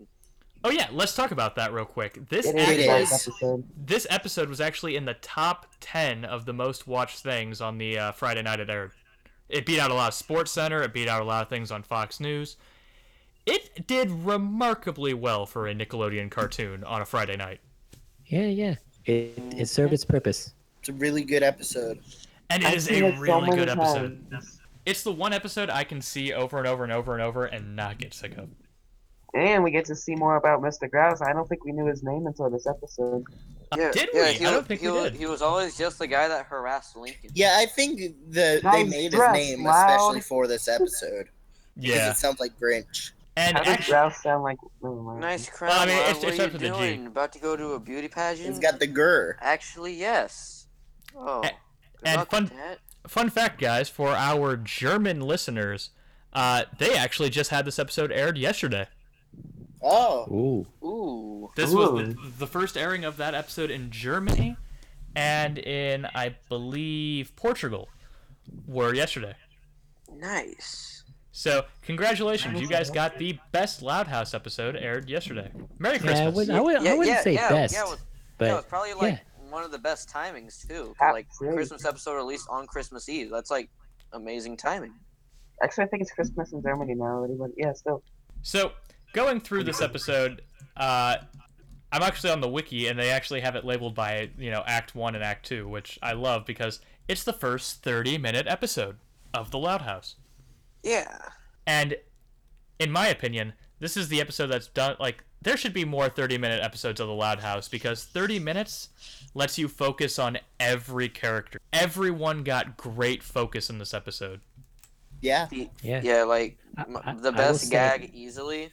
Speaker 1: Oh yeah, let's talk about that real quick. This
Speaker 8: It
Speaker 1: actually,
Speaker 8: is the
Speaker 2: is.
Speaker 8: best episode.
Speaker 1: this episode was actually in the top ten of the most watched things on the uh, Friday night it aired. It beat out a lot of Sports Center. It beat out a lot of things on Fox News. It did remarkably well for a Nickelodeon cartoon on a Friday night,
Speaker 6: Yeah, yeah. It it served its purpose.
Speaker 2: It's a really good episode.
Speaker 1: and it
Speaker 8: I've
Speaker 1: is
Speaker 8: seen
Speaker 1: a
Speaker 8: it so
Speaker 1: really
Speaker 8: many
Speaker 1: good episode.
Speaker 8: times.
Speaker 1: It's the one episode I can see over and over and over and over and not get sick of.
Speaker 8: And we get to see more about Mr. Grouse. I don't think we knew his name until this episode.
Speaker 1: Uh, did we?
Speaker 4: Yeah, he,
Speaker 1: I
Speaker 4: was-
Speaker 1: don't think
Speaker 4: he,
Speaker 1: we
Speaker 4: was-
Speaker 1: did.
Speaker 4: he was always just the guy that harassed Lincoln.
Speaker 2: Yeah, I think the they
Speaker 8: Nice
Speaker 2: made
Speaker 8: dress,
Speaker 2: his name
Speaker 8: loud.
Speaker 2: especially for this episode because
Speaker 1: yeah,
Speaker 2: it sounds like Grinch.
Speaker 1: and
Speaker 8: How does
Speaker 1: actually,
Speaker 8: Grouse sound like? Never mind.
Speaker 4: Nice crown.
Speaker 1: Well, I mean,
Speaker 4: Ron.
Speaker 1: it's-
Speaker 4: what
Speaker 1: it's
Speaker 4: are
Speaker 1: up
Speaker 4: you
Speaker 1: to the G.
Speaker 4: doing? About to go to a beauty pageant?
Speaker 2: It's got the grr.
Speaker 4: Actually, yes. Oh.
Speaker 1: A-
Speaker 4: good
Speaker 1: and
Speaker 4: luck
Speaker 1: fun-
Speaker 4: with that.
Speaker 1: fun fact, guys, for our German listeners, uh, they actually just had this episode aired yesterday.
Speaker 2: Oh,
Speaker 6: Ooh.
Speaker 4: Ooh.
Speaker 1: This was the,
Speaker 6: Ooh.
Speaker 1: the first airing of that episode in Germany and in, I believe, Portugal were yesterday.
Speaker 4: Nice.
Speaker 1: So, congratulations, you guys got the best Loud House episode aired yesterday. Merry Christmas.
Speaker 6: Yeah, I wouldn't, I wouldn't, I
Speaker 4: Yeah,
Speaker 6: wouldn't
Speaker 4: yeah,
Speaker 6: say
Speaker 4: yeah,
Speaker 6: best,
Speaker 4: Yeah, it was,
Speaker 6: but
Speaker 4: yeah, it was probably like one of the best timings too. 'cause, Like
Speaker 8: Absolutely.
Speaker 4: Christmas episode released on Christmas Eve. That's like amazing timing.
Speaker 8: Actually, I think it's Christmas in Germany now. Everybody, yeah, still.
Speaker 1: So, going through this episode, uh, I'm actually on the wiki, and they actually have it labeled by you know Act One and Act Two, which I love because it's the first 30 minute episode of The Loud House,
Speaker 4: Yeah.
Speaker 1: and in my opinion, this is the episode that's done like there should be more 30 minute episodes of The Loud House because 30 minutes lets you focus on every character. Everyone got great focus in this episode.
Speaker 2: yeah,
Speaker 6: yeah.
Speaker 4: Yeah, like
Speaker 6: I-
Speaker 4: m-
Speaker 6: I-
Speaker 4: the
Speaker 6: I will
Speaker 4: best
Speaker 6: say-
Speaker 4: gag easily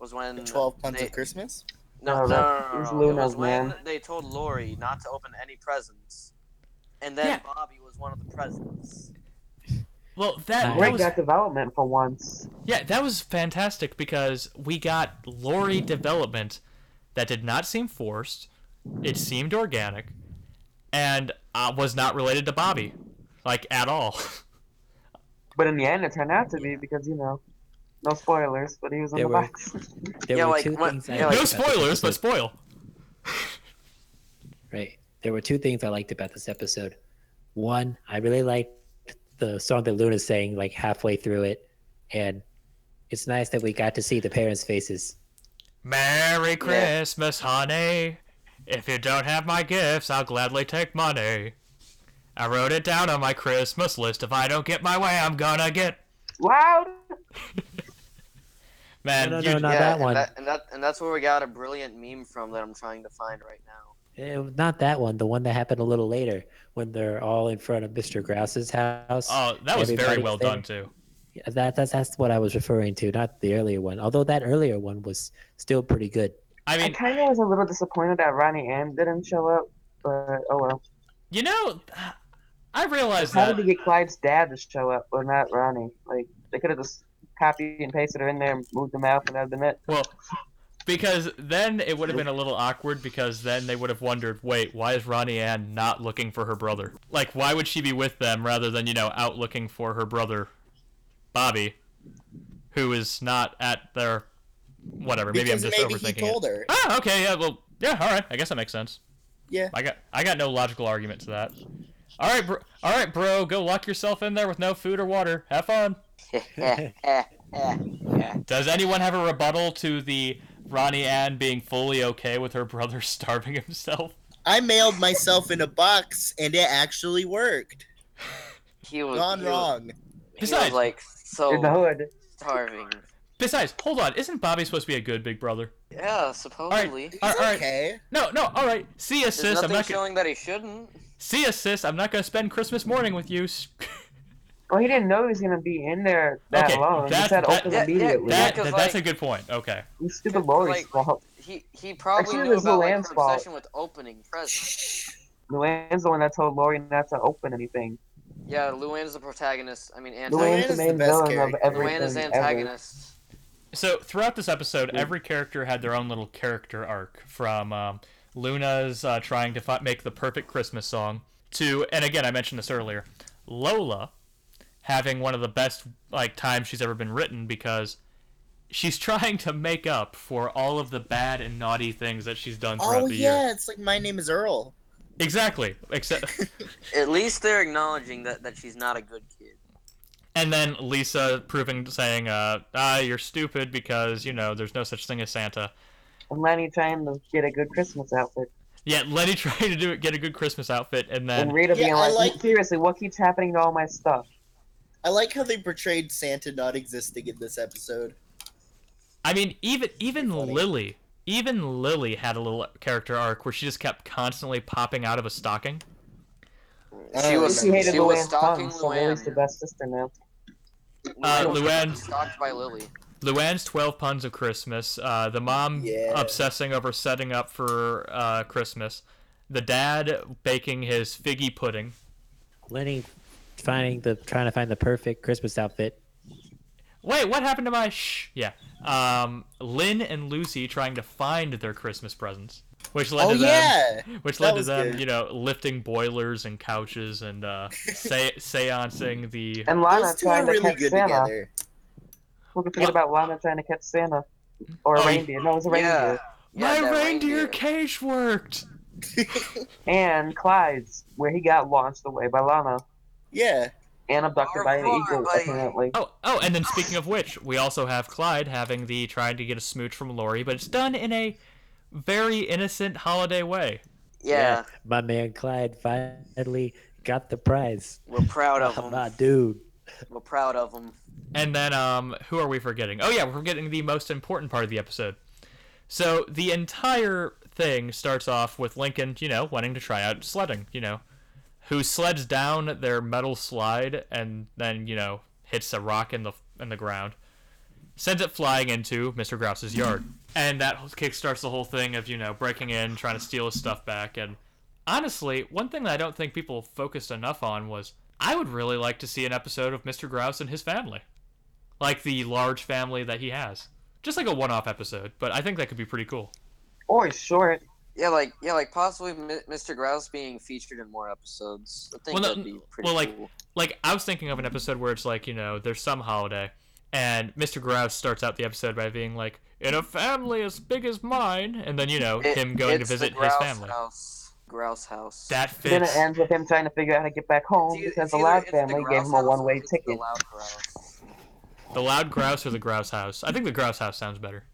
Speaker 4: was when
Speaker 2: the twelve months
Speaker 4: they,
Speaker 2: of Christmas.
Speaker 4: No, no,
Speaker 8: Oh,
Speaker 4: no,
Speaker 8: that-
Speaker 4: no, no,
Speaker 8: it's
Speaker 4: no. It
Speaker 8: Luna's,
Speaker 4: was when
Speaker 8: man.
Speaker 4: they told Lori not to open any presents, and then
Speaker 1: Yeah.
Speaker 4: Bobby was one of the presents.
Speaker 1: Well, that, that
Speaker 8: Great
Speaker 1: was
Speaker 8: got development for once.
Speaker 1: Yeah, that was fantastic because we got Lori development that did not seem forced. It seemed organic, and uh, was not related to Bobby, like at all.
Speaker 8: But in the end, it turned out to be because you know, no spoilers. But he was in
Speaker 6: There
Speaker 8: the
Speaker 6: were-
Speaker 8: box.
Speaker 6: There
Speaker 4: Yeah,
Speaker 6: were
Speaker 4: like,
Speaker 6: two
Speaker 4: what-
Speaker 6: things. I
Speaker 4: yeah,
Speaker 6: liked
Speaker 1: no
Speaker 6: about this
Speaker 1: spoilers, but
Speaker 6: episode.
Speaker 1: spoil.
Speaker 6: Right. There were two things I liked about this episode. One, I really liked the song that Luna's sang like halfway through it, and it's nice that we got to see the parents' faces.
Speaker 1: Merry Christmas, honey. If you don't have my gifts, I'll gladly take money. I wrote it down on my Christmas list. If I don't get my way, I'm gonna get.
Speaker 8: Loud.
Speaker 1: Man,
Speaker 6: No, no,
Speaker 1: you-
Speaker 6: no, Not that
Speaker 4: and
Speaker 6: one.
Speaker 4: That, and that and that's where we got a brilliant meme from that I'm trying to find right now.
Speaker 6: Eh, not that one, the one that happened a little later when they're all in front of Mr. Grouse's house.
Speaker 1: oh, that was very
Speaker 6: Everybody's
Speaker 1: well
Speaker 6: there.
Speaker 1: done too.
Speaker 6: Yeah, that that's that's what I was referring to, not the earlier one. Although that earlier one was still pretty good.
Speaker 1: I
Speaker 8: I
Speaker 1: mean,
Speaker 8: kind of was a little disappointed that Ronnie M didn't show up, but oh well.
Speaker 1: you know, I realized
Speaker 8: How
Speaker 1: that.
Speaker 8: did they get Clyde's dad to show up, but not Ronnie? Like they could have just copied and pasted her in there and moved them out, and that'd been it.
Speaker 1: Well, because then it would have been a little awkward because then they would have wondered, wait, why is Ronnie Ann not looking for her brother? Like, why would she be with them rather than, you know, out looking for her brother, Bobby, who is not at their. Whatever, maybe
Speaker 2: because
Speaker 1: I'm just
Speaker 2: maybe he
Speaker 1: overthinking it.
Speaker 2: told her.
Speaker 1: Ah, okay, yeah, well, yeah, all right. I guess that makes sense.
Speaker 2: Yeah.
Speaker 1: I got I got no logical argument to that. All right, bro, all right, bro, go lock yourself in there with no food or water. Have fun. Does anyone have a rebuttal to the Ronnie Ann being fully okay with her brother starving himself?
Speaker 2: I mailed myself in a box and it actually worked.
Speaker 4: He was
Speaker 2: Gone
Speaker 4: he was-
Speaker 2: wrong.
Speaker 4: He was,
Speaker 1: Besides-
Speaker 4: like
Speaker 8: In the
Speaker 4: so
Speaker 8: hood.
Speaker 4: starving.
Speaker 1: Besides, hold on, isn't Bobby supposed to be a good big brother?
Speaker 4: Yeah, supposedly.
Speaker 2: It's
Speaker 1: All right, all right.
Speaker 2: okay.
Speaker 1: No, no, all right. See ya,
Speaker 4: There's
Speaker 1: sis. I'm
Speaker 4: nothing
Speaker 1: not gonna
Speaker 4: showing that he shouldn't.
Speaker 1: see ya, sis. I'm not gonna spend Christmas morning with you.
Speaker 8: Well, he didn't know he was gonna be in there that
Speaker 1: Okay,
Speaker 8: long. He
Speaker 1: that-
Speaker 8: just had to
Speaker 1: that-
Speaker 8: open
Speaker 4: yeah, yeah,
Speaker 8: immediately.
Speaker 1: that,
Speaker 4: That-
Speaker 1: that
Speaker 4: 'cause,
Speaker 1: that's a
Speaker 4: like-
Speaker 1: good point. Okay.
Speaker 8: It was stupid Lori's
Speaker 4: like-
Speaker 8: fault.
Speaker 4: He he probably
Speaker 8: Actually, it
Speaker 4: knew
Speaker 8: was
Speaker 4: about like, her
Speaker 8: Luann's fault.
Speaker 4: obsession with opening presents.
Speaker 8: Luann's the one that told Lori not to open anything.
Speaker 4: Yeah, Luann's the protagonist. I mean,
Speaker 8: Luann's
Speaker 2: Luann's
Speaker 8: the
Speaker 4: antagonist.
Speaker 2: the
Speaker 8: main
Speaker 2: best
Speaker 8: villain of
Speaker 2: character.
Speaker 8: everything
Speaker 4: Luann is
Speaker 8: ever.
Speaker 4: antagonist.
Speaker 1: So throughout this episode,
Speaker 8: Yeah.
Speaker 1: every character had their own little character arc. From um, Luna's uh, trying to fi- make the perfect Christmas song to, and again, I mentioned this earlier, Lola having one of the best like times she's ever been written because she's trying to make up for all of the bad and naughty things that she's done throughout
Speaker 2: Oh
Speaker 1: the
Speaker 2: yeah,
Speaker 1: year.
Speaker 2: it's like my name is Earl.
Speaker 1: Exactly. Except
Speaker 4: At least they're acknowledging that, that she's not a good kid.
Speaker 1: and then Lisa proving saying, uh, ah, you're stupid because, you know, there's no such thing as Santa.
Speaker 8: And Lenny trying to get a good Christmas outfit.
Speaker 1: Yet Lenny trying to do it, get a good Christmas outfit and then
Speaker 8: And Rita
Speaker 2: Yeah,
Speaker 8: being
Speaker 2: I
Speaker 8: like,
Speaker 2: like-
Speaker 8: seriously, what keeps happening to all my stuff?
Speaker 2: I like how they portrayed Santa not existing in this episode.
Speaker 1: I mean, even even
Speaker 2: funny.
Speaker 1: Lily, even Lily had a little character arc where she just kept constantly popping out of a stocking.
Speaker 2: Oh,
Speaker 8: Uh,
Speaker 4: She
Speaker 2: yeah.
Speaker 4: was
Speaker 8: She hated
Speaker 4: she was
Speaker 8: Luann's
Speaker 4: stalking
Speaker 8: tongue, so Lily's the
Speaker 4: Luann.
Speaker 8: best sister now.
Speaker 1: Uh,
Speaker 4: was
Speaker 1: Luann-
Speaker 4: stalked by Lily.
Speaker 1: Luann's twelve puns of Christmas. Uh, the mom
Speaker 2: Yeah.
Speaker 1: obsessing over setting up for uh, Christmas. The dad baking his figgy pudding.
Speaker 6: Lenny finding the trying to find the perfect Christmas outfit.
Speaker 1: Wait, what happened to my shh? Yeah. Um, Lynn and Lucy trying to find their Christmas presents, which led
Speaker 2: Oh
Speaker 1: to them.
Speaker 2: yeah.
Speaker 1: Which
Speaker 2: That
Speaker 1: led to
Speaker 2: was
Speaker 1: them,
Speaker 2: good.
Speaker 1: you know, lifting boilers and couches and uh, se- seancing the
Speaker 8: And
Speaker 2: Those
Speaker 8: Lana
Speaker 2: two are
Speaker 8: trying to
Speaker 2: really
Speaker 8: catch
Speaker 2: good
Speaker 8: Santa.
Speaker 2: together.
Speaker 8: Who could forget
Speaker 1: What?
Speaker 8: about Lana trying to catch Santa? Or
Speaker 1: Oh,
Speaker 8: a
Speaker 1: you-
Speaker 8: reindeer. No, it was a
Speaker 4: Yeah.
Speaker 8: reindeer.
Speaker 1: My
Speaker 4: Yeah, that
Speaker 1: reindeer,
Speaker 4: reindeer.
Speaker 1: cage worked.
Speaker 8: And Clyde's, where he got launched away by Lana
Speaker 2: Yeah.
Speaker 8: and abducted
Speaker 4: Roar,
Speaker 8: by an
Speaker 4: roar,
Speaker 8: eagle,
Speaker 4: buddy.
Speaker 8: apparently.
Speaker 1: Oh, oh, and then speaking of which, we also have Clyde having the trying to get a smooch from Lori, but it's done in a very innocent holiday way.
Speaker 4: Yeah,
Speaker 6: My man Clyde finally got the prize.
Speaker 4: we're proud of
Speaker 6: Oh, my
Speaker 4: him.
Speaker 6: dude.
Speaker 4: We're proud of him.
Speaker 1: And then, um, who are we forgetting? Oh yeah, we're forgetting the most important part of the episode. So the entire thing starts off with Lincoln, you know, wanting to try out sledding, you know, who sleds down their metal slide and then you know hits a rock in the in the ground, sends it flying into Mr. Grouse's yard, and that kick starts the whole thing of you know breaking in, trying to steal his stuff back. And honestly, one thing that I don't think people focused enough on was I would really like to see an episode of Mr. Grouse and his family, like the large family that he has. Just like a one-off episode, but I think that could be pretty cool.
Speaker 8: Or he's short.
Speaker 4: Yeah, like yeah, like possibly Mi- Mr. Grouse being featured in more episodes. I think
Speaker 1: Well, no,
Speaker 4: that'd be pretty
Speaker 1: well, like,
Speaker 4: cool.
Speaker 1: like I was thinking of an episode where it's like you know there's some holiday, and Mr. Grouse starts out the episode by being like, "In a family as big as mine," and then you know
Speaker 4: It-
Speaker 1: him going to
Speaker 4: it's the
Speaker 1: visit his
Speaker 4: Grouse
Speaker 1: family.
Speaker 4: House. Grouse House.
Speaker 1: That
Speaker 8: Then
Speaker 1: fits.
Speaker 8: it ends with him trying to figure out how to get back
Speaker 4: It's
Speaker 8: home
Speaker 4: either-
Speaker 8: because
Speaker 4: it's
Speaker 8: the
Speaker 4: either-
Speaker 8: Loud
Speaker 4: it's the
Speaker 8: family gave
Speaker 4: Grouse
Speaker 8: him a
Speaker 4: House or
Speaker 8: one-way
Speaker 4: it's the
Speaker 8: ticket.
Speaker 4: Loud Grouse.
Speaker 1: The loud grouse or the grouse house? I think the grouse house sounds better.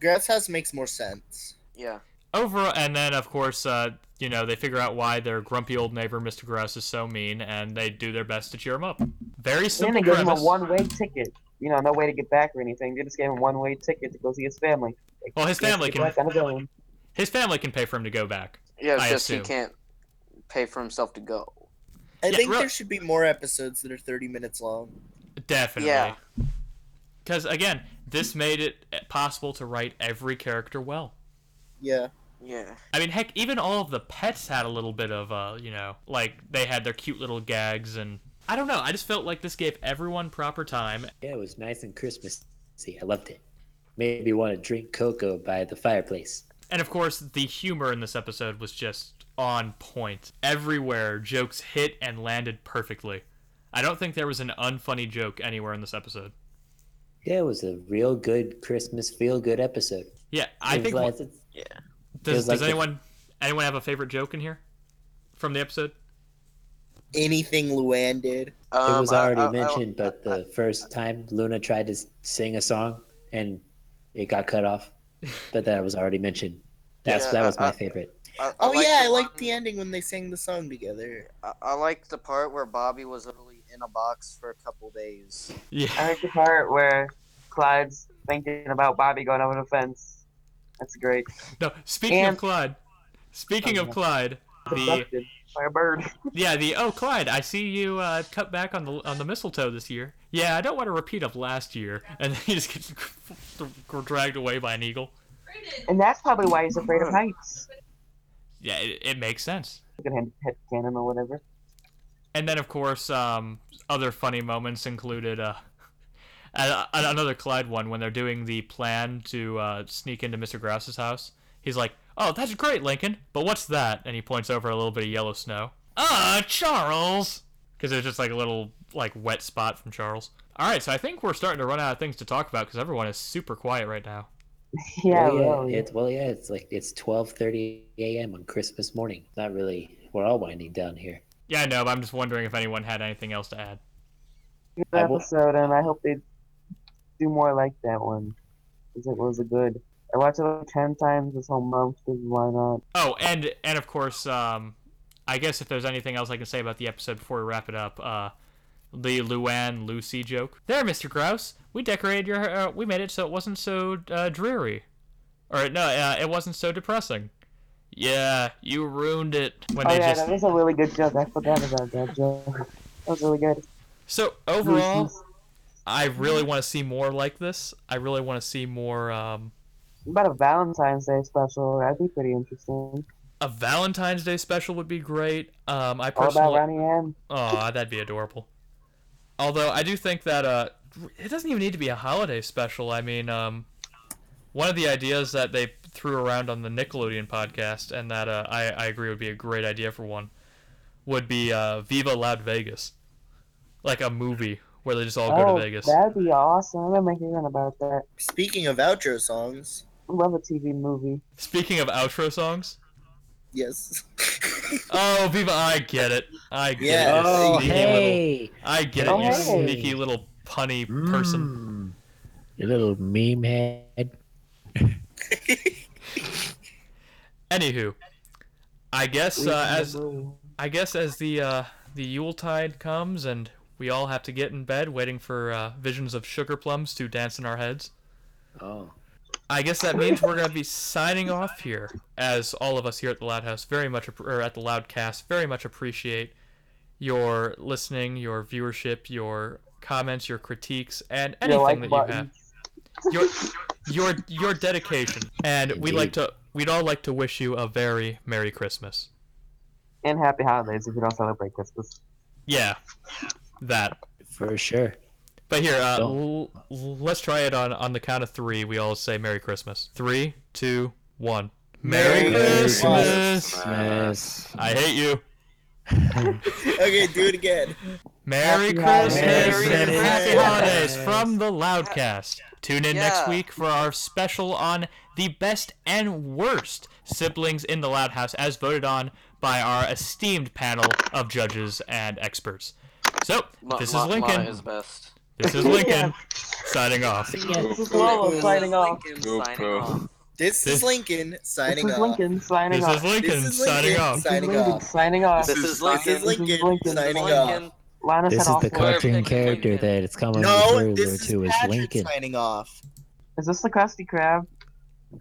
Speaker 2: Grass House makes more sense.
Speaker 4: Yeah.
Speaker 1: Overall, and then of course, uh, you know they figure out why their grumpy old neighbor Mr. Grouse is so mean, and they do their best to cheer him up. Very
Speaker 8: Then
Speaker 1: simple
Speaker 8: they gave him a
Speaker 1: premise.
Speaker 8: one-way ticket. You know, no way to get back or anything. They just gave him a one-way ticket to go see his family. Like,
Speaker 1: Well, his
Speaker 8: yes,
Speaker 1: family
Speaker 8: get
Speaker 1: can-
Speaker 8: back on the plane.
Speaker 1: His family can pay for him to go back.
Speaker 4: Yeah, it's
Speaker 1: I
Speaker 4: just
Speaker 1: assume.
Speaker 4: he can't pay for himself to go.
Speaker 2: I
Speaker 1: Yeah,
Speaker 2: think
Speaker 1: real-
Speaker 2: there should be more episodes that are 30 minutes long.
Speaker 1: Definitely.
Speaker 4: Yeah.
Speaker 1: Because again, this made it possible to write every character well.
Speaker 2: Yeah.
Speaker 4: Yeah.
Speaker 1: I mean, heck, even all of the pets had a little bit of, uh, you know, like they had their cute little gags, and I don't know. I just felt like this gave everyone proper time.
Speaker 6: Yeah, it was nice and Christmas. See, I loved it. Made me want to drink cocoa by the fireplace.
Speaker 1: And of course, the humor in this episode was just on point. Everywhere, jokes hit and landed perfectly. I don't think there was an unfunny joke anywhere in this episode.
Speaker 6: Yeah, it was a real good Christmas feel good episode.
Speaker 1: Yeah, I
Speaker 6: It was
Speaker 1: think.
Speaker 6: like- it
Speaker 1: does
Speaker 6: was like
Speaker 1: does
Speaker 6: the-
Speaker 1: anyone anyone have a favorite joke in here from the episode?
Speaker 2: Anything Luann did.
Speaker 4: Um,
Speaker 6: it was
Speaker 4: I-
Speaker 6: already
Speaker 4: I- I-
Speaker 6: mentioned, but the first time Luna tried to s- sing a song and it got cut off, but that was already mentioned. That's
Speaker 4: Yeah,
Speaker 6: that was
Speaker 4: I-
Speaker 6: my
Speaker 4: I-
Speaker 6: favorite.
Speaker 4: I- I
Speaker 2: Oh,
Speaker 4: liked
Speaker 2: yeah,
Speaker 4: the
Speaker 2: I liked the
Speaker 4: one-
Speaker 2: ending when they sang the song together.
Speaker 4: I, I liked the part where Bobby was literally in a box for a couple days.
Speaker 1: Yeah.
Speaker 8: I like the part where Clyde's thinking about Bobby going over the fence. That's great.
Speaker 1: No, speaking of
Speaker 8: And-
Speaker 1: Clyde, speaking of
Speaker 8: Oh, yeah.
Speaker 1: Clyde, the
Speaker 8: Abducted by a bird.
Speaker 1: yeah the oh Clyde, I see you uh, cut back on the on the mistletoe this year. Yeah, I don't want to repeat of last year, and then he just gets dragged away by an eagle.
Speaker 8: And that's probably why he's afraid of heights.
Speaker 1: Yeah, it, it makes sense.
Speaker 8: Look at him, head cannon or whatever.
Speaker 1: And then of course, um, other funny moments included uh, a- a- another Clyde one when they're doing the plan to uh, sneak into Mr. Grouse's house. He's like, "Oh, that's great, Lincoln, but what's that?" And he points over a little bit of yellow snow. Ah, Charles, because there's just like a little like wet spot from Charles. All right, so I think we're starting to run out of things to talk about because everyone is super quiet right now.
Speaker 8: Yeah,
Speaker 6: well, yeah,
Speaker 8: really.
Speaker 6: It's, well, yeah, it's like it's 12:30 a.m. on Christmas morning. Not really. We're all winding down here.
Speaker 1: Yeah, I know, but I'm just wondering if anyone had anything else to add.
Speaker 8: Good
Speaker 6: I will-
Speaker 8: episode, and I hope they do more like that one. 'cause it was a good. I watched it like ten times this whole month. Cause why not?
Speaker 1: Oh, and and of course, um, I guess if there's anything else I can say about the episode before we wrap it up, uh, the Luann Lucy joke. There, Mr. Grouse, we decorated your. Uh, we made it so it wasn't so uh, dreary, or no, uh, it wasn't so depressing. Yeah, you ruined it when
Speaker 8: oh
Speaker 1: they
Speaker 8: yeah,
Speaker 1: just.
Speaker 8: that was a really good joke. I forgot about that joke. That was really good.
Speaker 1: So overall, I really want to see more like this. I really want to see more. Um,
Speaker 8: about a Valentine's Day special? That'd be pretty interesting.
Speaker 1: a Valentine's Day special would be great. Um, I
Speaker 8: All
Speaker 1: personally.
Speaker 8: about Ronnie M.
Speaker 1: Oh, that'd be adorable. Although I do think that uh, it doesn't even need to be a holiday special. I mean, um, one of the ideas that they threw around on the Nickelodeon podcast, and that uh, I, I agree would be a great idea for one, would be uh, Viva Loud Vegas, like a movie where they just all go
Speaker 8: oh,
Speaker 1: to Vegas.
Speaker 8: that'd be awesome. I'm gonna make a run about that.
Speaker 2: Speaking of outro songs,
Speaker 8: I love a TV movie.
Speaker 1: Speaking of outro songs,
Speaker 2: yes.
Speaker 1: oh Viva, I get it, I get
Speaker 2: Yes.
Speaker 1: it, you
Speaker 2: Oh,
Speaker 1: sneaky little,
Speaker 6: hey,
Speaker 1: I get it,
Speaker 8: Oh,
Speaker 1: you
Speaker 8: hey.
Speaker 1: sneaky little punny person.
Speaker 6: Mm, you little meme head.
Speaker 1: Anywho, I guess uh, as
Speaker 8: Ooh.
Speaker 1: I guess as the uh, the Yuletide comes and we all have to get in bed waiting for uh, visions of sugar plums to dance in our heads,
Speaker 6: Oh,
Speaker 1: I guess that means we're going to be signing off here. As all of us here at the Loud House very much, app- or at the Loudcast, very much appreciate your listening, your viewership, your comments, your critiques, and
Speaker 8: You
Speaker 1: anything
Speaker 8: like
Speaker 1: that you have
Speaker 8: button.
Speaker 1: your your your dedication. And we like to we'd all like to wish you a very merry Christmas.
Speaker 8: And happy holidays if you don't celebrate Christmas.
Speaker 1: Yeah, that.
Speaker 6: for sure.
Speaker 1: But here, uh,
Speaker 6: Don't.
Speaker 1: l- l- let's try it on on the count of three. We all say Merry Christmas. Three, two, one. Merry,
Speaker 2: Merry
Speaker 1: Christmas.
Speaker 4: Uh,
Speaker 5: Christmas.
Speaker 6: Christmas.
Speaker 1: I hate you.
Speaker 2: okay, do it again.
Speaker 1: Merry
Speaker 8: Happy
Speaker 1: Christmas
Speaker 8: holidays.
Speaker 1: and
Speaker 2: Merry
Speaker 1: happy
Speaker 2: Christmas.
Speaker 1: holidays from the Loudcast. Tune in next
Speaker 4: Yeah.
Speaker 1: week for our special on the best and worst siblings in the Loud House, as voted on by our esteemed panel of judges and experts. So
Speaker 4: Ma-
Speaker 1: this
Speaker 4: Ma-
Speaker 1: is
Speaker 4: Ma
Speaker 1: Lincoln.
Speaker 4: is best.
Speaker 1: This is Lincoln signing off.
Speaker 6: Yeah.
Speaker 8: This is Lola signing off.
Speaker 4: Lincoln
Speaker 5: Go,
Speaker 4: signing
Speaker 5: bro.
Speaker 4: off.
Speaker 2: This
Speaker 1: This-
Speaker 2: is Lincoln
Speaker 8: This
Speaker 2: signing
Speaker 8: is Lincoln signing
Speaker 1: This
Speaker 8: off.
Speaker 1: is Lincoln
Speaker 2: This is
Speaker 1: signing
Speaker 2: Lincoln.
Speaker 1: off.
Speaker 2: signing
Speaker 8: Lincoln
Speaker 2: off.
Speaker 8: signing off.
Speaker 4: This is
Speaker 2: off. This is
Speaker 4: Lincoln.
Speaker 2: Lincoln
Speaker 8: Lincoln.
Speaker 2: signing
Speaker 4: Lincoln.
Speaker 2: off.
Speaker 8: Linus
Speaker 6: This
Speaker 8: had
Speaker 6: is
Speaker 8: all
Speaker 6: the
Speaker 8: four-
Speaker 4: correct-
Speaker 6: cartoon
Speaker 4: Perfect.
Speaker 6: character that it's coming
Speaker 2: No,
Speaker 6: through
Speaker 2: this is
Speaker 6: to is
Speaker 2: Patrick
Speaker 6: Lincoln.
Speaker 2: signing off.
Speaker 8: Is this the Krusty Krab?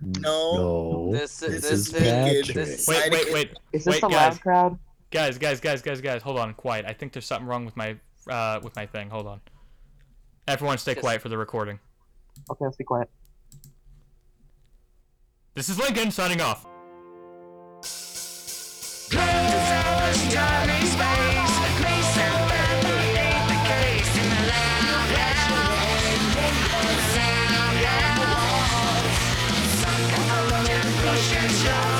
Speaker 2: No,
Speaker 6: No,
Speaker 4: This,
Speaker 6: this
Speaker 4: this is
Speaker 6: is Patrick.
Speaker 4: This is
Speaker 1: Wait, wait,
Speaker 2: Signing-
Speaker 1: wait.
Speaker 8: Is this
Speaker 1: Wait,
Speaker 8: the
Speaker 1: guys.
Speaker 8: Loud Crowd?
Speaker 1: Guys, guys, guys, guys, guys. Hold on, quiet. I think there's something wrong with my uh with my thing. Hold on. Everyone stay
Speaker 4: Yes.
Speaker 1: quiet for the recording.
Speaker 8: Okay, let's be quiet.
Speaker 1: This is Lincoln signing off.
Speaker 9: Push and shove.